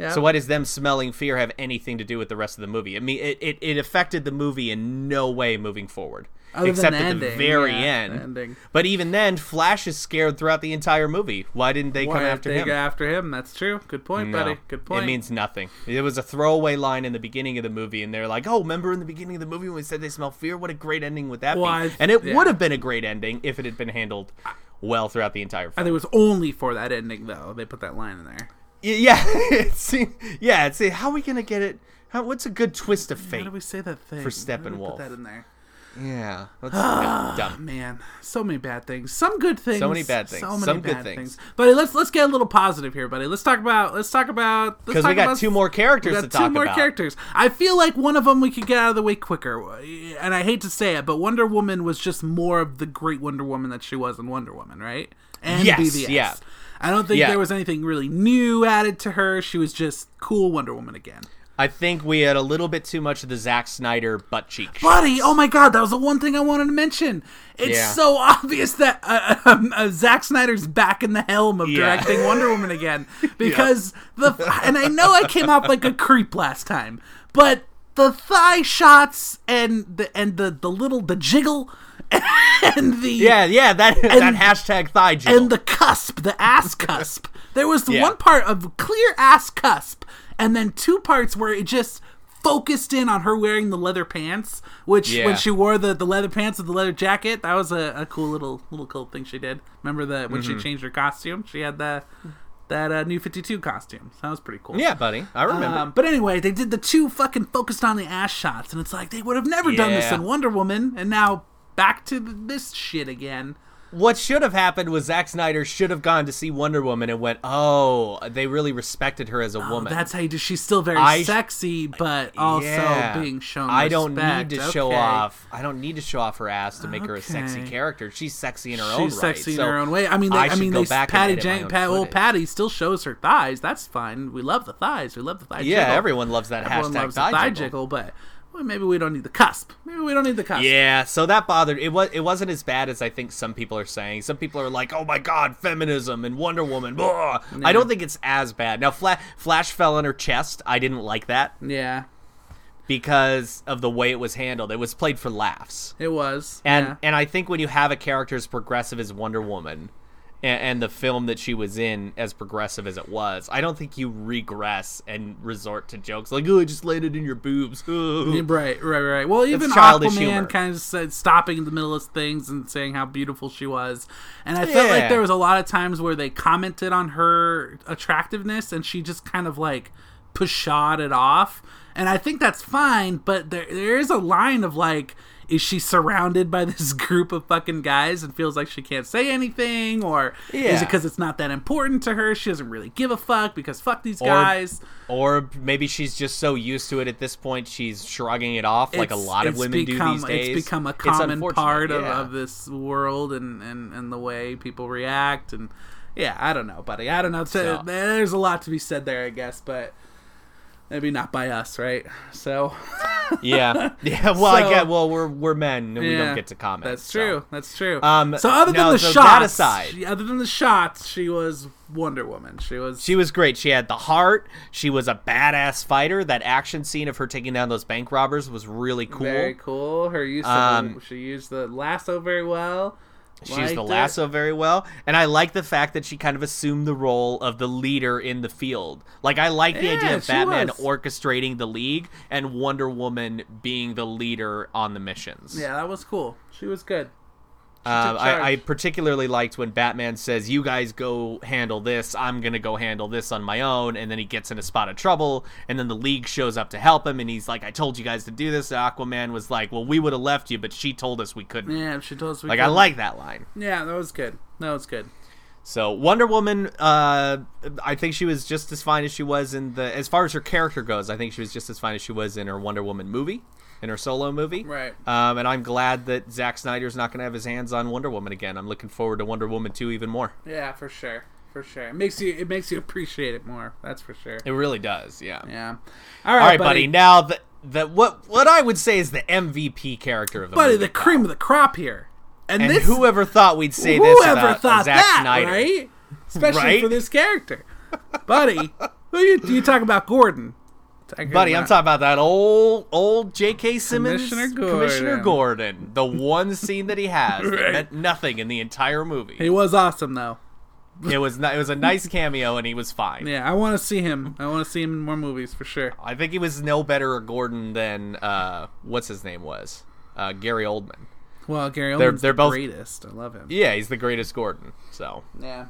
[SPEAKER 3] Yeah.
[SPEAKER 2] So why does them smelling fear have anything to do with the rest of the movie? I mean, it, it, it affected the movie in no way moving forward,
[SPEAKER 3] Other than
[SPEAKER 2] except
[SPEAKER 3] the
[SPEAKER 2] at the
[SPEAKER 3] ending,
[SPEAKER 2] very
[SPEAKER 3] yeah,
[SPEAKER 2] end.
[SPEAKER 3] the ending.
[SPEAKER 2] But even then, Flash is scared throughout the entire movie. Why didn't they
[SPEAKER 3] Why
[SPEAKER 2] come
[SPEAKER 3] did
[SPEAKER 2] after
[SPEAKER 3] they
[SPEAKER 2] him?
[SPEAKER 3] go after him? That's true. Good point,
[SPEAKER 2] No.
[SPEAKER 3] buddy. Good point.
[SPEAKER 2] It means nothing. It was a throwaway line in the beginning of the movie, and they're like, "Oh, remember in the beginning of the movie when we said they smell fear? What a great ending would that
[SPEAKER 3] Well,
[SPEAKER 2] be!"
[SPEAKER 3] I-
[SPEAKER 2] and it
[SPEAKER 3] yeah.
[SPEAKER 2] would have been a great ending if it had been handled well throughout the entire
[SPEAKER 3] I
[SPEAKER 2] film.
[SPEAKER 3] think Uh, it was only for that ending though. They put that line in there.
[SPEAKER 2] Y- yeah, it's yeah. It's how are we gonna get it? How, what's a good twist of
[SPEAKER 3] How
[SPEAKER 2] fate?
[SPEAKER 3] do we say that thing?
[SPEAKER 2] For
[SPEAKER 3] How do we
[SPEAKER 2] Steppenwolf.
[SPEAKER 3] Put that in there.
[SPEAKER 2] Yeah, that's dumb. dumb.
[SPEAKER 3] Man, so many bad things. Some good things.
[SPEAKER 2] many bad things.
[SPEAKER 3] So many
[SPEAKER 2] Some good
[SPEAKER 3] bad
[SPEAKER 2] things.
[SPEAKER 3] things. Buddy, let's let's get a little positive here, buddy. Let's talk about let's talk about let's
[SPEAKER 2] 'Cause we
[SPEAKER 3] talk
[SPEAKER 2] got
[SPEAKER 3] about-
[SPEAKER 2] two more characters
[SPEAKER 3] we got
[SPEAKER 2] to
[SPEAKER 3] two
[SPEAKER 2] talk
[SPEAKER 3] more
[SPEAKER 2] about.
[SPEAKER 3] characters. I feel like one of them we could get out of the way quicker. And I hate to say it, but Wonder Woman was just more of the great Wonder Woman that she was in Wonder Woman, right? And
[SPEAKER 2] Yes,
[SPEAKER 3] BVS.
[SPEAKER 2] yeah.
[SPEAKER 3] I don't think
[SPEAKER 2] Yeah.
[SPEAKER 3] there was anything really new added to her. She was just cool Wonder Woman again.
[SPEAKER 2] I think we had a little bit too much of the Zack Snyder butt cheek.
[SPEAKER 3] Buddy, oh my god, that was the one thing I wanted to mention. It's
[SPEAKER 2] Yeah.
[SPEAKER 3] so obvious that uh, um, uh, Zack Snyder's back in the helm of
[SPEAKER 2] Yeah.
[SPEAKER 3] directing Wonder Woman again because the and I know I came off like a creep last time, but the thigh shots and the and the the little the jiggle and the
[SPEAKER 2] Yeah, yeah, that that
[SPEAKER 3] And-
[SPEAKER 2] hashtag thigh jiggle.
[SPEAKER 3] and the cusp, the ass cusp. There was the
[SPEAKER 2] Yeah.
[SPEAKER 3] one part of clear ass cusp, and then two parts where it just focused in on her wearing the leather pants. Which
[SPEAKER 2] Yeah.
[SPEAKER 3] when she wore the, the leather pants with the leather jacket, that was a, a cool little little cool thing she did. Remember that when
[SPEAKER 2] Mm-hmm.
[SPEAKER 3] she changed her costume, she had the that uh, new Fifty Two costume. So that was pretty cool.
[SPEAKER 2] yeah, buddy, I remember.
[SPEAKER 3] Um, but anyway, they did the two fucking focused on the ass shots, and it's like they would have never done this
[SPEAKER 2] Yeah.
[SPEAKER 3] in Wonder Woman, and now back to th- this shit again.
[SPEAKER 2] what should have happened was Zack Snyder should have gone to see Wonder Woman and went, "Oh, they really respected her as a woman."
[SPEAKER 3] Oh, That's how you do. She's still very
[SPEAKER 2] I-
[SPEAKER 3] sexy, but also
[SPEAKER 2] Yeah.
[SPEAKER 3] being shown.
[SPEAKER 2] I don't
[SPEAKER 3] respect.
[SPEAKER 2] need to show
[SPEAKER 3] Okay.
[SPEAKER 2] off. I don't need to show off her ass to make her a sexy
[SPEAKER 3] Okay.
[SPEAKER 2] character. She's sexy in her own
[SPEAKER 3] She's sexy
[SPEAKER 2] right.
[SPEAKER 3] in her
[SPEAKER 2] so
[SPEAKER 3] own way. I mean, they, I,
[SPEAKER 2] should
[SPEAKER 3] mean,
[SPEAKER 2] go
[SPEAKER 3] they,
[SPEAKER 2] back and
[SPEAKER 3] Patty,
[SPEAKER 2] edit my
[SPEAKER 3] Jan-
[SPEAKER 2] own
[SPEAKER 3] Pat, old
[SPEAKER 2] footage.
[SPEAKER 3] Patty still shows her thighs. That's fine. We love the thighs. We love the thighs.
[SPEAKER 2] Yeah, everyone loves that
[SPEAKER 3] Everyone
[SPEAKER 2] hashtag
[SPEAKER 3] loves the
[SPEAKER 2] thigh,
[SPEAKER 3] thigh
[SPEAKER 2] jiggle.
[SPEAKER 3] jiggle, but. well, maybe we don't need the cusp. Maybe we don't need the cusp.
[SPEAKER 2] Yeah, so that bothered it was it wasn't as bad as I think some people are saying. Some people are like, "Oh my god, feminism and Wonder Woman." blah." I don't think it's as bad. Now Fla- Flash fell on her chest. I didn't like that
[SPEAKER 3] Yeah,
[SPEAKER 2] because of the way it was handled. It was played for laughs.
[SPEAKER 3] it was.
[SPEAKER 2] And
[SPEAKER 3] yeah.
[SPEAKER 2] and I think when you have a character as progressive as Wonder Woman and, and the film that she was in as progressive as it was, I don't think you regress and resort to jokes like, "Oh, I just landed in your boobs."
[SPEAKER 3] Yeah, Right, right, right. Well, even
[SPEAKER 2] childish
[SPEAKER 3] Aquaman
[SPEAKER 2] humor.
[SPEAKER 3] kind of said stopping in the middle of things and saying how beautiful she was, and I felt like
[SPEAKER 2] Yeah.
[SPEAKER 3] there was a lot of times where they commented on her attractiveness, and she just kind of like pshawed it off. And I think that's fine, but there there is a line of like, is she surrounded by this group of fucking guys and feels like she can't say anything, or is it
[SPEAKER 2] Yeah.
[SPEAKER 3] because it's not that important to her? She doesn't really give a fuck because fuck these
[SPEAKER 2] Or-
[SPEAKER 3] guys.
[SPEAKER 2] Or maybe she's just so used to it at this point, she's shrugging it off like a
[SPEAKER 3] It's-
[SPEAKER 2] lot of
[SPEAKER 3] it's
[SPEAKER 2] women
[SPEAKER 3] become-
[SPEAKER 2] do these days.
[SPEAKER 3] It's become a
[SPEAKER 2] It's
[SPEAKER 3] common
[SPEAKER 2] unfortunate,
[SPEAKER 3] part of,
[SPEAKER 2] yeah.
[SPEAKER 3] of this world and, and, and the way people react. And yeah, I don't know, buddy. I don't know. eh,
[SPEAKER 2] So-
[SPEAKER 3] There's a lot to be said there, I guess, but maybe not by us, right? So
[SPEAKER 2] yeah, yeah. Well, I
[SPEAKER 3] So-
[SPEAKER 2] get. Well, we're we're men, and we
[SPEAKER 3] Yeah,
[SPEAKER 2] don't get to comment.
[SPEAKER 3] that's
[SPEAKER 2] so.
[SPEAKER 3] true. That's true.
[SPEAKER 2] Um,
[SPEAKER 3] so other than
[SPEAKER 2] no,
[SPEAKER 3] the
[SPEAKER 2] so that
[SPEAKER 3] shots,
[SPEAKER 2] aside-
[SPEAKER 3] she- other than the shots, she was Wonder Woman. She was.
[SPEAKER 2] She was great. She had the heart. She was a badass fighter. That action scene of her taking down those bank robbers was really cool.
[SPEAKER 3] Very cool. Her use of
[SPEAKER 2] Um,
[SPEAKER 3] she used the lasso very well.
[SPEAKER 2] She used the
[SPEAKER 3] Liked it.
[SPEAKER 2] lasso very well, and I like the fact that she kind of assumed the role of the leader in the field. Like I like the
[SPEAKER 3] Yeah,
[SPEAKER 2] idea of
[SPEAKER 3] she
[SPEAKER 2] Batman
[SPEAKER 3] was.
[SPEAKER 2] orchestrating the league and Wonder Woman being the leader on the missions.
[SPEAKER 3] Yeah, that was cool. She was good.
[SPEAKER 2] Um,
[SPEAKER 3] took charge.
[SPEAKER 2] I, I particularly liked when Batman says, "You guys go handle this. I'm gonna go handle this on my own." And then he gets in a spot of trouble, and then the League shows up to help him, and he's like, "I told you guys to do this." And Aquaman was like, "Well, we would have left you, but she told us we couldn't."
[SPEAKER 3] Yeah, she told us. we
[SPEAKER 2] Like I
[SPEAKER 3] couldn't-
[SPEAKER 2] like that line.
[SPEAKER 3] Yeah, that was good. That was good.
[SPEAKER 2] So Wonder Woman, uh, I think she was just as fine as she was in the. As far as her character goes, I think she was just as fine as she was in her Wonder Woman movie, in her solo movie.
[SPEAKER 3] Right.
[SPEAKER 2] Um, and I'm glad that Zack Snyder's not going to have his hands on Wonder Woman again. I'm looking forward to Wonder Woman 2 even more.
[SPEAKER 3] Yeah, for sure. For sure. It makes you it makes you appreciate it more. That's for sure.
[SPEAKER 2] It really does. Yeah.
[SPEAKER 3] Yeah. All right,
[SPEAKER 2] All right, buddy.
[SPEAKER 3] buddy.
[SPEAKER 2] Now the the what what I would say is the MVP character of the
[SPEAKER 3] Buddy,
[SPEAKER 2] movie.
[SPEAKER 3] the cream of the crop here. And,
[SPEAKER 2] and
[SPEAKER 3] this
[SPEAKER 2] whoever thought we'd say this
[SPEAKER 3] whoever
[SPEAKER 2] about
[SPEAKER 3] thought
[SPEAKER 2] Zack
[SPEAKER 3] that,
[SPEAKER 2] Snyder?
[SPEAKER 3] right? Especially
[SPEAKER 2] Right?
[SPEAKER 3] for this character. buddy, who you you talking about Gordon? Talking
[SPEAKER 2] Buddy, I'm
[SPEAKER 3] about-
[SPEAKER 2] talking about that old, old J.K. Simmons,
[SPEAKER 3] Commissioner Gordon.
[SPEAKER 2] Commissioner Gordon. The one scene that he has that meant nothing in the entire movie.
[SPEAKER 3] He was awesome though.
[SPEAKER 2] It was ni- it was a nice cameo, and he was fine.
[SPEAKER 3] Yeah, I want to see him. I want to see him in more movies for sure.
[SPEAKER 2] I think he was no better a Gordon than uh, what's his name was uh, Gary Oldman.
[SPEAKER 3] Well, Gary Oldman's
[SPEAKER 2] they're
[SPEAKER 3] the
[SPEAKER 2] both-
[SPEAKER 3] greatest. I love him.
[SPEAKER 2] Yeah, he's the greatest Gordon. So
[SPEAKER 3] Yeah.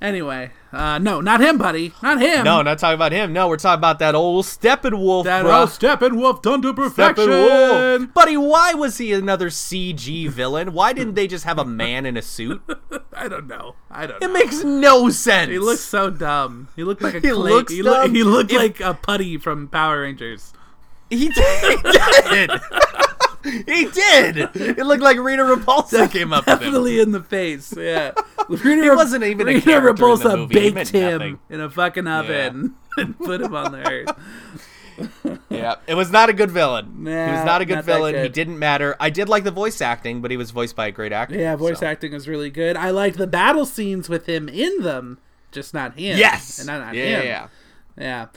[SPEAKER 3] Anyway, uh, no, not him, buddy. Not him.
[SPEAKER 2] no, not talking about him. No, we're talking about that old Steppenwolf,
[SPEAKER 3] Mm-hmm. That
[SPEAKER 2] bruh.
[SPEAKER 3] old Steppenwolf done to perfection.
[SPEAKER 2] Steppenwolf, buddy. Why was he another CG villain? Why didn't they just have a man in a suit?
[SPEAKER 3] I don't know. I don't
[SPEAKER 2] It
[SPEAKER 3] know.
[SPEAKER 2] makes no sense.
[SPEAKER 3] He looks so dumb. He looked like a
[SPEAKER 2] He
[SPEAKER 3] clay.
[SPEAKER 2] looks
[SPEAKER 3] he, loo-
[SPEAKER 2] dumb.
[SPEAKER 3] he looked
[SPEAKER 2] If-
[SPEAKER 3] like a putty from Power Rangers.
[SPEAKER 2] He did. he did. It looked like Rita Repulsa came up with him.
[SPEAKER 3] Definitely in the face. Yeah. Rita
[SPEAKER 2] He wasn't even a
[SPEAKER 3] Rita
[SPEAKER 2] character in the
[SPEAKER 3] Repulsa
[SPEAKER 2] movie. He
[SPEAKER 3] baked
[SPEAKER 2] meant
[SPEAKER 3] him
[SPEAKER 2] nothing.
[SPEAKER 3] in a fucking oven and put him on the earth.
[SPEAKER 2] Yeah, it was not a good villain. he
[SPEAKER 3] Nah,
[SPEAKER 2] was not a good
[SPEAKER 3] not that
[SPEAKER 2] villain. He
[SPEAKER 3] good.
[SPEAKER 2] didn't matter. I did like the voice acting, but he was voiced by a great actor.
[SPEAKER 3] Yeah, voice
[SPEAKER 2] so.
[SPEAKER 3] acting was really good. I liked the battle scenes with him in them, just not him.
[SPEAKER 2] Yes.
[SPEAKER 3] And not, not
[SPEAKER 2] yeah, yeah,
[SPEAKER 3] him. Yeah.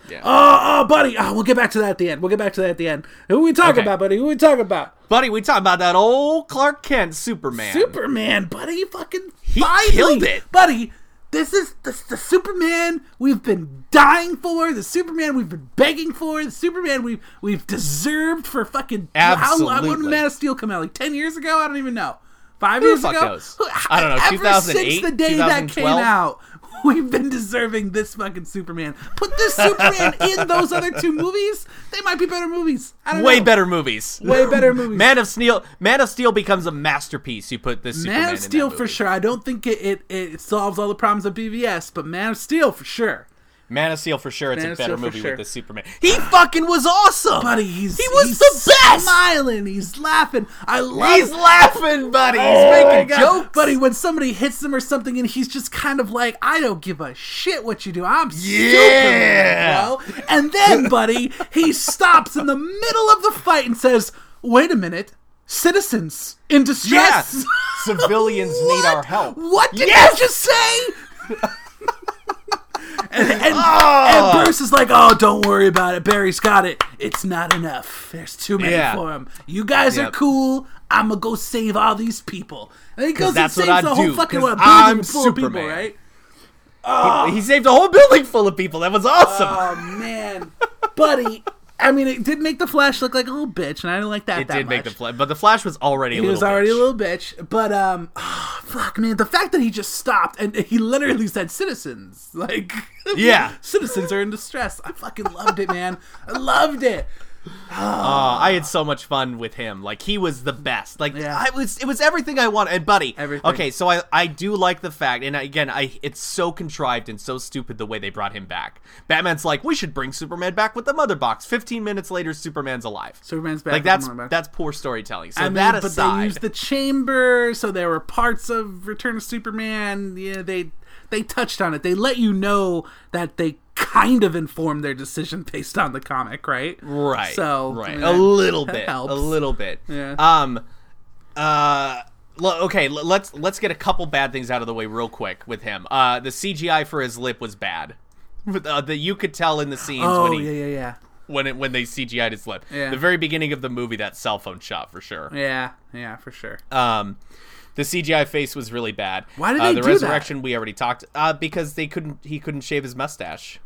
[SPEAKER 2] Yeah.
[SPEAKER 3] Oh, oh, buddy. Oh, we'll get back to that at the end. We'll get back to that at the end. Who we talking
[SPEAKER 2] Okay.
[SPEAKER 3] about, buddy? Who we talking about?
[SPEAKER 2] yeah. Buddy, we talking about that old Clark Kent Superman.
[SPEAKER 3] Superman, buddy. Fucking
[SPEAKER 2] He
[SPEAKER 3] finally,
[SPEAKER 2] killed it.
[SPEAKER 3] buddy. This is the, the Superman we've been dying for. The Superman we've been begging for. The Superman we've we've deserved for fucking How, when did
[SPEAKER 2] Absolutely.
[SPEAKER 3] Man of Steel come out? Like ten years ago? I don't even know. Five
[SPEAKER 2] Who the
[SPEAKER 3] years
[SPEAKER 2] fuck
[SPEAKER 3] ago?
[SPEAKER 2] knows?
[SPEAKER 3] Who-
[SPEAKER 2] I don't know,
[SPEAKER 3] Ever
[SPEAKER 2] 2008,
[SPEAKER 3] since the day that came
[SPEAKER 2] 2012?
[SPEAKER 3] out, we've been deserving this fucking Superman. Put this Superman in those other two movies. They might be better movies. I don't
[SPEAKER 2] Way
[SPEAKER 3] know.
[SPEAKER 2] better movies.
[SPEAKER 3] Way better movies.
[SPEAKER 2] Man of Steel. Man of Steel becomes a masterpiece. You put this Superman
[SPEAKER 3] Man
[SPEAKER 2] in
[SPEAKER 3] of
[SPEAKER 2] that
[SPEAKER 3] Steel for
[SPEAKER 2] movie.
[SPEAKER 3] sure. I don't think it, it, it solves all the problems of BVS, but Man of Steel for sure.
[SPEAKER 2] Man of Steel for sure. It's
[SPEAKER 7] Man
[SPEAKER 2] a
[SPEAKER 7] of
[SPEAKER 2] better
[SPEAKER 7] Steel for
[SPEAKER 2] movie
[SPEAKER 7] sure.
[SPEAKER 2] with the Superman. He fucking was awesome.
[SPEAKER 3] Buddy, he's
[SPEAKER 2] He was
[SPEAKER 3] he's
[SPEAKER 2] the best!
[SPEAKER 3] Smiling, he's laughing. I love.
[SPEAKER 2] He's laughing, buddy. He's
[SPEAKER 3] Oh my
[SPEAKER 2] making
[SPEAKER 3] God,
[SPEAKER 2] jokes.
[SPEAKER 3] buddy. When somebody hits him or something, and he's just kind of like, "I don't give a shit what you do. I'm
[SPEAKER 2] Yeah.
[SPEAKER 3] Superman, bro." And then, buddy, he stops in the middle of the fight and says, "Wait a minute, citizens in distress."
[SPEAKER 2] Yes. Civilians need our help.
[SPEAKER 3] What did
[SPEAKER 2] Yes!
[SPEAKER 3] you just say? and, and,
[SPEAKER 2] Uh,
[SPEAKER 3] and Bruce is like, "Oh, don't worry about it. Barry's got it. It's not enough. There's too many
[SPEAKER 2] Yeah.
[SPEAKER 3] for him. You guys are
[SPEAKER 2] Yep.
[SPEAKER 3] cool. I'm gonna go save all these people." And he goes and
[SPEAKER 2] that's what
[SPEAKER 3] saves
[SPEAKER 2] I
[SPEAKER 3] the whole
[SPEAKER 2] do,
[SPEAKER 3] fucking
[SPEAKER 2] 'cause
[SPEAKER 3] world.
[SPEAKER 2] I'm
[SPEAKER 3] building full of people,
[SPEAKER 2] Superman.
[SPEAKER 3] right?
[SPEAKER 2] He saved a whole building full of people. That was awesome.
[SPEAKER 3] Oh man, buddy. I mean, it did make the Flash look like a little bitch, and I didn't like that.
[SPEAKER 2] it
[SPEAKER 3] that
[SPEAKER 2] did make the
[SPEAKER 3] much.
[SPEAKER 2] flash, but the flash was already. a
[SPEAKER 3] He
[SPEAKER 2] little
[SPEAKER 3] was already
[SPEAKER 2] bitch.
[SPEAKER 3] a little bitch, but um, fuck man, the fact that he just stopped and he literally said citizens, like
[SPEAKER 2] Yeah.
[SPEAKER 3] citizens are in distress. I fucking loved it, man. I loved it.
[SPEAKER 2] Uh, I had so much fun with him. Like he was the best. Like
[SPEAKER 3] Yeah.
[SPEAKER 2] I was, it was everything I wanted. And buddy,
[SPEAKER 3] Everything.
[SPEAKER 2] okay, so I I do like the fact, and again, I it's so contrived and so stupid the way they brought him back. Batman's like, we should bring Superman back with the mother box. Fifteen minutes later, Superman's alive.
[SPEAKER 3] Superman's back.
[SPEAKER 2] like that's
[SPEAKER 3] come on, back.
[SPEAKER 2] that's poor storytelling. So
[SPEAKER 3] I mean,
[SPEAKER 2] that
[SPEAKER 3] but they
[SPEAKER 2] aside,
[SPEAKER 3] used the chamber, so there were parts of Return of Superman. Yeah, they they touched on it. They let you know that they kind of informed their decision based on the comic, right?
[SPEAKER 2] right?
[SPEAKER 3] So
[SPEAKER 2] right,
[SPEAKER 3] I mean,
[SPEAKER 2] a
[SPEAKER 3] that-
[SPEAKER 2] little
[SPEAKER 3] that
[SPEAKER 2] bit,
[SPEAKER 3] helps.
[SPEAKER 2] a little bit.
[SPEAKER 3] Yeah.
[SPEAKER 2] Um. Uh. lo- Okay, l- let's let's get a couple bad things out of the way real quick with him. Uh, the CGI for his lip was bad. With, Uh, that you could tell in the scenes
[SPEAKER 3] Oh
[SPEAKER 2] when he
[SPEAKER 3] yeah, yeah, yeah.
[SPEAKER 2] when it when they CGI'd his lip.
[SPEAKER 3] Yeah.
[SPEAKER 2] The very beginning of the movie, that cell phone shot for sure.
[SPEAKER 3] Yeah, yeah, for sure.
[SPEAKER 2] Um, the CGI face was really bad.
[SPEAKER 3] Why did
[SPEAKER 2] uh,
[SPEAKER 3] they
[SPEAKER 2] the
[SPEAKER 3] do that?
[SPEAKER 2] resurrection we already talked uh, because they couldn't he couldn't shave his mustache.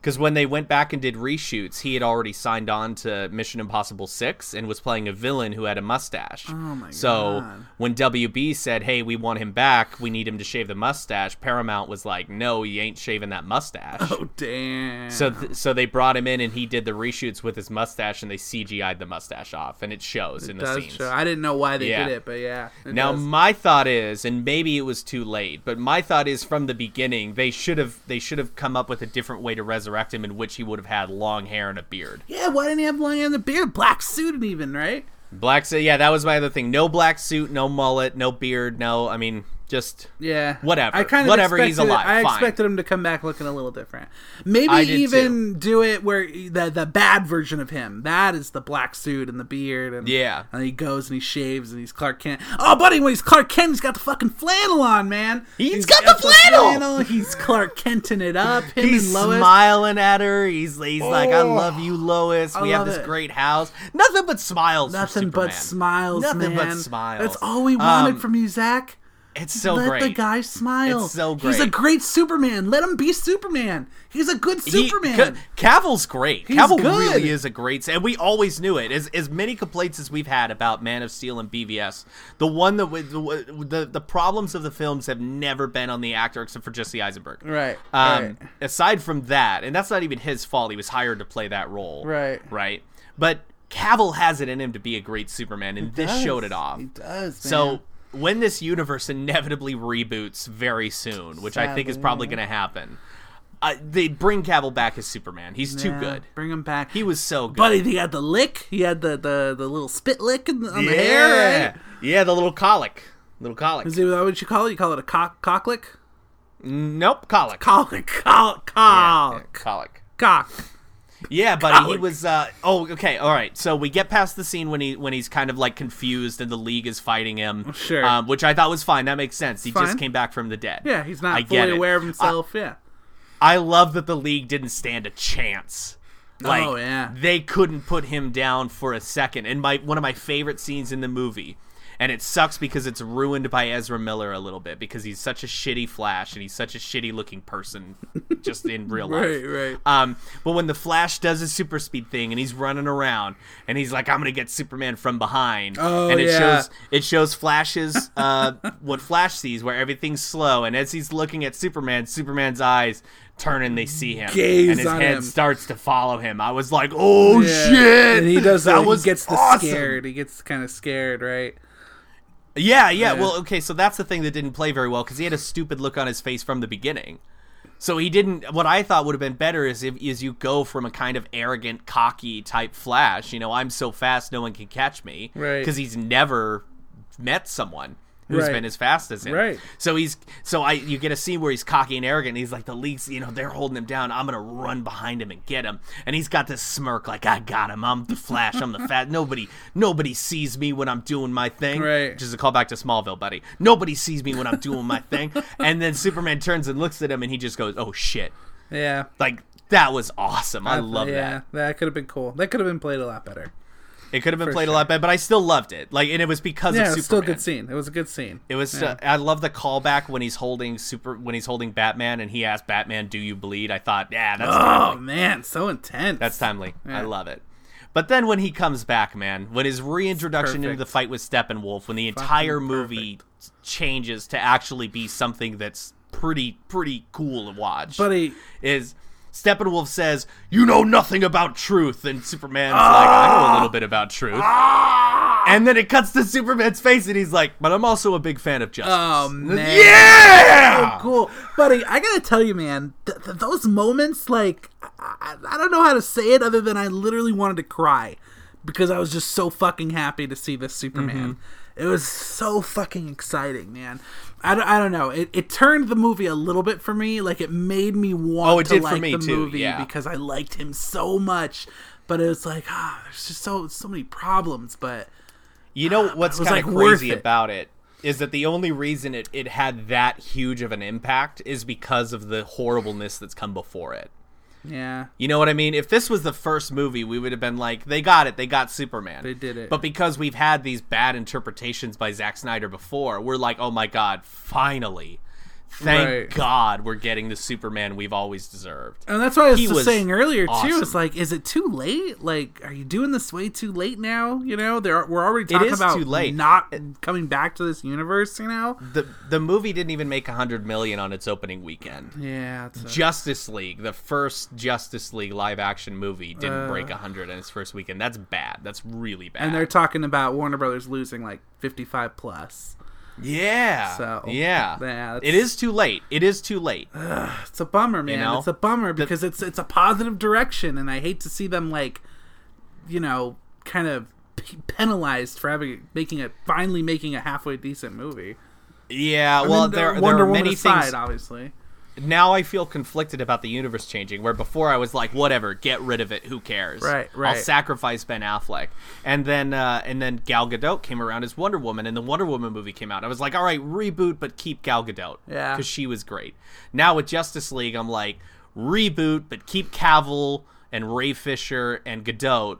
[SPEAKER 2] Because when they went back and did reshoots, he had already signed on to Mission Impossible Six and was playing a villain who had a mustache. Oh
[SPEAKER 3] my
[SPEAKER 2] so
[SPEAKER 3] God.
[SPEAKER 2] when WB said, "Hey, we want him back. We need him to shave the mustache," Paramount was like, "No, he ain't shaving that mustache."
[SPEAKER 3] Oh damn.
[SPEAKER 2] So, th- so they brought him in, and he did the reshoots with his mustache, and they CGI'd the mustache off, and it shows in the
[SPEAKER 3] does
[SPEAKER 2] scenes.
[SPEAKER 3] show. I didn't know why they
[SPEAKER 2] Yeah.
[SPEAKER 3] did it, but yeah. it
[SPEAKER 2] Now,
[SPEAKER 3] does.
[SPEAKER 2] my thought is, and maybe it was too late, but my thought is from the beginning they should have they should have come up with a different way to resurrect him, in which he would have had long hair and a beard.
[SPEAKER 3] yeah, why didn't he have long hair and the beard? Black suit, and even right?
[SPEAKER 2] Black, so yeah, that was my other thing. No black suit, no mullet, no beard, no. I mean, just
[SPEAKER 3] Yeah,
[SPEAKER 2] Whatever.
[SPEAKER 3] I kind of
[SPEAKER 2] Whatever, he's
[SPEAKER 3] expected it-
[SPEAKER 2] alive,
[SPEAKER 3] I
[SPEAKER 2] fine.
[SPEAKER 3] expected him to come back looking a little different. Maybe
[SPEAKER 2] I did
[SPEAKER 3] even do it where the the bad version of him. That is the black suit and the beard, and
[SPEAKER 2] Yeah.
[SPEAKER 3] and he goes and he shaves and he's Clark Kent. Oh, buddy, when he's Clark Kent, he's got the fucking flannel on, man.
[SPEAKER 2] He's got the flannel!
[SPEAKER 3] He's Clark Kenting it up. Him
[SPEAKER 2] he's
[SPEAKER 3] and Lois. Oh,
[SPEAKER 2] smiling at her. He's he's like, "I love you, Lois. we have
[SPEAKER 3] love
[SPEAKER 2] this
[SPEAKER 3] it.
[SPEAKER 2] great house. Nothing but smiles. for
[SPEAKER 3] Nothing but
[SPEAKER 2] Superman.
[SPEAKER 3] smiles,
[SPEAKER 2] Nothing but
[SPEAKER 3] man.
[SPEAKER 2] smiles.
[SPEAKER 3] That's all we wanted
[SPEAKER 2] Um,
[SPEAKER 3] from you, Zach.
[SPEAKER 2] It's so
[SPEAKER 3] Let
[SPEAKER 2] great.
[SPEAKER 3] the guy smile.
[SPEAKER 2] It's so
[SPEAKER 3] He's a
[SPEAKER 2] great.
[SPEAKER 3] great Superman. Let him be Superman. He's a good
[SPEAKER 2] He-
[SPEAKER 3] Superman.
[SPEAKER 2] Ca- Cavill's great. Cavill
[SPEAKER 3] good.
[SPEAKER 2] really is a great, and we always knew it. As as many complaints as we've had about Man of Steel and BVS, the one that with the, the the problems of the films have never been on the actor except for Jesse Eisenberg.
[SPEAKER 3] Right,
[SPEAKER 2] Um.
[SPEAKER 3] right.
[SPEAKER 2] Aside from that, and that's not even his fault. He was hired to play that role.
[SPEAKER 3] Right.
[SPEAKER 2] Right. But Cavill has it in him to be a great Superman, and this
[SPEAKER 3] does.
[SPEAKER 2] showed it off.
[SPEAKER 3] He does.
[SPEAKER 2] So when this universe inevitably reboots very soon, which I think is probably going to happen, uh, they bring Cavill back as Superman. He's too good.
[SPEAKER 3] Bring him back.
[SPEAKER 2] He was so good.
[SPEAKER 3] buddy. He had the lick. He had the the, the little spit lick in the, on
[SPEAKER 2] yeah,
[SPEAKER 3] the hair. Right?
[SPEAKER 2] yeah, the little colic, little colic.
[SPEAKER 3] Is that what you call it? You call it a cock cock lick?
[SPEAKER 2] nope, colic.
[SPEAKER 3] Colic,
[SPEAKER 2] Yeah,
[SPEAKER 3] colic, cock,
[SPEAKER 2] colic.
[SPEAKER 3] cock.
[SPEAKER 2] Yeah, buddy, he was. Uh, oh, okay, all right. So we get past the scene when he when he's kind of like confused and the league is fighting him.
[SPEAKER 3] Sure.
[SPEAKER 2] um, which I thought was fine. That makes sense. He
[SPEAKER 3] Fine.
[SPEAKER 2] just came back from the dead.
[SPEAKER 3] Yeah, he's not
[SPEAKER 2] I get
[SPEAKER 3] fully
[SPEAKER 2] it.
[SPEAKER 3] aware of himself. yeah,
[SPEAKER 2] I love that the league didn't stand a chance. Like
[SPEAKER 3] Oh, yeah.
[SPEAKER 2] they couldn't put him down for a second. And my one of my favorite scenes in the movie. And it sucks because it's ruined by Ezra Miller a little bit because he's such a shitty Flash and he's such a shitty looking person just in real life.
[SPEAKER 3] Right, right.
[SPEAKER 2] Um, but when the Flash does his super speed thing and he's running around and he's like, "I'm gonna get Superman from behind,"
[SPEAKER 3] Oh,
[SPEAKER 2] and it
[SPEAKER 3] yeah.
[SPEAKER 2] shows it shows Flash's uh, what Flash sees, where everything's slow, and as he's looking at Superman, Superman's eyes turn and they see him,
[SPEAKER 3] Gaze
[SPEAKER 2] and his
[SPEAKER 3] on
[SPEAKER 2] head
[SPEAKER 3] him.
[SPEAKER 2] starts to follow him. I was like, "Oh
[SPEAKER 3] Yeah.
[SPEAKER 2] shit!"
[SPEAKER 3] And he does
[SPEAKER 2] that.
[SPEAKER 3] that.
[SPEAKER 2] was
[SPEAKER 3] he gets the
[SPEAKER 2] awesome.
[SPEAKER 3] scared. He gets kind of scared, right?
[SPEAKER 2] Yeah, yeah, Well, okay, so that's the thing that didn't play very well because he had a stupid look on his face from the beginning. So he didn't. What I thought would have been better is if is you go from a kind of arrogant, cocky type Flash. You know, I'm so fast, no one can catch me.
[SPEAKER 3] Right.
[SPEAKER 2] Because he's never met someone who's
[SPEAKER 3] Right.
[SPEAKER 2] been as fast as him.
[SPEAKER 3] Right.
[SPEAKER 2] So he's so I you get a scene where he's cocky and arrogant. And he's like the league's you know they're holding him down. I'm gonna run behind him and get him. And he's got this smirk like I got him. I'm the Flash. I'm the fat. Nobody nobody sees me when I'm doing my thing.
[SPEAKER 3] Right.
[SPEAKER 2] Which is a callback to Smallville, buddy. Nobody sees me when I'm doing my thing. And then Superman turns and looks at him and he just goes, oh shit.
[SPEAKER 3] Yeah.
[SPEAKER 2] Like that was awesome. I love
[SPEAKER 3] yeah,
[SPEAKER 2] that.
[SPEAKER 3] that. could have been cool. That could have been played a lot better.
[SPEAKER 2] It could have been played a lot better, but I still loved it. Like, and it was because
[SPEAKER 3] Yeah,
[SPEAKER 2] of Superman.
[SPEAKER 3] it was still a good scene. It was a good scene.
[SPEAKER 2] It was. uh, I love the callback when he's holding super when he's holding Batman and he asked Batman, "Do you bleed?" I thought, yeah, that's
[SPEAKER 3] Oh
[SPEAKER 2] timely.
[SPEAKER 3] man, so intense.
[SPEAKER 2] that's timely. I love it. But then when he comes back, man, when his reintroduction into
[SPEAKER 3] perfect.
[SPEAKER 2] the fight with Steppenwolf, when the entire movie changes to actually be something that's pretty pretty cool to watch,
[SPEAKER 3] buddy.
[SPEAKER 2] is Steppenwolf says, "You know nothing about truth," and Superman's like, "I
[SPEAKER 3] Ah!
[SPEAKER 2] know a little bit about truth." And then it cuts to Superman's face, and he's like, "But I'm also a big fan of justice."
[SPEAKER 3] Oh man. Oh,
[SPEAKER 2] yeah,
[SPEAKER 3] cool, buddy. I gotta tell you, man, th- th- those moments, like, I-, I I don't know how to say it other than I literally wanted to cry because I was just so fucking happy to see this Superman.
[SPEAKER 2] Mm-hmm.
[SPEAKER 3] It was so fucking exciting, man. I don't, I don't know. It, it turned the movie a little bit for me. Like, it made me want
[SPEAKER 2] Oh, it
[SPEAKER 3] to
[SPEAKER 2] did for
[SPEAKER 3] like
[SPEAKER 2] me,
[SPEAKER 3] the
[SPEAKER 2] too,
[SPEAKER 3] movie
[SPEAKER 2] yeah.
[SPEAKER 3] because I liked him so much. But it was like, ah, there's just so so many problems. But
[SPEAKER 2] You know what's
[SPEAKER 3] was,
[SPEAKER 2] kind
[SPEAKER 3] like,
[SPEAKER 2] of
[SPEAKER 3] worth
[SPEAKER 2] crazy
[SPEAKER 3] it.
[SPEAKER 2] about it is that the only reason it, it had that huge of an impact is because of the horribleness that's come before it.
[SPEAKER 3] yeah,
[SPEAKER 2] You know what I mean? If this was the first movie, we would have been like, they got it, they got Superman.
[SPEAKER 3] They did it.
[SPEAKER 2] But because we've had these bad interpretations by Zack Snyder before, we're like, oh my god, finally. Thank
[SPEAKER 3] Right.
[SPEAKER 2] God we're getting the Superman we've always deserved.
[SPEAKER 3] And that's what I was,
[SPEAKER 2] He
[SPEAKER 3] just
[SPEAKER 2] was
[SPEAKER 3] saying earlier too.
[SPEAKER 2] awesome.
[SPEAKER 3] It's like, is it too late? Like, are you doing this way too late now? You know, there are, we're already talking
[SPEAKER 2] is
[SPEAKER 3] about
[SPEAKER 2] too late.
[SPEAKER 3] not coming back to this universe. You know?
[SPEAKER 2] The the movie didn't even make 100 million on its opening weekend.
[SPEAKER 3] Yeah. it's a-
[SPEAKER 2] Justice League, the first Justice League live action movie, didn't break break 100 in its first weekend. That's bad. That's really bad.
[SPEAKER 3] Uh. and they're talking about Warner Brothers losing like fifty-five plus.
[SPEAKER 2] yeah.
[SPEAKER 3] So,
[SPEAKER 2] yeah.
[SPEAKER 3] yeah, that's-
[SPEAKER 2] it is too late. It is too late.
[SPEAKER 3] It's a bummer, man.
[SPEAKER 2] know?
[SPEAKER 3] It's a bummer because it's it's a positive direction, and I hate to see them like, you know, kind of p- penalized for having making a finally making a halfway decent movie.
[SPEAKER 2] Yeah,
[SPEAKER 3] I
[SPEAKER 2] well,
[SPEAKER 3] mean,
[SPEAKER 2] there, there
[SPEAKER 3] Wonder
[SPEAKER 2] are
[SPEAKER 3] Woman
[SPEAKER 2] many
[SPEAKER 3] aside,
[SPEAKER 2] things.
[SPEAKER 3] obviously.
[SPEAKER 2] Now I feel conflicted about the universe changing, where before I was like, whatever, get rid of it, who cares?
[SPEAKER 3] Right,
[SPEAKER 2] I'll
[SPEAKER 3] right.
[SPEAKER 2] sacrifice Ben Affleck. And then uh, and then Gal Gadot came around as Wonder Woman, and the Wonder Woman movie came out. I was like, all right, reboot, but keep Gal Gadot.
[SPEAKER 3] Yeah.
[SPEAKER 2] Because she was great. Now with Justice League, I'm like, reboot, but keep Cavill and Ray Fisher and Gadot.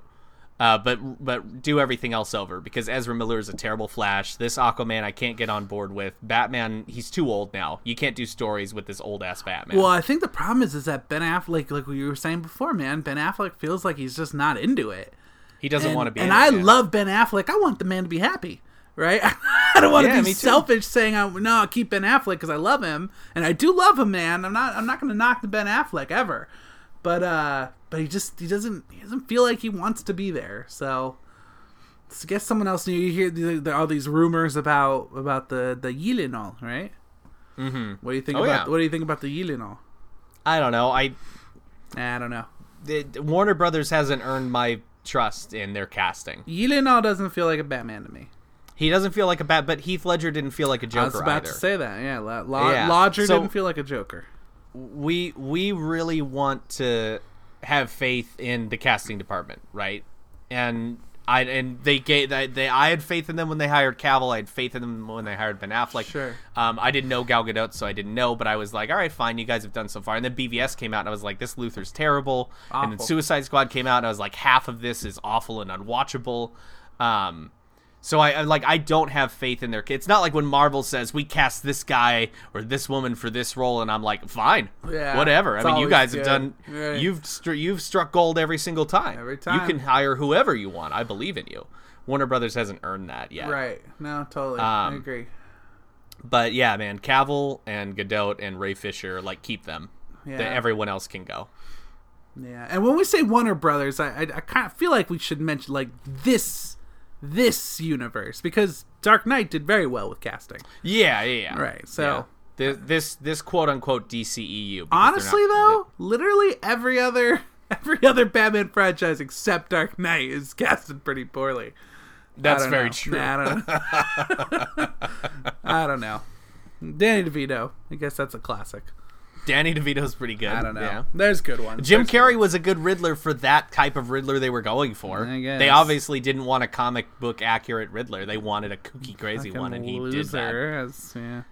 [SPEAKER 2] Uh, but but do everything else over because Ezra Miller is a terrible Flash. This Aquaman I can't get on board with. Batman he's too old now. You can't do stories with this old ass Batman.
[SPEAKER 3] Well, I think the problem is is that Ben Affleck, like we were saying before, man, Ben Affleck feels like he's just not into it.
[SPEAKER 2] he doesn't
[SPEAKER 3] And,
[SPEAKER 2] want to be.
[SPEAKER 3] and
[SPEAKER 2] in it,
[SPEAKER 3] I
[SPEAKER 2] man.
[SPEAKER 3] love Ben Affleck. I want the man to be happy, right? I don't want
[SPEAKER 2] Yeah,
[SPEAKER 3] to
[SPEAKER 2] me
[SPEAKER 3] be
[SPEAKER 2] too.
[SPEAKER 3] selfish saying I no I'll keep Ben Affleck because I love him and I do love him, man. I'm not I'm not going to knock the Ben Affleck ever, but uh, but he just he doesn't he doesn't feel like he wants to be there. So. so guess someone else knew. You hear the, the, all these rumors about about the the Yilinol, right? Mm-hmm. What do you think
[SPEAKER 2] Oh,
[SPEAKER 3] about
[SPEAKER 2] yeah.
[SPEAKER 3] What do you think about the Yilinol?
[SPEAKER 2] I don't know. I
[SPEAKER 3] Nah, I don't know.
[SPEAKER 2] the, the Warner Brothers hasn't earned my trust in their casting.
[SPEAKER 3] Yelena doesn't feel like a Batman to me.
[SPEAKER 2] He doesn't feel like a bat, but Heath Ledger didn't feel like a Joker
[SPEAKER 3] I was about
[SPEAKER 2] either.
[SPEAKER 3] to say that. Yeah, La- La-
[SPEAKER 2] Yeah,
[SPEAKER 3] Lodger
[SPEAKER 2] so-
[SPEAKER 3] didn't feel like a Joker.
[SPEAKER 2] we we really want to have faith in the casting department, right? And I and they gave they, they I had faith in them when they hired Cavill. I had faith in them when they hired Ben Affleck.
[SPEAKER 3] Sure.
[SPEAKER 2] Um, I didn't know Gal Gadot, so I didn't know, but I was like, all right, fine, you guys have done so far. And then BVS came out, and I was like, this Luther's terrible. And then
[SPEAKER 3] Awful.
[SPEAKER 2] Suicide Squad came out, and I was like, half of this is awful and unwatchable. Um, so I, I like I don't have faith in their kids. It's not like when Marvel says we cast this guy or this woman for this role, and I'm like, fine,
[SPEAKER 3] Yeah,
[SPEAKER 2] whatever. I
[SPEAKER 3] it's
[SPEAKER 2] mean, you
[SPEAKER 3] always
[SPEAKER 2] guys
[SPEAKER 3] good.
[SPEAKER 2] have done.
[SPEAKER 3] Right.
[SPEAKER 2] You've str- you've struck gold every single time.
[SPEAKER 3] Every
[SPEAKER 2] you
[SPEAKER 3] time.
[SPEAKER 2] can hire whoever you want. I believe in you. Warner Brothers hasn't earned that yet.
[SPEAKER 3] Right. No, totally. I
[SPEAKER 2] Um,
[SPEAKER 3] agree.
[SPEAKER 2] But yeah, man, Cavill and Godot and Ray Fisher, like keep them.
[SPEAKER 3] Yeah.
[SPEAKER 2] That everyone else can go.
[SPEAKER 3] Yeah. And when we say Warner Brothers, I I, I kind of feel like we should mention like this this universe because Dark Knight did very well with casting.
[SPEAKER 2] Yeah, yeah, yeah.
[SPEAKER 3] Right.
[SPEAKER 2] Yeah.
[SPEAKER 3] So
[SPEAKER 2] This this, this quote unquote DCEU. E because they're
[SPEAKER 3] Honestly,
[SPEAKER 2] not-
[SPEAKER 3] though, literally every other every other Batman franchise except Dark Knight is casted pretty poorly. I
[SPEAKER 2] that's
[SPEAKER 3] don't
[SPEAKER 2] very
[SPEAKER 3] know.
[SPEAKER 2] true.
[SPEAKER 3] Nah, I don't know. I don't know. Danny DeVito. I guess that's a classic.
[SPEAKER 2] Danny DeVito's pretty good.
[SPEAKER 3] I don't know.
[SPEAKER 2] yeah.
[SPEAKER 3] There's good ones.
[SPEAKER 2] Jim
[SPEAKER 3] There's-
[SPEAKER 2] Carrey was a good Riddler for that type of Riddler they were going for.
[SPEAKER 3] I guess.
[SPEAKER 2] They obviously didn't want a comic book accurate Riddler. They wanted a kooky crazy
[SPEAKER 3] fucking
[SPEAKER 2] one, and he did that.
[SPEAKER 3] loser. As, yeah.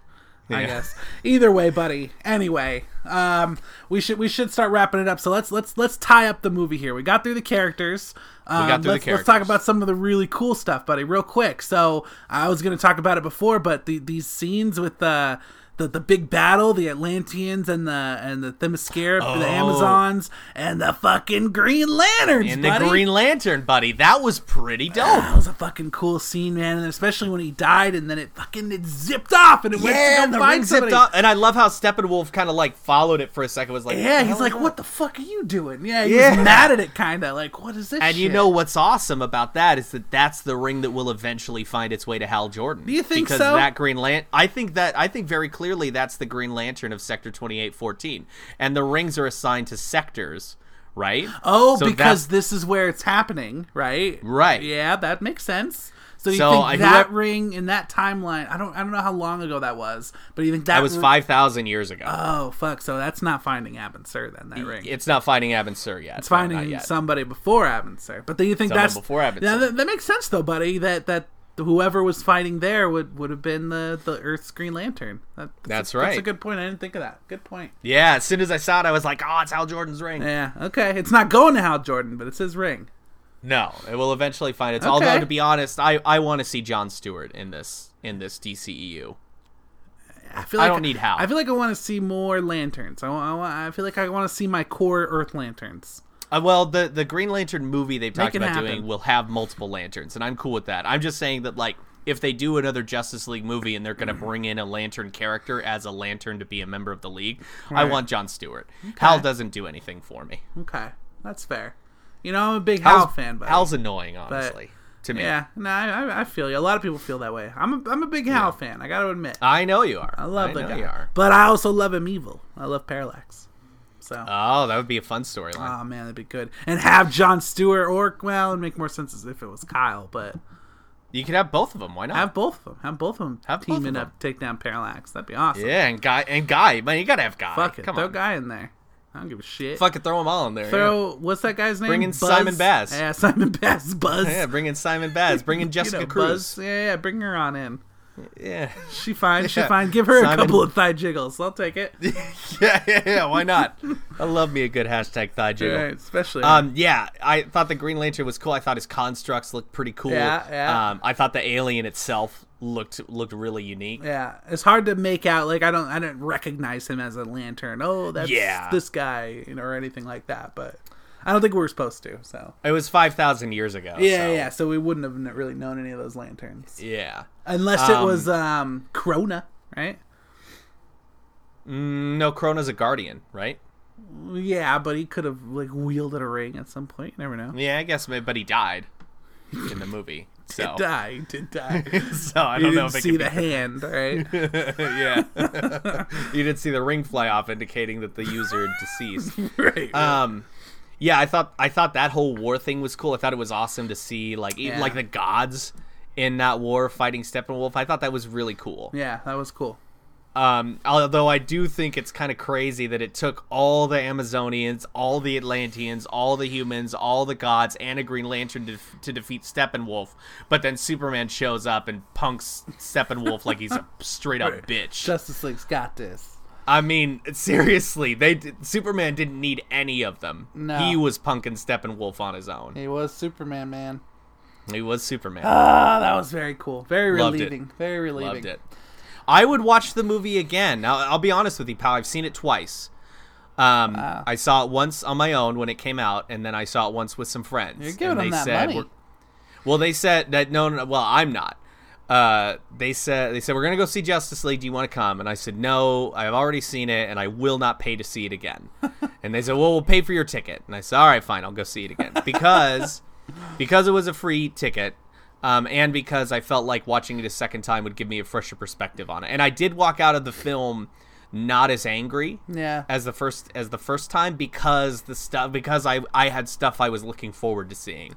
[SPEAKER 3] I
[SPEAKER 2] Yeah.
[SPEAKER 3] guess. Either way, buddy. Anyway, um, we should we should start wrapping it up. So let's let's let's tie up the movie here. We got through the characters. Um,
[SPEAKER 2] got through the
[SPEAKER 3] let's, Let's talk
[SPEAKER 2] characters.
[SPEAKER 3] about some of the really cool stuff, buddy, real quick. So I was going to talk about it before, but the, these scenes with the, the the big battle, the Atlanteans and the and the Themyscira,
[SPEAKER 2] Oh.
[SPEAKER 3] the Amazons, and the fucking Green Lanterns,
[SPEAKER 2] And
[SPEAKER 3] buddy.
[SPEAKER 2] the Green Lantern, buddy, that was pretty dope.
[SPEAKER 3] That was a fucking cool scene, man, and especially when he died, and then it fucking it zipped off, and it went to go
[SPEAKER 2] and the
[SPEAKER 3] find
[SPEAKER 2] ring zipped
[SPEAKER 3] somebody.
[SPEAKER 2] up, and I love how Steppenwolf kind of like followed it for a second. Was like,
[SPEAKER 3] Yeah, he's
[SPEAKER 2] "Hell
[SPEAKER 3] like,
[SPEAKER 2] no."
[SPEAKER 3] "What the fuck are you doing?" Yeah, he was
[SPEAKER 2] Yeah.
[SPEAKER 3] mad at it, kind of like, "What is this?"
[SPEAKER 2] And you
[SPEAKER 3] shit?"
[SPEAKER 2] know what's awesome about that is that that's the ring that will eventually find its way to Hal Jordan. Do
[SPEAKER 3] you think
[SPEAKER 2] because
[SPEAKER 3] so?
[SPEAKER 2] that Green Lantern, I think that I think very clearly that's the Green Lantern of Sector twenty eight fourteen, and the rings are assigned to sectors, right?
[SPEAKER 3] oh,
[SPEAKER 2] So that's-
[SPEAKER 3] because this is where it's happening, right?
[SPEAKER 2] Right.
[SPEAKER 3] Yeah, that makes sense. So you
[SPEAKER 2] So,
[SPEAKER 3] think
[SPEAKER 2] I-
[SPEAKER 3] that
[SPEAKER 2] whoever-
[SPEAKER 3] ring in that timeline? I don't, I don't know how long ago that was, but you think that
[SPEAKER 2] that was
[SPEAKER 3] ri-
[SPEAKER 2] five thousand years ago.
[SPEAKER 3] Oh fuck! So that's not finding Abensur then. That ring.
[SPEAKER 2] it's not finding Abin Sur yet.
[SPEAKER 3] It's finding somebody before Abensur. But then you think
[SPEAKER 2] Someone
[SPEAKER 3] that's
[SPEAKER 2] before Abensur.
[SPEAKER 3] Yeah, that, that makes sense though, buddy. That that whoever was fighting there would would have been the the Earth's Green Lantern. That,
[SPEAKER 2] That's
[SPEAKER 3] a, That's a
[SPEAKER 2] right.
[SPEAKER 3] good point. I didn't think of that. Good point.
[SPEAKER 2] Yeah, as soon as I saw it, I was like, "Oh, it's Hal Jordan's ring."
[SPEAKER 3] Yeah. Okay. It's not going to Hal Jordan, but it's his ring.
[SPEAKER 2] No, it will eventually find its.
[SPEAKER 3] Okay.
[SPEAKER 2] Although to be honest, I I want to see John Stewart in this in this E DCEU.
[SPEAKER 3] I feel
[SPEAKER 2] I
[SPEAKER 3] like
[SPEAKER 2] don't need Hal.
[SPEAKER 3] I feel like I want to see more lanterns. I, wa- I, wa- I feel like I want to see my core Earth lanterns.
[SPEAKER 2] Uh, well, the the Green Lantern movie they've talked
[SPEAKER 3] it
[SPEAKER 2] about
[SPEAKER 3] happen.
[SPEAKER 2] doing will have multiple lanterns, and I'm cool with that. I'm just saying that like if they do another Justice League movie and they're
[SPEAKER 3] Mm.
[SPEAKER 2] going to bring in a lantern character as a lantern to be a member of the league, I want John Stewart. Hal doesn't do anything for me.
[SPEAKER 3] Okay, that's fair. You know, I'm a big Hal
[SPEAKER 2] Hal's-
[SPEAKER 3] fan, buddy.
[SPEAKER 2] Hal's annoying, honestly, to me.
[SPEAKER 3] yeah, no, I, I- I feel you. A lot of people feel that way. I'm a, I'm a big Hal fan. I got to admit.
[SPEAKER 2] I know you are.
[SPEAKER 3] I love the
[SPEAKER 2] know
[SPEAKER 3] guy,
[SPEAKER 2] You are.
[SPEAKER 3] but I also love him evil. I love Parallax. So,
[SPEAKER 2] Oh, that would be a fun storyline.
[SPEAKER 3] oh man, that'd be good. And have John Stewart or well, it'd make more sense as if it was Kyle, but
[SPEAKER 2] you could have both of them. Why not?
[SPEAKER 3] have both of them. Have both of them
[SPEAKER 2] Have both of
[SPEAKER 3] teaming
[SPEAKER 2] 'em.
[SPEAKER 3] up, to take down Parallax. That'd be awesome.
[SPEAKER 2] yeah, and guy and guy, man, you gotta have guy.
[SPEAKER 3] Fuck it,
[SPEAKER 2] Come
[SPEAKER 3] throw
[SPEAKER 2] on,
[SPEAKER 3] guy in there. I don't give a shit.
[SPEAKER 2] fucking throw them all in there. yeah.
[SPEAKER 3] throw what's that guy's name?
[SPEAKER 2] Bring in Simon Bass.
[SPEAKER 3] Yeah, Simon Bass. Buzz.
[SPEAKER 2] Yeah, bring in Simon Baz, bring in
[SPEAKER 3] You
[SPEAKER 2] Jessica
[SPEAKER 3] know,
[SPEAKER 2] Cruz.
[SPEAKER 3] Buzz. Yeah, yeah, bring her on in.
[SPEAKER 2] Yeah.
[SPEAKER 3] She fine. She
[SPEAKER 2] Yeah.
[SPEAKER 3] fine. Give her a
[SPEAKER 2] Simon-
[SPEAKER 3] couple of thigh jiggles. I'll take it.
[SPEAKER 2] yeah, yeah, yeah. Why not? I love me a good hashtag thigh jiggle.
[SPEAKER 3] Right, especially.
[SPEAKER 2] Um, yeah, I thought the Green Lantern was cool. I thought his constructs looked pretty cool.
[SPEAKER 3] Yeah, yeah.
[SPEAKER 2] Um, I thought the alien itself looked looked really unique.
[SPEAKER 3] Yeah, it's hard to make out. Like I don't, I don't recognize him as a lantern. Oh, that's
[SPEAKER 2] Yeah.
[SPEAKER 3] this guy, you know, or anything like that. But I don't think we were supposed to. So
[SPEAKER 2] It was five thousand years ago.
[SPEAKER 3] yeah,
[SPEAKER 2] so-
[SPEAKER 3] yeah. So we wouldn't have kn- really known any of those lanterns
[SPEAKER 2] yeah.
[SPEAKER 3] unless it
[SPEAKER 2] Um,
[SPEAKER 3] was um Krona, right?
[SPEAKER 2] Mm, No, Krona's a guardian, right?
[SPEAKER 3] Yeah, but he could have like wielded a ring at some point. You never know.
[SPEAKER 2] Yeah, I guess, but he died in the movie. So,
[SPEAKER 3] Die he did die. You
[SPEAKER 2] so I don't
[SPEAKER 3] didn't
[SPEAKER 2] know if it
[SPEAKER 3] see
[SPEAKER 2] could
[SPEAKER 3] the hand, right?
[SPEAKER 2] yeah. you did see the ring fly off, indicating that the user had deceased.
[SPEAKER 3] right.
[SPEAKER 2] Um, yeah, I thought I thought that whole war thing was cool. I thought it was awesome to see, like even
[SPEAKER 3] Yeah.
[SPEAKER 2] like the gods in that war fighting Steppenwolf. I thought that was really cool.
[SPEAKER 3] yeah, that was cool.
[SPEAKER 2] Um, although I do think it's kind of crazy that it took all the Amazonians, all the Atlanteans, all the humans, all the gods, and a Green Lantern to, to defeat Steppenwolf. But then Superman shows up and punks Steppenwolf like he's a straight up bitch.
[SPEAKER 3] Justice League's got this.
[SPEAKER 2] I mean, seriously, they did, Superman didn't need any of them.
[SPEAKER 3] No.
[SPEAKER 2] He was punking Steppenwolf on his own.
[SPEAKER 3] He was Superman, man.
[SPEAKER 2] He was Superman.
[SPEAKER 3] Ah, that was very cool. Very
[SPEAKER 2] Loved it.
[SPEAKER 3] relieving. Very relieving.
[SPEAKER 2] Loved it. I would watch the movie again. Now, I'll be honest with you, pal. I've seen it twice. Um,
[SPEAKER 3] Ah.
[SPEAKER 2] I saw it once on my own when it came out, and then I saw it once with some friends.
[SPEAKER 3] You're giving
[SPEAKER 2] and
[SPEAKER 3] them that money.
[SPEAKER 2] we're- Well, they said that no, no. Well, I'm not. Uh, they said they said we're gonna go see Justice League. Do you want to come? And I said no. I've already seen it, and I will not pay to see it again. and they said, well, we'll pay for your ticket. And I said, all right, fine, I'll go see it again because because it was a free ticket. um, and because I felt like watching it a second time would give me a fresher perspective on it. And I did walk out of the film not as angry
[SPEAKER 3] Yeah.
[SPEAKER 2] as the first as the first time because the stuff because I I had stuff I was looking forward to seeing.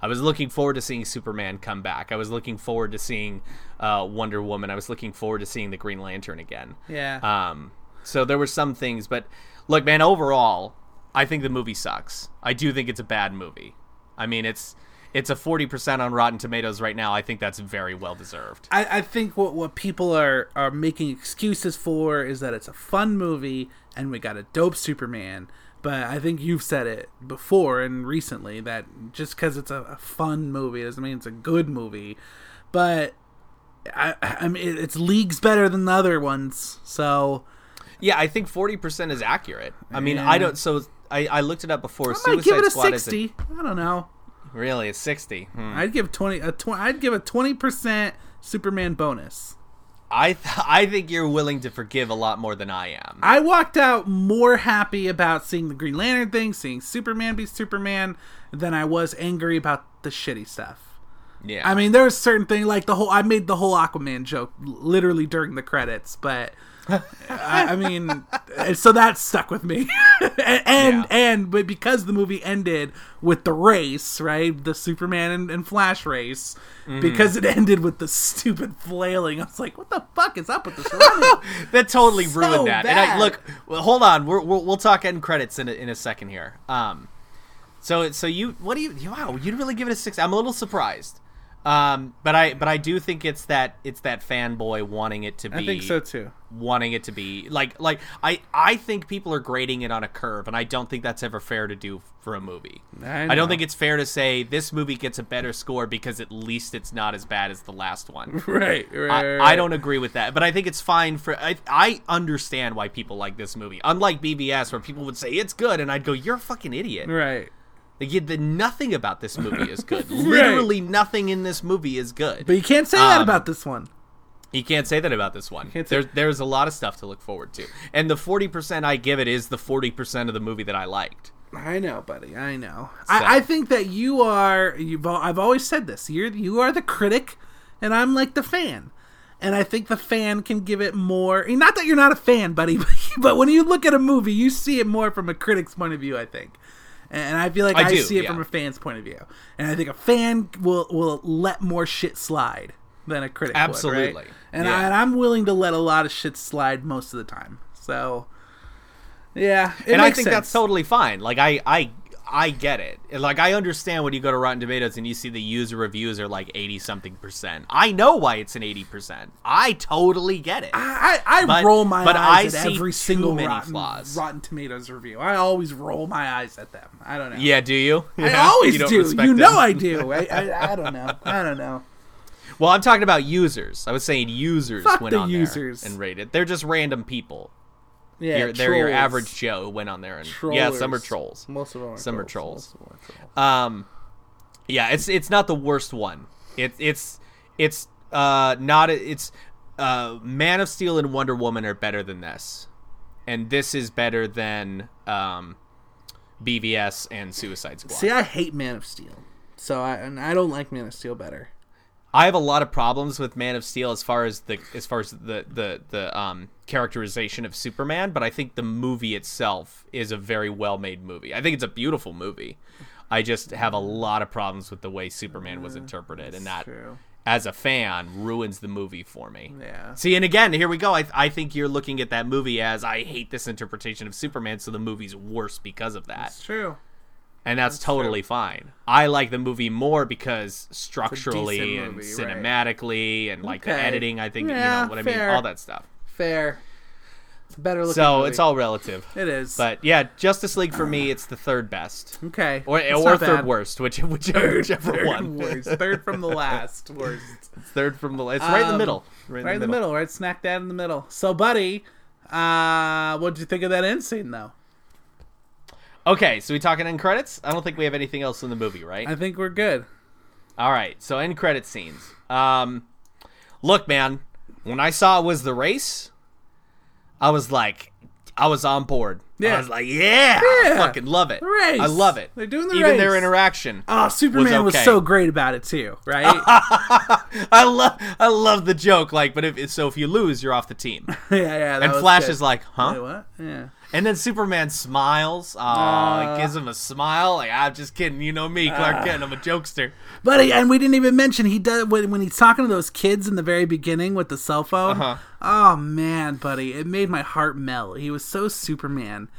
[SPEAKER 2] I was looking forward to seeing Superman come back. I was looking forward to seeing uh, Wonder Woman. I was looking forward to seeing the Green Lantern again.
[SPEAKER 3] Yeah.
[SPEAKER 2] Um, so there were some things, but look, man, overall, I think the movie sucks. I do think it's a bad movie. I mean, it's it's a forty percent on Rotten Tomatoes right now. I think that's very well deserved.
[SPEAKER 3] I, I think what what people are are making excuses for is that it's a fun movie and we got a dope Superman. But I think you've said it before and recently that just because it's a, a fun movie doesn't mean it's a good movie. But I, I mean, it- it's leagues better than the other ones. So
[SPEAKER 2] Yeah, I think forty percent is accurate. I mean, I don't. So I, I looked it up before.
[SPEAKER 3] I might give it a
[SPEAKER 2] Squad is
[SPEAKER 3] sixty. I don't know.
[SPEAKER 2] really a sixty. Hmm.
[SPEAKER 3] I'd give twenty a tw- I'd give a twenty percent Superman bonus.
[SPEAKER 2] I th- I think you're willing to forgive a lot more than I am.
[SPEAKER 3] I walked out more happy about seeing the Green Lantern thing, seeing Superman be Superman, than I was angry about the shitty stuff.
[SPEAKER 2] yeah,
[SPEAKER 3] I mean, there was certain thing like the whole. I made the whole Aquaman joke l- literally during the credits, but I, I mean, and so that stuck with me. and and,
[SPEAKER 2] Yeah.
[SPEAKER 3] and- but because the movie ended with the race, right, the Superman and, and Flash race, because it ended with the stupid flailing, I was like, what the fuck is up with this running?
[SPEAKER 2] that totally
[SPEAKER 3] So
[SPEAKER 2] ruined that. And I,
[SPEAKER 3] bad.
[SPEAKER 2] look, well, hold on. We're, we're, we'll talk end credits in a, in a second here. Um, so so you what do you wow you'd really give it a six? I'm a little surprised. Um, but I but I do think it's that it's that fanboy wanting it to be.
[SPEAKER 3] I think so too.
[SPEAKER 2] Wanting it to be like like I I think people are grading it on a curve, and I don't think that's ever fair to do for a movie.
[SPEAKER 3] I
[SPEAKER 2] I don't
[SPEAKER 3] know.
[SPEAKER 2] think it's fair to say this movie gets a better score because at least it's not as bad as the last one.
[SPEAKER 3] Right, right. right.
[SPEAKER 2] I, I don't agree with that, but I think it's fine for. I, I understand why people like this movie. Unlike BBS, where people would say it's good, and I'd go, "You're a fucking idiot."
[SPEAKER 3] Right.
[SPEAKER 2] Like, you- the, nothing about this movie is good. Literally nothing in this movie is good.
[SPEAKER 3] But you can't say
[SPEAKER 2] Um,
[SPEAKER 3] that about this one.
[SPEAKER 2] You can't say that about this one.
[SPEAKER 3] say-
[SPEAKER 2] There's there's a lot of stuff to look forward to, and the forty percent I give it is the forty percent of the movie that I liked.
[SPEAKER 3] I know, buddy. I know.
[SPEAKER 2] So-
[SPEAKER 3] I, I think that you are. You've. al- I've always said this. You're. You are the critic, and I'm like the fan. And I think the fan can give it more. Not that you're not a fan, buddy, but when you look at a movie, you see it more from a critic's point of view. I think. And I feel like
[SPEAKER 2] I
[SPEAKER 3] I,
[SPEAKER 2] do,
[SPEAKER 3] see it
[SPEAKER 2] yeah.
[SPEAKER 3] from a fan's point of view, and I think a fan will will let more shit slide than a critic. would, right?
[SPEAKER 2] Absolutely.
[SPEAKER 3] and,
[SPEAKER 2] Yeah.
[SPEAKER 3] I, and I'm willing to let a lot of shit slide most of the time. So, yeah, it
[SPEAKER 2] and I
[SPEAKER 3] makes
[SPEAKER 2] think that's
[SPEAKER 3] sense.
[SPEAKER 2] totally fine. Like I, I, I get it. Like I understand when you go to Rotten Tomatoes and you see the user reviews are like eighty something percent. I know why it's an eighty percent. I totally get it.
[SPEAKER 3] I, I
[SPEAKER 2] But-
[SPEAKER 3] roll my
[SPEAKER 2] but
[SPEAKER 3] eyes
[SPEAKER 2] I
[SPEAKER 3] at
[SPEAKER 2] see
[SPEAKER 3] every
[SPEAKER 2] too
[SPEAKER 3] single
[SPEAKER 2] many
[SPEAKER 3] rotten,
[SPEAKER 2] flaws.
[SPEAKER 3] rotten Tomatoes review. I always roll my eyes at them. I don't know.
[SPEAKER 2] yeah, do you?
[SPEAKER 3] I
[SPEAKER 2] Yeah,
[SPEAKER 3] always
[SPEAKER 2] don't
[SPEAKER 3] do.
[SPEAKER 2] respect
[SPEAKER 3] You know
[SPEAKER 2] them.
[SPEAKER 3] I do. I, I, I don't know. I don't know.
[SPEAKER 2] Well, I'm talking about users. I was saying users
[SPEAKER 3] Fuck
[SPEAKER 2] went
[SPEAKER 3] the
[SPEAKER 2] on
[SPEAKER 3] users.
[SPEAKER 2] there and rated. They're just random people.
[SPEAKER 3] Yeah,
[SPEAKER 2] You're- they're your
[SPEAKER 3] trolls.
[SPEAKER 2] average Joe who went on there and yeah, some are trolls.
[SPEAKER 3] Most of them are
[SPEAKER 2] Some are
[SPEAKER 3] trolls.
[SPEAKER 2] trolls.
[SPEAKER 3] Most of them are trolls.
[SPEAKER 2] Um, yeah, it's it's not the worst one. It's it's it's uh not it's uh Man of Steel and Wonder Woman are better than this, and this is better than um BVS and Suicide Squad.
[SPEAKER 3] See, I hate Man of Steel, so I and I don't like Man of Steel better.
[SPEAKER 2] I have a lot of problems with Man of Steel as far as the as far as the the the um characterization of Superman, but I think the movie itself is a very well made movie. I think it's a beautiful movie. I just have a lot of problems with the way Superman was interpreted, and that
[SPEAKER 3] Mm, true.
[SPEAKER 2] as a fan ruins the movie for me.
[SPEAKER 3] Yeah.
[SPEAKER 2] See, and again, here we go. I I think you're looking at that movie as I hate this interpretation of Superman, so the movie's worse because of that
[SPEAKER 3] It's true.
[SPEAKER 2] and that's, totally fine. I like the movie more because structurally and
[SPEAKER 3] movie, right.
[SPEAKER 2] cinematically and like the
[SPEAKER 3] Okay.
[SPEAKER 2] editing. I think you
[SPEAKER 3] Yeah,
[SPEAKER 2] know what I mean,
[SPEAKER 3] fair.
[SPEAKER 2] all that stuff.
[SPEAKER 3] Fair. It's a better looking.
[SPEAKER 2] So
[SPEAKER 3] movie.
[SPEAKER 2] it's all relative.
[SPEAKER 3] It is.
[SPEAKER 2] But yeah, Justice League for me, it's the third best
[SPEAKER 3] okay.
[SPEAKER 2] or
[SPEAKER 3] It's
[SPEAKER 2] or
[SPEAKER 3] not
[SPEAKER 2] third
[SPEAKER 3] bad.
[SPEAKER 2] worst, which, whichever whichever
[SPEAKER 3] Third
[SPEAKER 2] one.
[SPEAKER 3] worst. Third from the last worst.
[SPEAKER 2] third from the it's right in the
[SPEAKER 3] Um,
[SPEAKER 2] middle.
[SPEAKER 3] right in the middle, right smack dab in the middle. So, buddy, uh, what'd you think of that end scene, though?
[SPEAKER 2] Okay, so we talking end credits? I don't think we have anything else in the movie, right?
[SPEAKER 3] I think we're good.
[SPEAKER 2] All right, so end credit scenes. Um, look, man, when I saw it was the race, I was like, I was on board.
[SPEAKER 3] Yeah.
[SPEAKER 2] I was like, yeah, I
[SPEAKER 3] Yeah.
[SPEAKER 2] fucking love it.
[SPEAKER 3] Race.
[SPEAKER 2] I love it.
[SPEAKER 3] They're doing the
[SPEAKER 2] even their
[SPEAKER 3] race.
[SPEAKER 2] interaction.
[SPEAKER 3] Oh, Superman was,
[SPEAKER 2] okay.
[SPEAKER 3] so great about it too, right?
[SPEAKER 2] I love I love the joke. Like, but if so, if you lose, you're off the team.
[SPEAKER 3] yeah, yeah. that
[SPEAKER 2] And
[SPEAKER 3] was
[SPEAKER 2] Flash
[SPEAKER 3] good.
[SPEAKER 2] is like, huh?
[SPEAKER 3] Wait, what? Yeah.
[SPEAKER 2] And then Superman smiles. Oh,
[SPEAKER 3] Uh.
[SPEAKER 2] it gives him a smile. Like, I'm just kidding. You know me, Clark Kent. I'm a jokester.
[SPEAKER 3] But he- and we didn't even mention he does when, when he's talking to those kids in the very beginning with the cell phone.
[SPEAKER 2] Uh-huh.
[SPEAKER 3] Oh man, buddy, it made my heart melt. He was so Superman.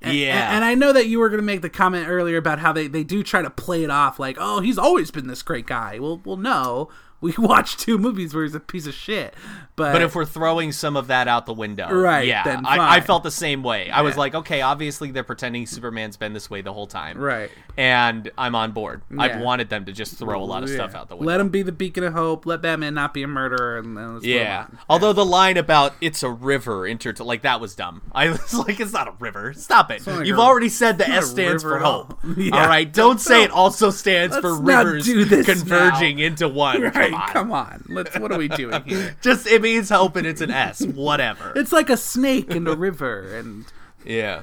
[SPEAKER 3] And,
[SPEAKER 2] Yeah.
[SPEAKER 3] and, and I know that you were going to make the comment earlier about how they, they do try to play it off like, oh, he's always been this great guy. Well, well, no, we watched two movies where he's a piece of shit. But,
[SPEAKER 2] But if we're throwing some of that out the window,
[SPEAKER 3] Right,
[SPEAKER 2] Yeah,
[SPEAKER 3] then
[SPEAKER 2] I, I
[SPEAKER 3] fine.
[SPEAKER 2] felt the same way. I was like, okay, obviously they're pretending Superman's been this way the whole time,
[SPEAKER 3] Right.
[SPEAKER 2] And I'm on board. I've
[SPEAKER 3] Yeah.
[SPEAKER 2] wanted them to just throw a lot of stuff out the window.
[SPEAKER 3] let him be the beacon of hope, let Batman not be a murderer, and then let's move
[SPEAKER 2] yeah.
[SPEAKER 3] on.
[SPEAKER 2] Although the line about it's a river inter like that was dumb. I was like, it's not a river. Stop it.
[SPEAKER 3] not like
[SPEAKER 2] You've
[SPEAKER 3] a-
[SPEAKER 2] already said the
[SPEAKER 3] not
[SPEAKER 2] S
[SPEAKER 3] a
[SPEAKER 2] stands
[SPEAKER 3] river
[SPEAKER 2] for
[SPEAKER 3] at all.
[SPEAKER 2] hope.
[SPEAKER 3] Yeah.
[SPEAKER 2] All right. Don't say it also stands for
[SPEAKER 3] Let's not
[SPEAKER 2] rivers
[SPEAKER 3] do this
[SPEAKER 2] converging
[SPEAKER 3] now.
[SPEAKER 2] into one.
[SPEAKER 3] Right,
[SPEAKER 2] Come on.
[SPEAKER 3] come on. Let's what are we doing here?
[SPEAKER 2] Just it means hope and it's an S. Whatever.
[SPEAKER 3] It's like a snake in a river and
[SPEAKER 2] yeah.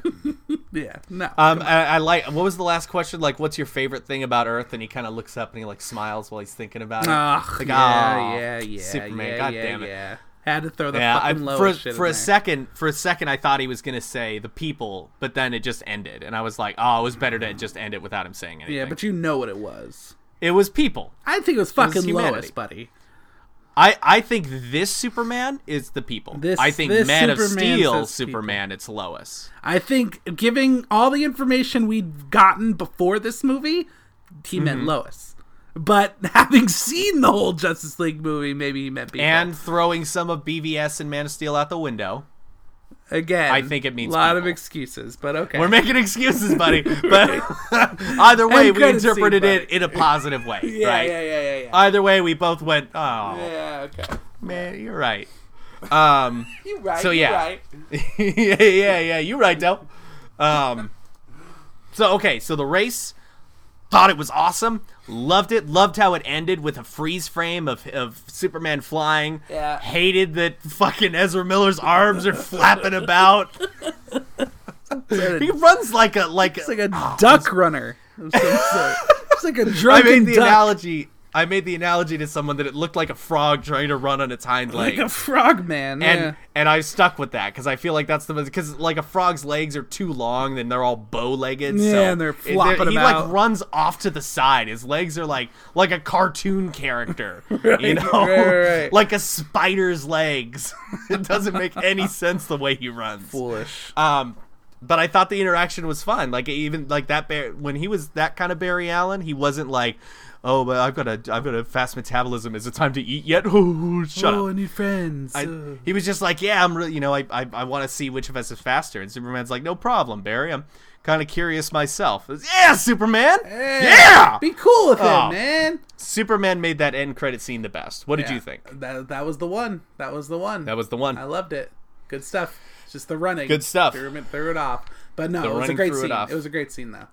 [SPEAKER 3] yeah, no.
[SPEAKER 2] Um, I, I like. What was the last question? Like, what's your favorite thing about Earth? And he kind of looks up and he like smiles while he's thinking about it.
[SPEAKER 3] Ugh,
[SPEAKER 2] like,
[SPEAKER 3] yeah,
[SPEAKER 2] "Aw,
[SPEAKER 3] yeah, yeah,
[SPEAKER 2] Superman,
[SPEAKER 3] yeah,
[SPEAKER 2] God
[SPEAKER 3] yeah,
[SPEAKER 2] damn it.
[SPEAKER 3] yeah. Had to throw the
[SPEAKER 2] Yeah, I,
[SPEAKER 3] fucking low
[SPEAKER 2] for
[SPEAKER 3] shit in
[SPEAKER 2] for a
[SPEAKER 3] there.
[SPEAKER 2] second, for a second, I thought he was gonna say the people, but then it just ended, and I was like, oh, it was better to just end it without him saying anything.
[SPEAKER 3] Mm. Yeah, but you know what it was.
[SPEAKER 2] it was people.
[SPEAKER 3] I think it was fucking
[SPEAKER 2] humanity.
[SPEAKER 3] Lois, buddy.
[SPEAKER 2] I, I think this Superman is the people.
[SPEAKER 3] This-
[SPEAKER 2] I think
[SPEAKER 3] this
[SPEAKER 2] Man of
[SPEAKER 3] Superman
[SPEAKER 2] Steel
[SPEAKER 3] says
[SPEAKER 2] Superman, it's Lois.
[SPEAKER 3] I think giving all the information we'd gotten before this movie, he meant Lois. But having seen the whole Justice League movie, maybe he meant people.
[SPEAKER 2] And throwing some of BVS and Man of Steel out the winw.
[SPEAKER 3] again,
[SPEAKER 2] I think it means
[SPEAKER 3] a lot of
[SPEAKER 2] people.
[SPEAKER 3] excuses, but okay.
[SPEAKER 2] We're making excuses, buddy. But either way,
[SPEAKER 3] And
[SPEAKER 2] we
[SPEAKER 3] couldn't see,
[SPEAKER 2] interpreted it
[SPEAKER 3] buddy.
[SPEAKER 2] in a positive way,
[SPEAKER 3] yeah,
[SPEAKER 2] right?
[SPEAKER 3] yeah, yeah, yeah, yeah.
[SPEAKER 2] Either way, we both went, "Oh,
[SPEAKER 3] yeah, okay.
[SPEAKER 2] man, you're right." Um,
[SPEAKER 3] You right.
[SPEAKER 2] So,
[SPEAKER 3] you
[SPEAKER 2] yeah.
[SPEAKER 3] right.
[SPEAKER 2] yeah, yeah, yeah. You right, Del. Um, so okay, so the race thought it was awesome, loved it, loved how it ended with a freeze frame of of Superman flying.
[SPEAKER 3] Yeah.
[SPEAKER 2] Hated that fucking Ezra Miller's arms are flapping about. he runs like a like
[SPEAKER 3] It's like a duck runner. of some sort. It's like a
[SPEAKER 2] I
[SPEAKER 3] drunken
[SPEAKER 2] made the
[SPEAKER 3] duck.
[SPEAKER 2] analogy. I made the analogy to someone that it looked like a frog trying to run on its hind
[SPEAKER 3] like
[SPEAKER 2] legs.
[SPEAKER 3] a frog man.
[SPEAKER 2] and
[SPEAKER 3] yeah.
[SPEAKER 2] and I stuck with that because I feel like that's the because like a frog's legs are too long and they're all bow legged. so
[SPEAKER 3] Yeah, and they're
[SPEAKER 2] it-
[SPEAKER 3] flopping
[SPEAKER 2] He like
[SPEAKER 3] about.
[SPEAKER 2] runs off to the side. His legs are like like a cartoon character, you know,
[SPEAKER 3] right, right.
[SPEAKER 2] like a spider's legs. it doesn't make any sense the way he runs.
[SPEAKER 3] foolish.
[SPEAKER 2] Um, but I thought the interaction was fun. Like even like that Bar- when he was that kind of Barry Allen, he wasn't like, "Oh, but I've got a I've got a fast metabolism. Is it time to eat yet?" Shut
[SPEAKER 3] oh, I
[SPEAKER 2] up.
[SPEAKER 3] need friends.
[SPEAKER 2] I,
[SPEAKER 3] Ugh.
[SPEAKER 2] he was just like, "Yeah, I'm really, you know, I I, I want to see which of us is faster." And Superman's like, "No problem, Barry. I'm kind of curious myself." yeah, Superman. Yeah.
[SPEAKER 3] be cool with
[SPEAKER 2] Oh.
[SPEAKER 3] him, man.
[SPEAKER 2] Superman made that end credit scene the best. What did you
[SPEAKER 3] Yeah.
[SPEAKER 2] think?
[SPEAKER 3] That that was the one. That was the one.
[SPEAKER 2] That was the one.
[SPEAKER 3] I loved it. Good stuff. It's Just the running.
[SPEAKER 2] Good stuff.
[SPEAKER 3] Threw it, threw it off. But no,
[SPEAKER 2] The
[SPEAKER 3] it was a
[SPEAKER 2] running
[SPEAKER 3] great
[SPEAKER 2] threw it
[SPEAKER 3] scene.
[SPEAKER 2] off.
[SPEAKER 3] It, was a great scene though.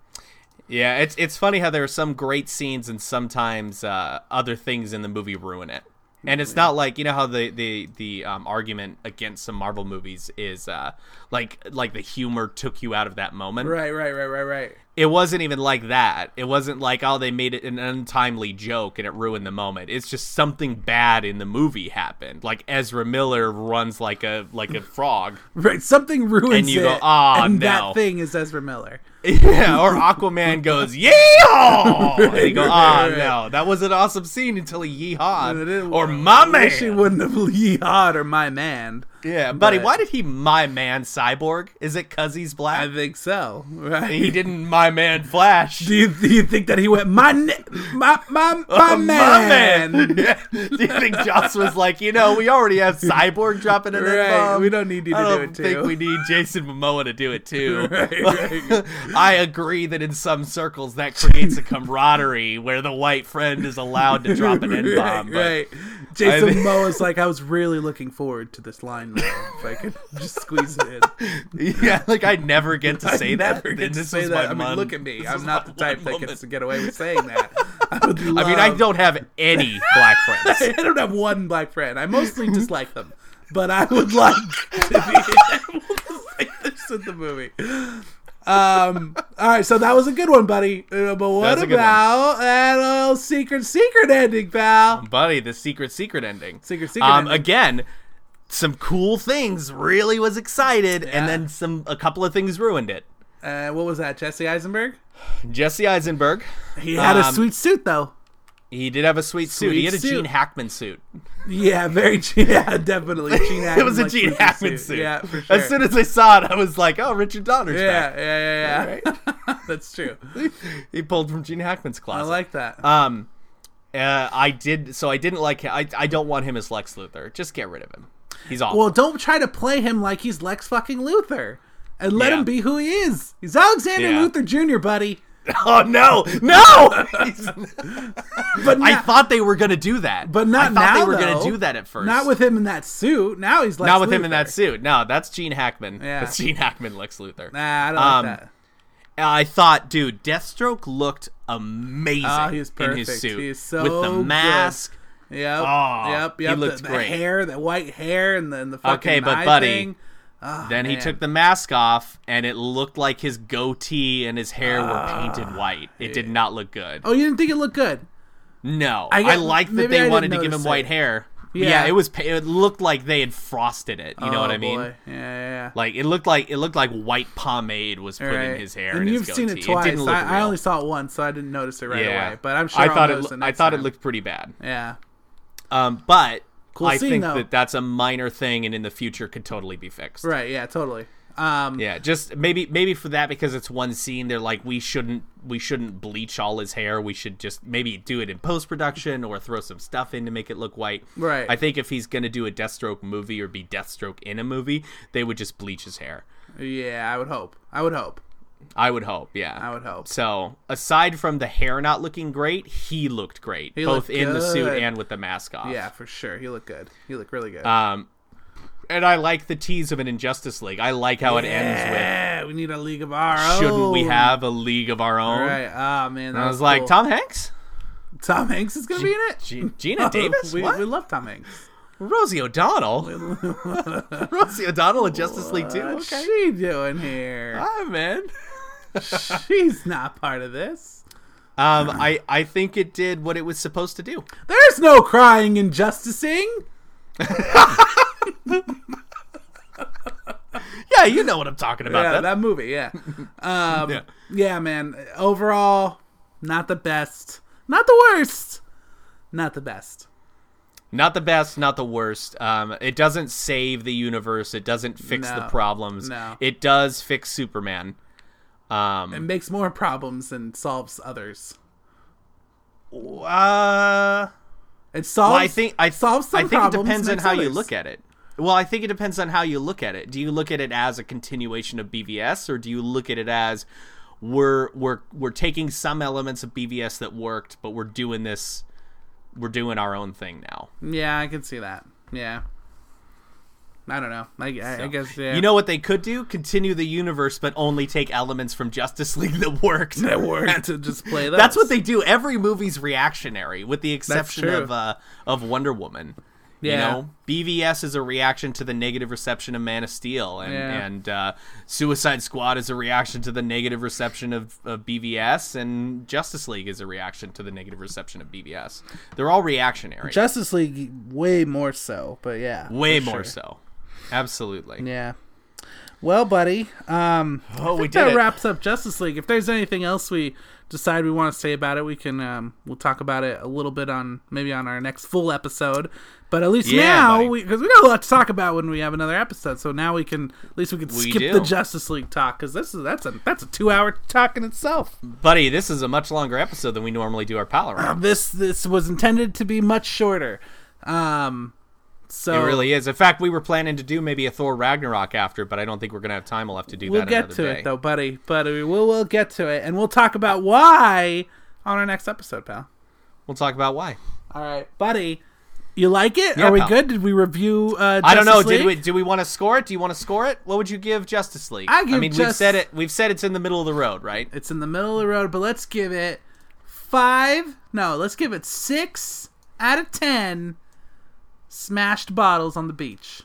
[SPEAKER 2] Yeah, it's it's funny how there are some great scenes and sometimes uh, other things in the movie ruin it. And it's not like you know how the the the um, argument against some Marvel movies is uh, like like the humor took you out of that moment.
[SPEAKER 3] Right, right, right, right, right.
[SPEAKER 2] It wasn't even like that. It wasn't like oh they made it an untimely joke and it ruined the moment. It's just something bad in the movie happened. Like Ezra Miller runs like a like a frog.
[SPEAKER 3] Right. Something ruins
[SPEAKER 2] And you
[SPEAKER 3] it.
[SPEAKER 2] go, "Ah,
[SPEAKER 3] and
[SPEAKER 2] no."
[SPEAKER 3] that thing is Ezra Miller.
[SPEAKER 2] Yeah, or Aquaman goes yeehaw, and you go, ah,
[SPEAKER 3] Right.
[SPEAKER 2] no, that was an awesome scene until he
[SPEAKER 3] And
[SPEAKER 2] yeehawed,
[SPEAKER 3] it-
[SPEAKER 2] Uh, or my
[SPEAKER 3] I wish he
[SPEAKER 2] man.
[SPEAKER 3] wouldn't have yeehawed or my man.
[SPEAKER 2] Yeah, buddy,
[SPEAKER 3] but-
[SPEAKER 2] why did he my man cyborg? Is it cause he's
[SPEAKER 3] I
[SPEAKER 2] black?
[SPEAKER 3] think so. Right.
[SPEAKER 2] he didn't my man Flash.
[SPEAKER 3] Do you, do you think that he went my ne- my my my
[SPEAKER 2] Oh,
[SPEAKER 3] man?
[SPEAKER 2] Yeah. Do you think Joss was like, you know, we already have Cyborg dropping in
[SPEAKER 3] Right,
[SPEAKER 2] there?
[SPEAKER 3] we don't need you to
[SPEAKER 2] I
[SPEAKER 3] do
[SPEAKER 2] don't
[SPEAKER 3] it, too.
[SPEAKER 2] think we need Jason Momoa to do it too.
[SPEAKER 3] Right, right.
[SPEAKER 2] I agree that in some circles that creates a camaraderie where the white friend is allowed to drop an N bomb.
[SPEAKER 3] right, right. Jason
[SPEAKER 2] I think-
[SPEAKER 3] Momoa's like, I was really looking forward to this line. Though, if I could just squeeze it in,
[SPEAKER 2] Yeah, like I never get to say that.
[SPEAKER 3] Never
[SPEAKER 2] and
[SPEAKER 3] get to
[SPEAKER 2] this
[SPEAKER 3] say
[SPEAKER 2] was my
[SPEAKER 3] that. I mean,
[SPEAKER 2] one-
[SPEAKER 3] look at me.
[SPEAKER 2] this was
[SPEAKER 3] I'm not
[SPEAKER 2] my
[SPEAKER 3] the type
[SPEAKER 2] one
[SPEAKER 3] that gets
[SPEAKER 2] moment.
[SPEAKER 3] to get away with saying that. I, would
[SPEAKER 2] I mean, I
[SPEAKER 3] love-
[SPEAKER 2] don't have any black friends.
[SPEAKER 3] I don't have one black friend. I mostly dislike them, but I would like to be able to say this in the movie. Um. All right, so that was a good one, buddy. Uh, but what
[SPEAKER 2] That's a good one.
[SPEAKER 3] about that little secret, secret ending, pal?
[SPEAKER 2] buddy, the secret secret ending.
[SPEAKER 3] Secret, secret
[SPEAKER 2] Um,
[SPEAKER 3] ending.
[SPEAKER 2] again, some cool things. Really was excited, and then some. A couple of things ruined it.
[SPEAKER 3] Uh, what was that, Jesse Eisenberg?
[SPEAKER 2] Jesse Eisenberg.
[SPEAKER 3] He had a
[SPEAKER 2] Um,
[SPEAKER 3] sweet suit, though.
[SPEAKER 2] He did have a sweet, suit. He
[SPEAKER 3] Sweet
[SPEAKER 2] had a
[SPEAKER 3] suit.
[SPEAKER 2] Gene Hackman suit.
[SPEAKER 3] Yeah, very. Yeah, definitely. Gene
[SPEAKER 2] it was a
[SPEAKER 3] Hackman-like
[SPEAKER 2] Gene
[SPEAKER 3] sweet
[SPEAKER 2] Hackman suit.
[SPEAKER 3] Yeah, for sure.
[SPEAKER 2] As soon as I saw it, I was like, "Oh, Richard Donner's
[SPEAKER 3] yeah,
[SPEAKER 2] back."
[SPEAKER 3] yeah, yeah, yeah. That's true.
[SPEAKER 2] He pulled from Gene Hackman's
[SPEAKER 3] I
[SPEAKER 2] closet.
[SPEAKER 3] like that.
[SPEAKER 2] Um, uh, I did. So I didn't like him. I, I don't want him as Lex Luthor. Just get rid of him. He's awful.
[SPEAKER 3] Well, don't try to play him like he's Lex fucking Luthor. And let
[SPEAKER 2] Yeah.
[SPEAKER 3] him be who he is. He's Alexander
[SPEAKER 2] Yeah.
[SPEAKER 3] Luthor Jr., buddy.
[SPEAKER 2] oh no, no!
[SPEAKER 3] But
[SPEAKER 2] I
[SPEAKER 3] not,
[SPEAKER 2] thought they were gonna do that.
[SPEAKER 3] but not
[SPEAKER 2] I thought
[SPEAKER 3] now.
[SPEAKER 2] they were gonna
[SPEAKER 3] though.
[SPEAKER 2] do that at first.
[SPEAKER 3] Not with him in that suit. Now he's Lex
[SPEAKER 2] not with him in
[SPEAKER 3] Luthor.
[SPEAKER 2] that suit. No, that's Gene Hackman.
[SPEAKER 3] Yeah.
[SPEAKER 2] That's Gene Hackman, Lex Luthor.
[SPEAKER 3] Nah, I don't
[SPEAKER 2] Um,
[SPEAKER 3] like that.
[SPEAKER 2] I thought, dude, Deathstroke looked amazing
[SPEAKER 3] Oh, he was
[SPEAKER 2] in his
[SPEAKER 3] perfect.
[SPEAKER 2] suit
[SPEAKER 3] He is so
[SPEAKER 2] with the
[SPEAKER 3] good.
[SPEAKER 2] mask.
[SPEAKER 3] Yep.
[SPEAKER 2] Aw,
[SPEAKER 3] yep.
[SPEAKER 2] he
[SPEAKER 3] Yep.
[SPEAKER 2] looked
[SPEAKER 3] the,
[SPEAKER 2] great.
[SPEAKER 3] The hair, the white hair, and then the fucking
[SPEAKER 2] Okay, but
[SPEAKER 3] eye
[SPEAKER 2] buddy,
[SPEAKER 3] thing.
[SPEAKER 2] then he
[SPEAKER 3] Ah, man.
[SPEAKER 2] took the mask off, and it looked like his goatee and his hair were painted white. It did not look good.
[SPEAKER 3] Ah, Oh, you didn't think it looked good?
[SPEAKER 2] No, I,
[SPEAKER 3] I guess-
[SPEAKER 2] like that
[SPEAKER 3] maybe I
[SPEAKER 2] they
[SPEAKER 3] didn't
[SPEAKER 2] wanted to give him
[SPEAKER 3] notice
[SPEAKER 2] white
[SPEAKER 3] it.
[SPEAKER 2] hair. Yeah.
[SPEAKER 3] Yeah.
[SPEAKER 2] yeah, it was. pa- It looked like they had frosted it. You know what
[SPEAKER 3] Oh,
[SPEAKER 2] I mean?
[SPEAKER 3] boy. Yeah, yeah. yeah.
[SPEAKER 2] Like it looked like it looked like white pomade was put in
[SPEAKER 3] Right.
[SPEAKER 2] his hair.
[SPEAKER 3] and,
[SPEAKER 2] And,
[SPEAKER 3] you've
[SPEAKER 2] his
[SPEAKER 3] seen it
[SPEAKER 2] goatee.
[SPEAKER 3] twice.
[SPEAKER 2] didn't look
[SPEAKER 3] I, I
[SPEAKER 2] real.
[SPEAKER 3] only saw it once, so I didn't notice it right
[SPEAKER 2] yeah.
[SPEAKER 3] away. But I'm sure
[SPEAKER 2] I
[SPEAKER 3] I'll
[SPEAKER 2] thought
[SPEAKER 3] notice
[SPEAKER 2] it.
[SPEAKER 3] it
[SPEAKER 2] I
[SPEAKER 3] next
[SPEAKER 2] thought it
[SPEAKER 3] time.
[SPEAKER 2] looked pretty bad.
[SPEAKER 3] Yeah.
[SPEAKER 2] Um, but
[SPEAKER 3] Cool
[SPEAKER 2] I
[SPEAKER 3] scene,
[SPEAKER 2] think
[SPEAKER 3] though.
[SPEAKER 2] that that's a minor thing, and in the future could totally be fixed.
[SPEAKER 3] Right. Yeah. Totally. Um,
[SPEAKER 2] Yeah, just maybe maybe for that because it's one scene. They're like, we shouldn't we shouldn't bleach all his hair. We should just maybe do it in post production or throw some stuff in to make it look white.
[SPEAKER 3] Right.
[SPEAKER 2] I think if he's gonna do a Deathstroke movie or be Deathstroke in a movie, they would just bleach his hair.
[SPEAKER 3] Yeah, I would hope. I would hope.
[SPEAKER 2] I would hope. Yeah.
[SPEAKER 3] I would hope.
[SPEAKER 2] So aside from the hair not looking great, he looked great
[SPEAKER 3] He
[SPEAKER 2] both
[SPEAKER 3] looked
[SPEAKER 2] in the suit
[SPEAKER 3] good.
[SPEAKER 2] and with the mask off.
[SPEAKER 3] Yeah, for sure. He looked good. He looked really good.
[SPEAKER 2] Um, and I like the tease of an Injustice League. I like how it ends with.
[SPEAKER 3] yeah, we need a league of our own.
[SPEAKER 2] Shouldn't we have a league of our own?
[SPEAKER 3] All right. Ah, man.
[SPEAKER 2] And
[SPEAKER 3] That
[SPEAKER 2] I was like,
[SPEAKER 3] cool.
[SPEAKER 2] Tom Hanks?
[SPEAKER 3] Tom Hanks is gonna be in it. Oh,
[SPEAKER 2] G- Gina Davis?
[SPEAKER 3] we,
[SPEAKER 2] what?
[SPEAKER 3] we love Tom Hanks.
[SPEAKER 2] Rosie O'Donnell? Rosie O'Donnell in Justice League 2?
[SPEAKER 3] What's
[SPEAKER 2] Okay.
[SPEAKER 3] she doing here?
[SPEAKER 2] Hi, man.
[SPEAKER 3] She's not part of this.
[SPEAKER 2] Um, I, I think it did what it was supposed to do.
[SPEAKER 3] There's no crying and justicing.
[SPEAKER 2] Yeah, you know what I'm talking about.
[SPEAKER 3] Yeah,
[SPEAKER 2] that.
[SPEAKER 3] that. movie. Yeah. Um,
[SPEAKER 2] Yeah.
[SPEAKER 3] yeah. man. Overall, not the best. Not the worst. Not the best.
[SPEAKER 2] Not the best, not the worst. Um, it doesn't save the universe. It doesn't fix the
[SPEAKER 3] No,
[SPEAKER 2] problems.
[SPEAKER 3] no.
[SPEAKER 2] It does fix Superman. Um,
[SPEAKER 3] It makes more problems and solves others.
[SPEAKER 2] uh,
[SPEAKER 3] It solves.
[SPEAKER 2] Well, I think I
[SPEAKER 3] solves some
[SPEAKER 2] I think it
[SPEAKER 3] problems,
[SPEAKER 2] depends on
[SPEAKER 3] makes
[SPEAKER 2] how you
[SPEAKER 3] others.
[SPEAKER 2] look at it. Well, I think it depends on how you look at it. Do you look at it as a continuation of BVS, or do you look at it as we're we're we're taking some elements of BVS that worked, but we're doing this, we're doing our own thing now.
[SPEAKER 3] Yeah, I can see that. Yeah. I don't know. I, I, I guess yeah.
[SPEAKER 2] You know what they could do? Continue the universe, but only take elements from Justice League that worked.
[SPEAKER 3] that worked to just play that.
[SPEAKER 2] That's what they do. Every movie's reactionary, with the exception
[SPEAKER 3] true.
[SPEAKER 2] of uh, of Wonder Woman.
[SPEAKER 3] Yeah.
[SPEAKER 2] You know, BVS is a reaction to the negative reception of Man of Steel, and
[SPEAKER 3] Yeah.
[SPEAKER 2] and uh, Suicide Squad is a reaction to the negative reception of, of BVS, and Justice League is a reaction to the negative reception of BVS. They're all reactionary,
[SPEAKER 3] Justice League way more so, but yeah.
[SPEAKER 2] way
[SPEAKER 3] for
[SPEAKER 2] more
[SPEAKER 3] sure.
[SPEAKER 2] so. Absolutely.
[SPEAKER 3] Yeah. Well, buddy, um,
[SPEAKER 2] Oh, we
[SPEAKER 3] that
[SPEAKER 2] did it.
[SPEAKER 3] wraps up Justice League. If there's anything else we decide we want to say about it, we can um, we'll talk about it a little bit on maybe on our next full episode. But at least
[SPEAKER 2] Yeah,
[SPEAKER 3] now,
[SPEAKER 2] buddy.
[SPEAKER 3] because we, got a lot to talk about when we have another episode, so now we can at least we can
[SPEAKER 2] We
[SPEAKER 3] skip
[SPEAKER 2] do.
[SPEAKER 3] the Justice League talk because this is that's a that's a two hour talk in itself.
[SPEAKER 2] Buddy, this is a much longer episode than we normally do our power round.
[SPEAKER 3] This this was intended to be much shorter. Um,
[SPEAKER 2] It
[SPEAKER 3] so
[SPEAKER 2] really is. In fact, we were planning to do maybe a Thor Ragnarok after, but I don't think we're gonna have time. We'll have to do
[SPEAKER 3] we'll
[SPEAKER 2] that
[SPEAKER 3] get
[SPEAKER 2] another
[SPEAKER 3] to
[SPEAKER 2] day.
[SPEAKER 3] it though, buddy. But we will we'll get to it, and we'll talk about why on our next episode, pal.
[SPEAKER 2] We'll talk about why.
[SPEAKER 3] All right, buddy. You like it?
[SPEAKER 2] Yeah,
[SPEAKER 3] Are we
[SPEAKER 2] pal.
[SPEAKER 3] good? Did we review? Uh,
[SPEAKER 2] I don't know.
[SPEAKER 3] Justice
[SPEAKER 2] Did we?
[SPEAKER 3] League?
[SPEAKER 2] Do we want to score it? Do you want to score it? What would you give Justice League?
[SPEAKER 3] I give
[SPEAKER 2] mean, we've
[SPEAKER 3] Jus-
[SPEAKER 2] said it. We've said it's in the middle of the road, right?
[SPEAKER 3] It's in the middle of the road, but let's give it five. No, let's give it six out of ten. Smashed bottles on the beach,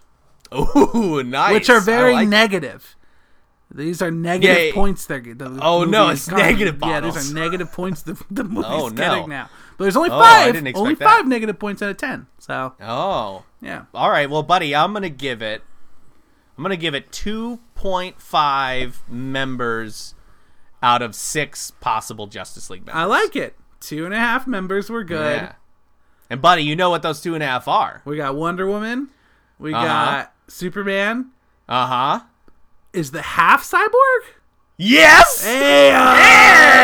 [SPEAKER 2] Oh, nice.
[SPEAKER 3] which are
[SPEAKER 2] I
[SPEAKER 3] very
[SPEAKER 2] like-
[SPEAKER 3] negative. These are negative
[SPEAKER 2] Yeah, yeah.
[SPEAKER 3] points. They're the, the
[SPEAKER 2] Oh,
[SPEAKER 3] movie
[SPEAKER 2] no,
[SPEAKER 3] is
[SPEAKER 2] it's negative
[SPEAKER 3] Yeah, these
[SPEAKER 2] bottles.
[SPEAKER 3] are negative points. The, the movie's
[SPEAKER 2] Oh, no.
[SPEAKER 3] getting now. But there's only
[SPEAKER 2] Oh, I
[SPEAKER 3] five.
[SPEAKER 2] didn't expect
[SPEAKER 3] only
[SPEAKER 2] that.
[SPEAKER 3] five negative points out of ten. So
[SPEAKER 2] Oh.
[SPEAKER 3] yeah,
[SPEAKER 2] All right, well, buddy, I'm gonna give it. I'm gonna give it 2.5 members out of six possible Justice League members.
[SPEAKER 3] I like it. Two and a half members were good.
[SPEAKER 2] Yeah. And buddy, you know what those two and a half are?
[SPEAKER 3] We got Wonder Woman. We
[SPEAKER 2] Uh-huh.
[SPEAKER 3] got Superman.
[SPEAKER 2] Uh huh.
[SPEAKER 3] Is the half cyborg?
[SPEAKER 2] Yes.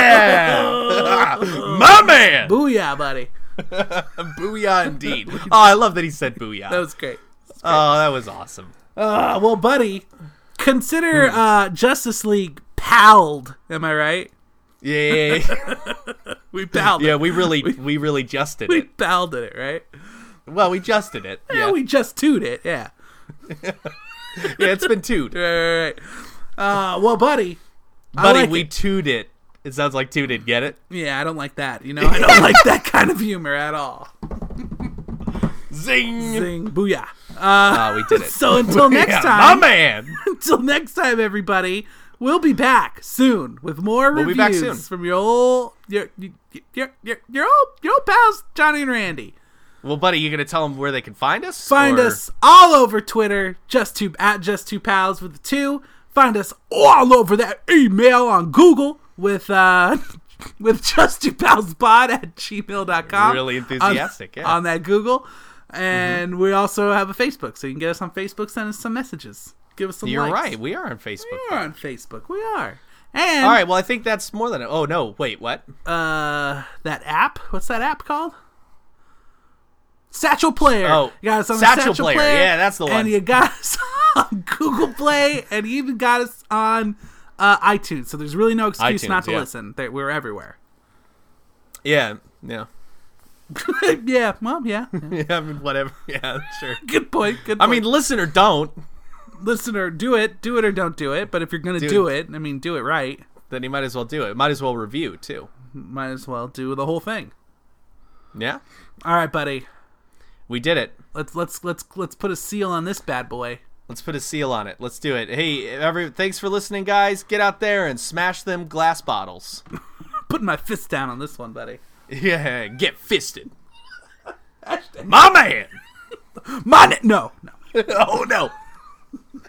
[SPEAKER 2] Yeah! My man.
[SPEAKER 3] Booyah, buddy.
[SPEAKER 2] Booyah indeed. Oh, I love that he said booyah.
[SPEAKER 3] That was great.
[SPEAKER 2] oh, that was awesome.
[SPEAKER 3] Uh, well, buddy, consider uh, Justice League palled. Am I right?
[SPEAKER 2] Yeah, yeah, yeah.
[SPEAKER 3] We palled.
[SPEAKER 2] yeah
[SPEAKER 3] it.
[SPEAKER 2] we really, we really justed
[SPEAKER 3] we
[SPEAKER 2] it.
[SPEAKER 3] palled it, right?
[SPEAKER 2] Well, we justed it.
[SPEAKER 3] Yeah,
[SPEAKER 2] Yeah,
[SPEAKER 3] we just toot it. Yeah.
[SPEAKER 2] yeah it's been toot,
[SPEAKER 3] Right, right, right. Uh, well, buddy. I
[SPEAKER 2] buddy.
[SPEAKER 3] like
[SPEAKER 2] we
[SPEAKER 3] it.
[SPEAKER 2] toot it. It sounds like tooted. Get it?
[SPEAKER 3] Yeah, I don't like that. You know, I don't like that kind of humor at all.
[SPEAKER 2] Zing.
[SPEAKER 3] Zing, booyah.
[SPEAKER 2] Ah, we did it.
[SPEAKER 3] So until
[SPEAKER 2] Yeah,
[SPEAKER 3] next
[SPEAKER 2] my
[SPEAKER 3] time,
[SPEAKER 2] man.
[SPEAKER 3] until next time, everybody, we'll be back soon with more
[SPEAKER 2] We'll be
[SPEAKER 3] reviews
[SPEAKER 2] back soon.
[SPEAKER 3] from your old your your your your, your old your old pals Johnny and Randy.
[SPEAKER 2] Well, buddy, you gonna tell them where they can find us?
[SPEAKER 3] Find
[SPEAKER 2] Or-
[SPEAKER 3] us all over Twitter, just two at just two pals with the two. Find us all over that email on Google with uh with just two pals pod at gmail.com.
[SPEAKER 2] Really
[SPEAKER 3] On-
[SPEAKER 2] enthusiastic, yeah. Mm-hmm.
[SPEAKER 3] On that Google. And we also have a Facebook, so you can get us on Facebook, send us some messages. Give us some
[SPEAKER 2] You're
[SPEAKER 3] likes.
[SPEAKER 2] right. We are on Facebook.
[SPEAKER 3] We are on Facebook. We are. And
[SPEAKER 2] All right. Well, I think that's more than. Oh no! Wait, what?
[SPEAKER 3] uh that app. What's that app called? Satchel Player.
[SPEAKER 2] Oh,
[SPEAKER 3] you got us on
[SPEAKER 2] Satchel
[SPEAKER 3] the Satchel
[SPEAKER 2] Player.
[SPEAKER 3] Player.
[SPEAKER 2] Yeah, that's the one.
[SPEAKER 3] And you got us on Google Play, and you even got us on uh, iTunes. So there's really no excuse
[SPEAKER 2] iTunes,
[SPEAKER 3] not to
[SPEAKER 2] yeah.
[SPEAKER 3] listen. There- We're everywhere.
[SPEAKER 2] Yeah. Yeah.
[SPEAKER 3] yeah. Well, yeah. yeah.
[SPEAKER 2] Yeah, I mean, whatever. Yeah, sure.
[SPEAKER 3] Good point. Good.
[SPEAKER 2] I
[SPEAKER 3] Point.
[SPEAKER 2] mean, listen or don't.
[SPEAKER 3] listener, do it, do it or don't do it. But if you're gonna
[SPEAKER 2] Dude.
[SPEAKER 3] do it, I mean, do it right.
[SPEAKER 2] Then you might as well do it. Might as well review too.
[SPEAKER 3] Might as well do the whole thing.
[SPEAKER 2] Yeah,
[SPEAKER 3] All right, buddy.
[SPEAKER 2] we did it.
[SPEAKER 3] Let's let's let's let's put a seal on this bad boy.
[SPEAKER 2] Let's put a seal on it. Let's do it. Hey, every thanks for listening, guys. Get out there and smash them glass bottles.
[SPEAKER 3] Putting my fist down on this one, buddy.
[SPEAKER 2] Yeah, get fisted. My man.
[SPEAKER 3] Mon- no, no.
[SPEAKER 2] Oh no.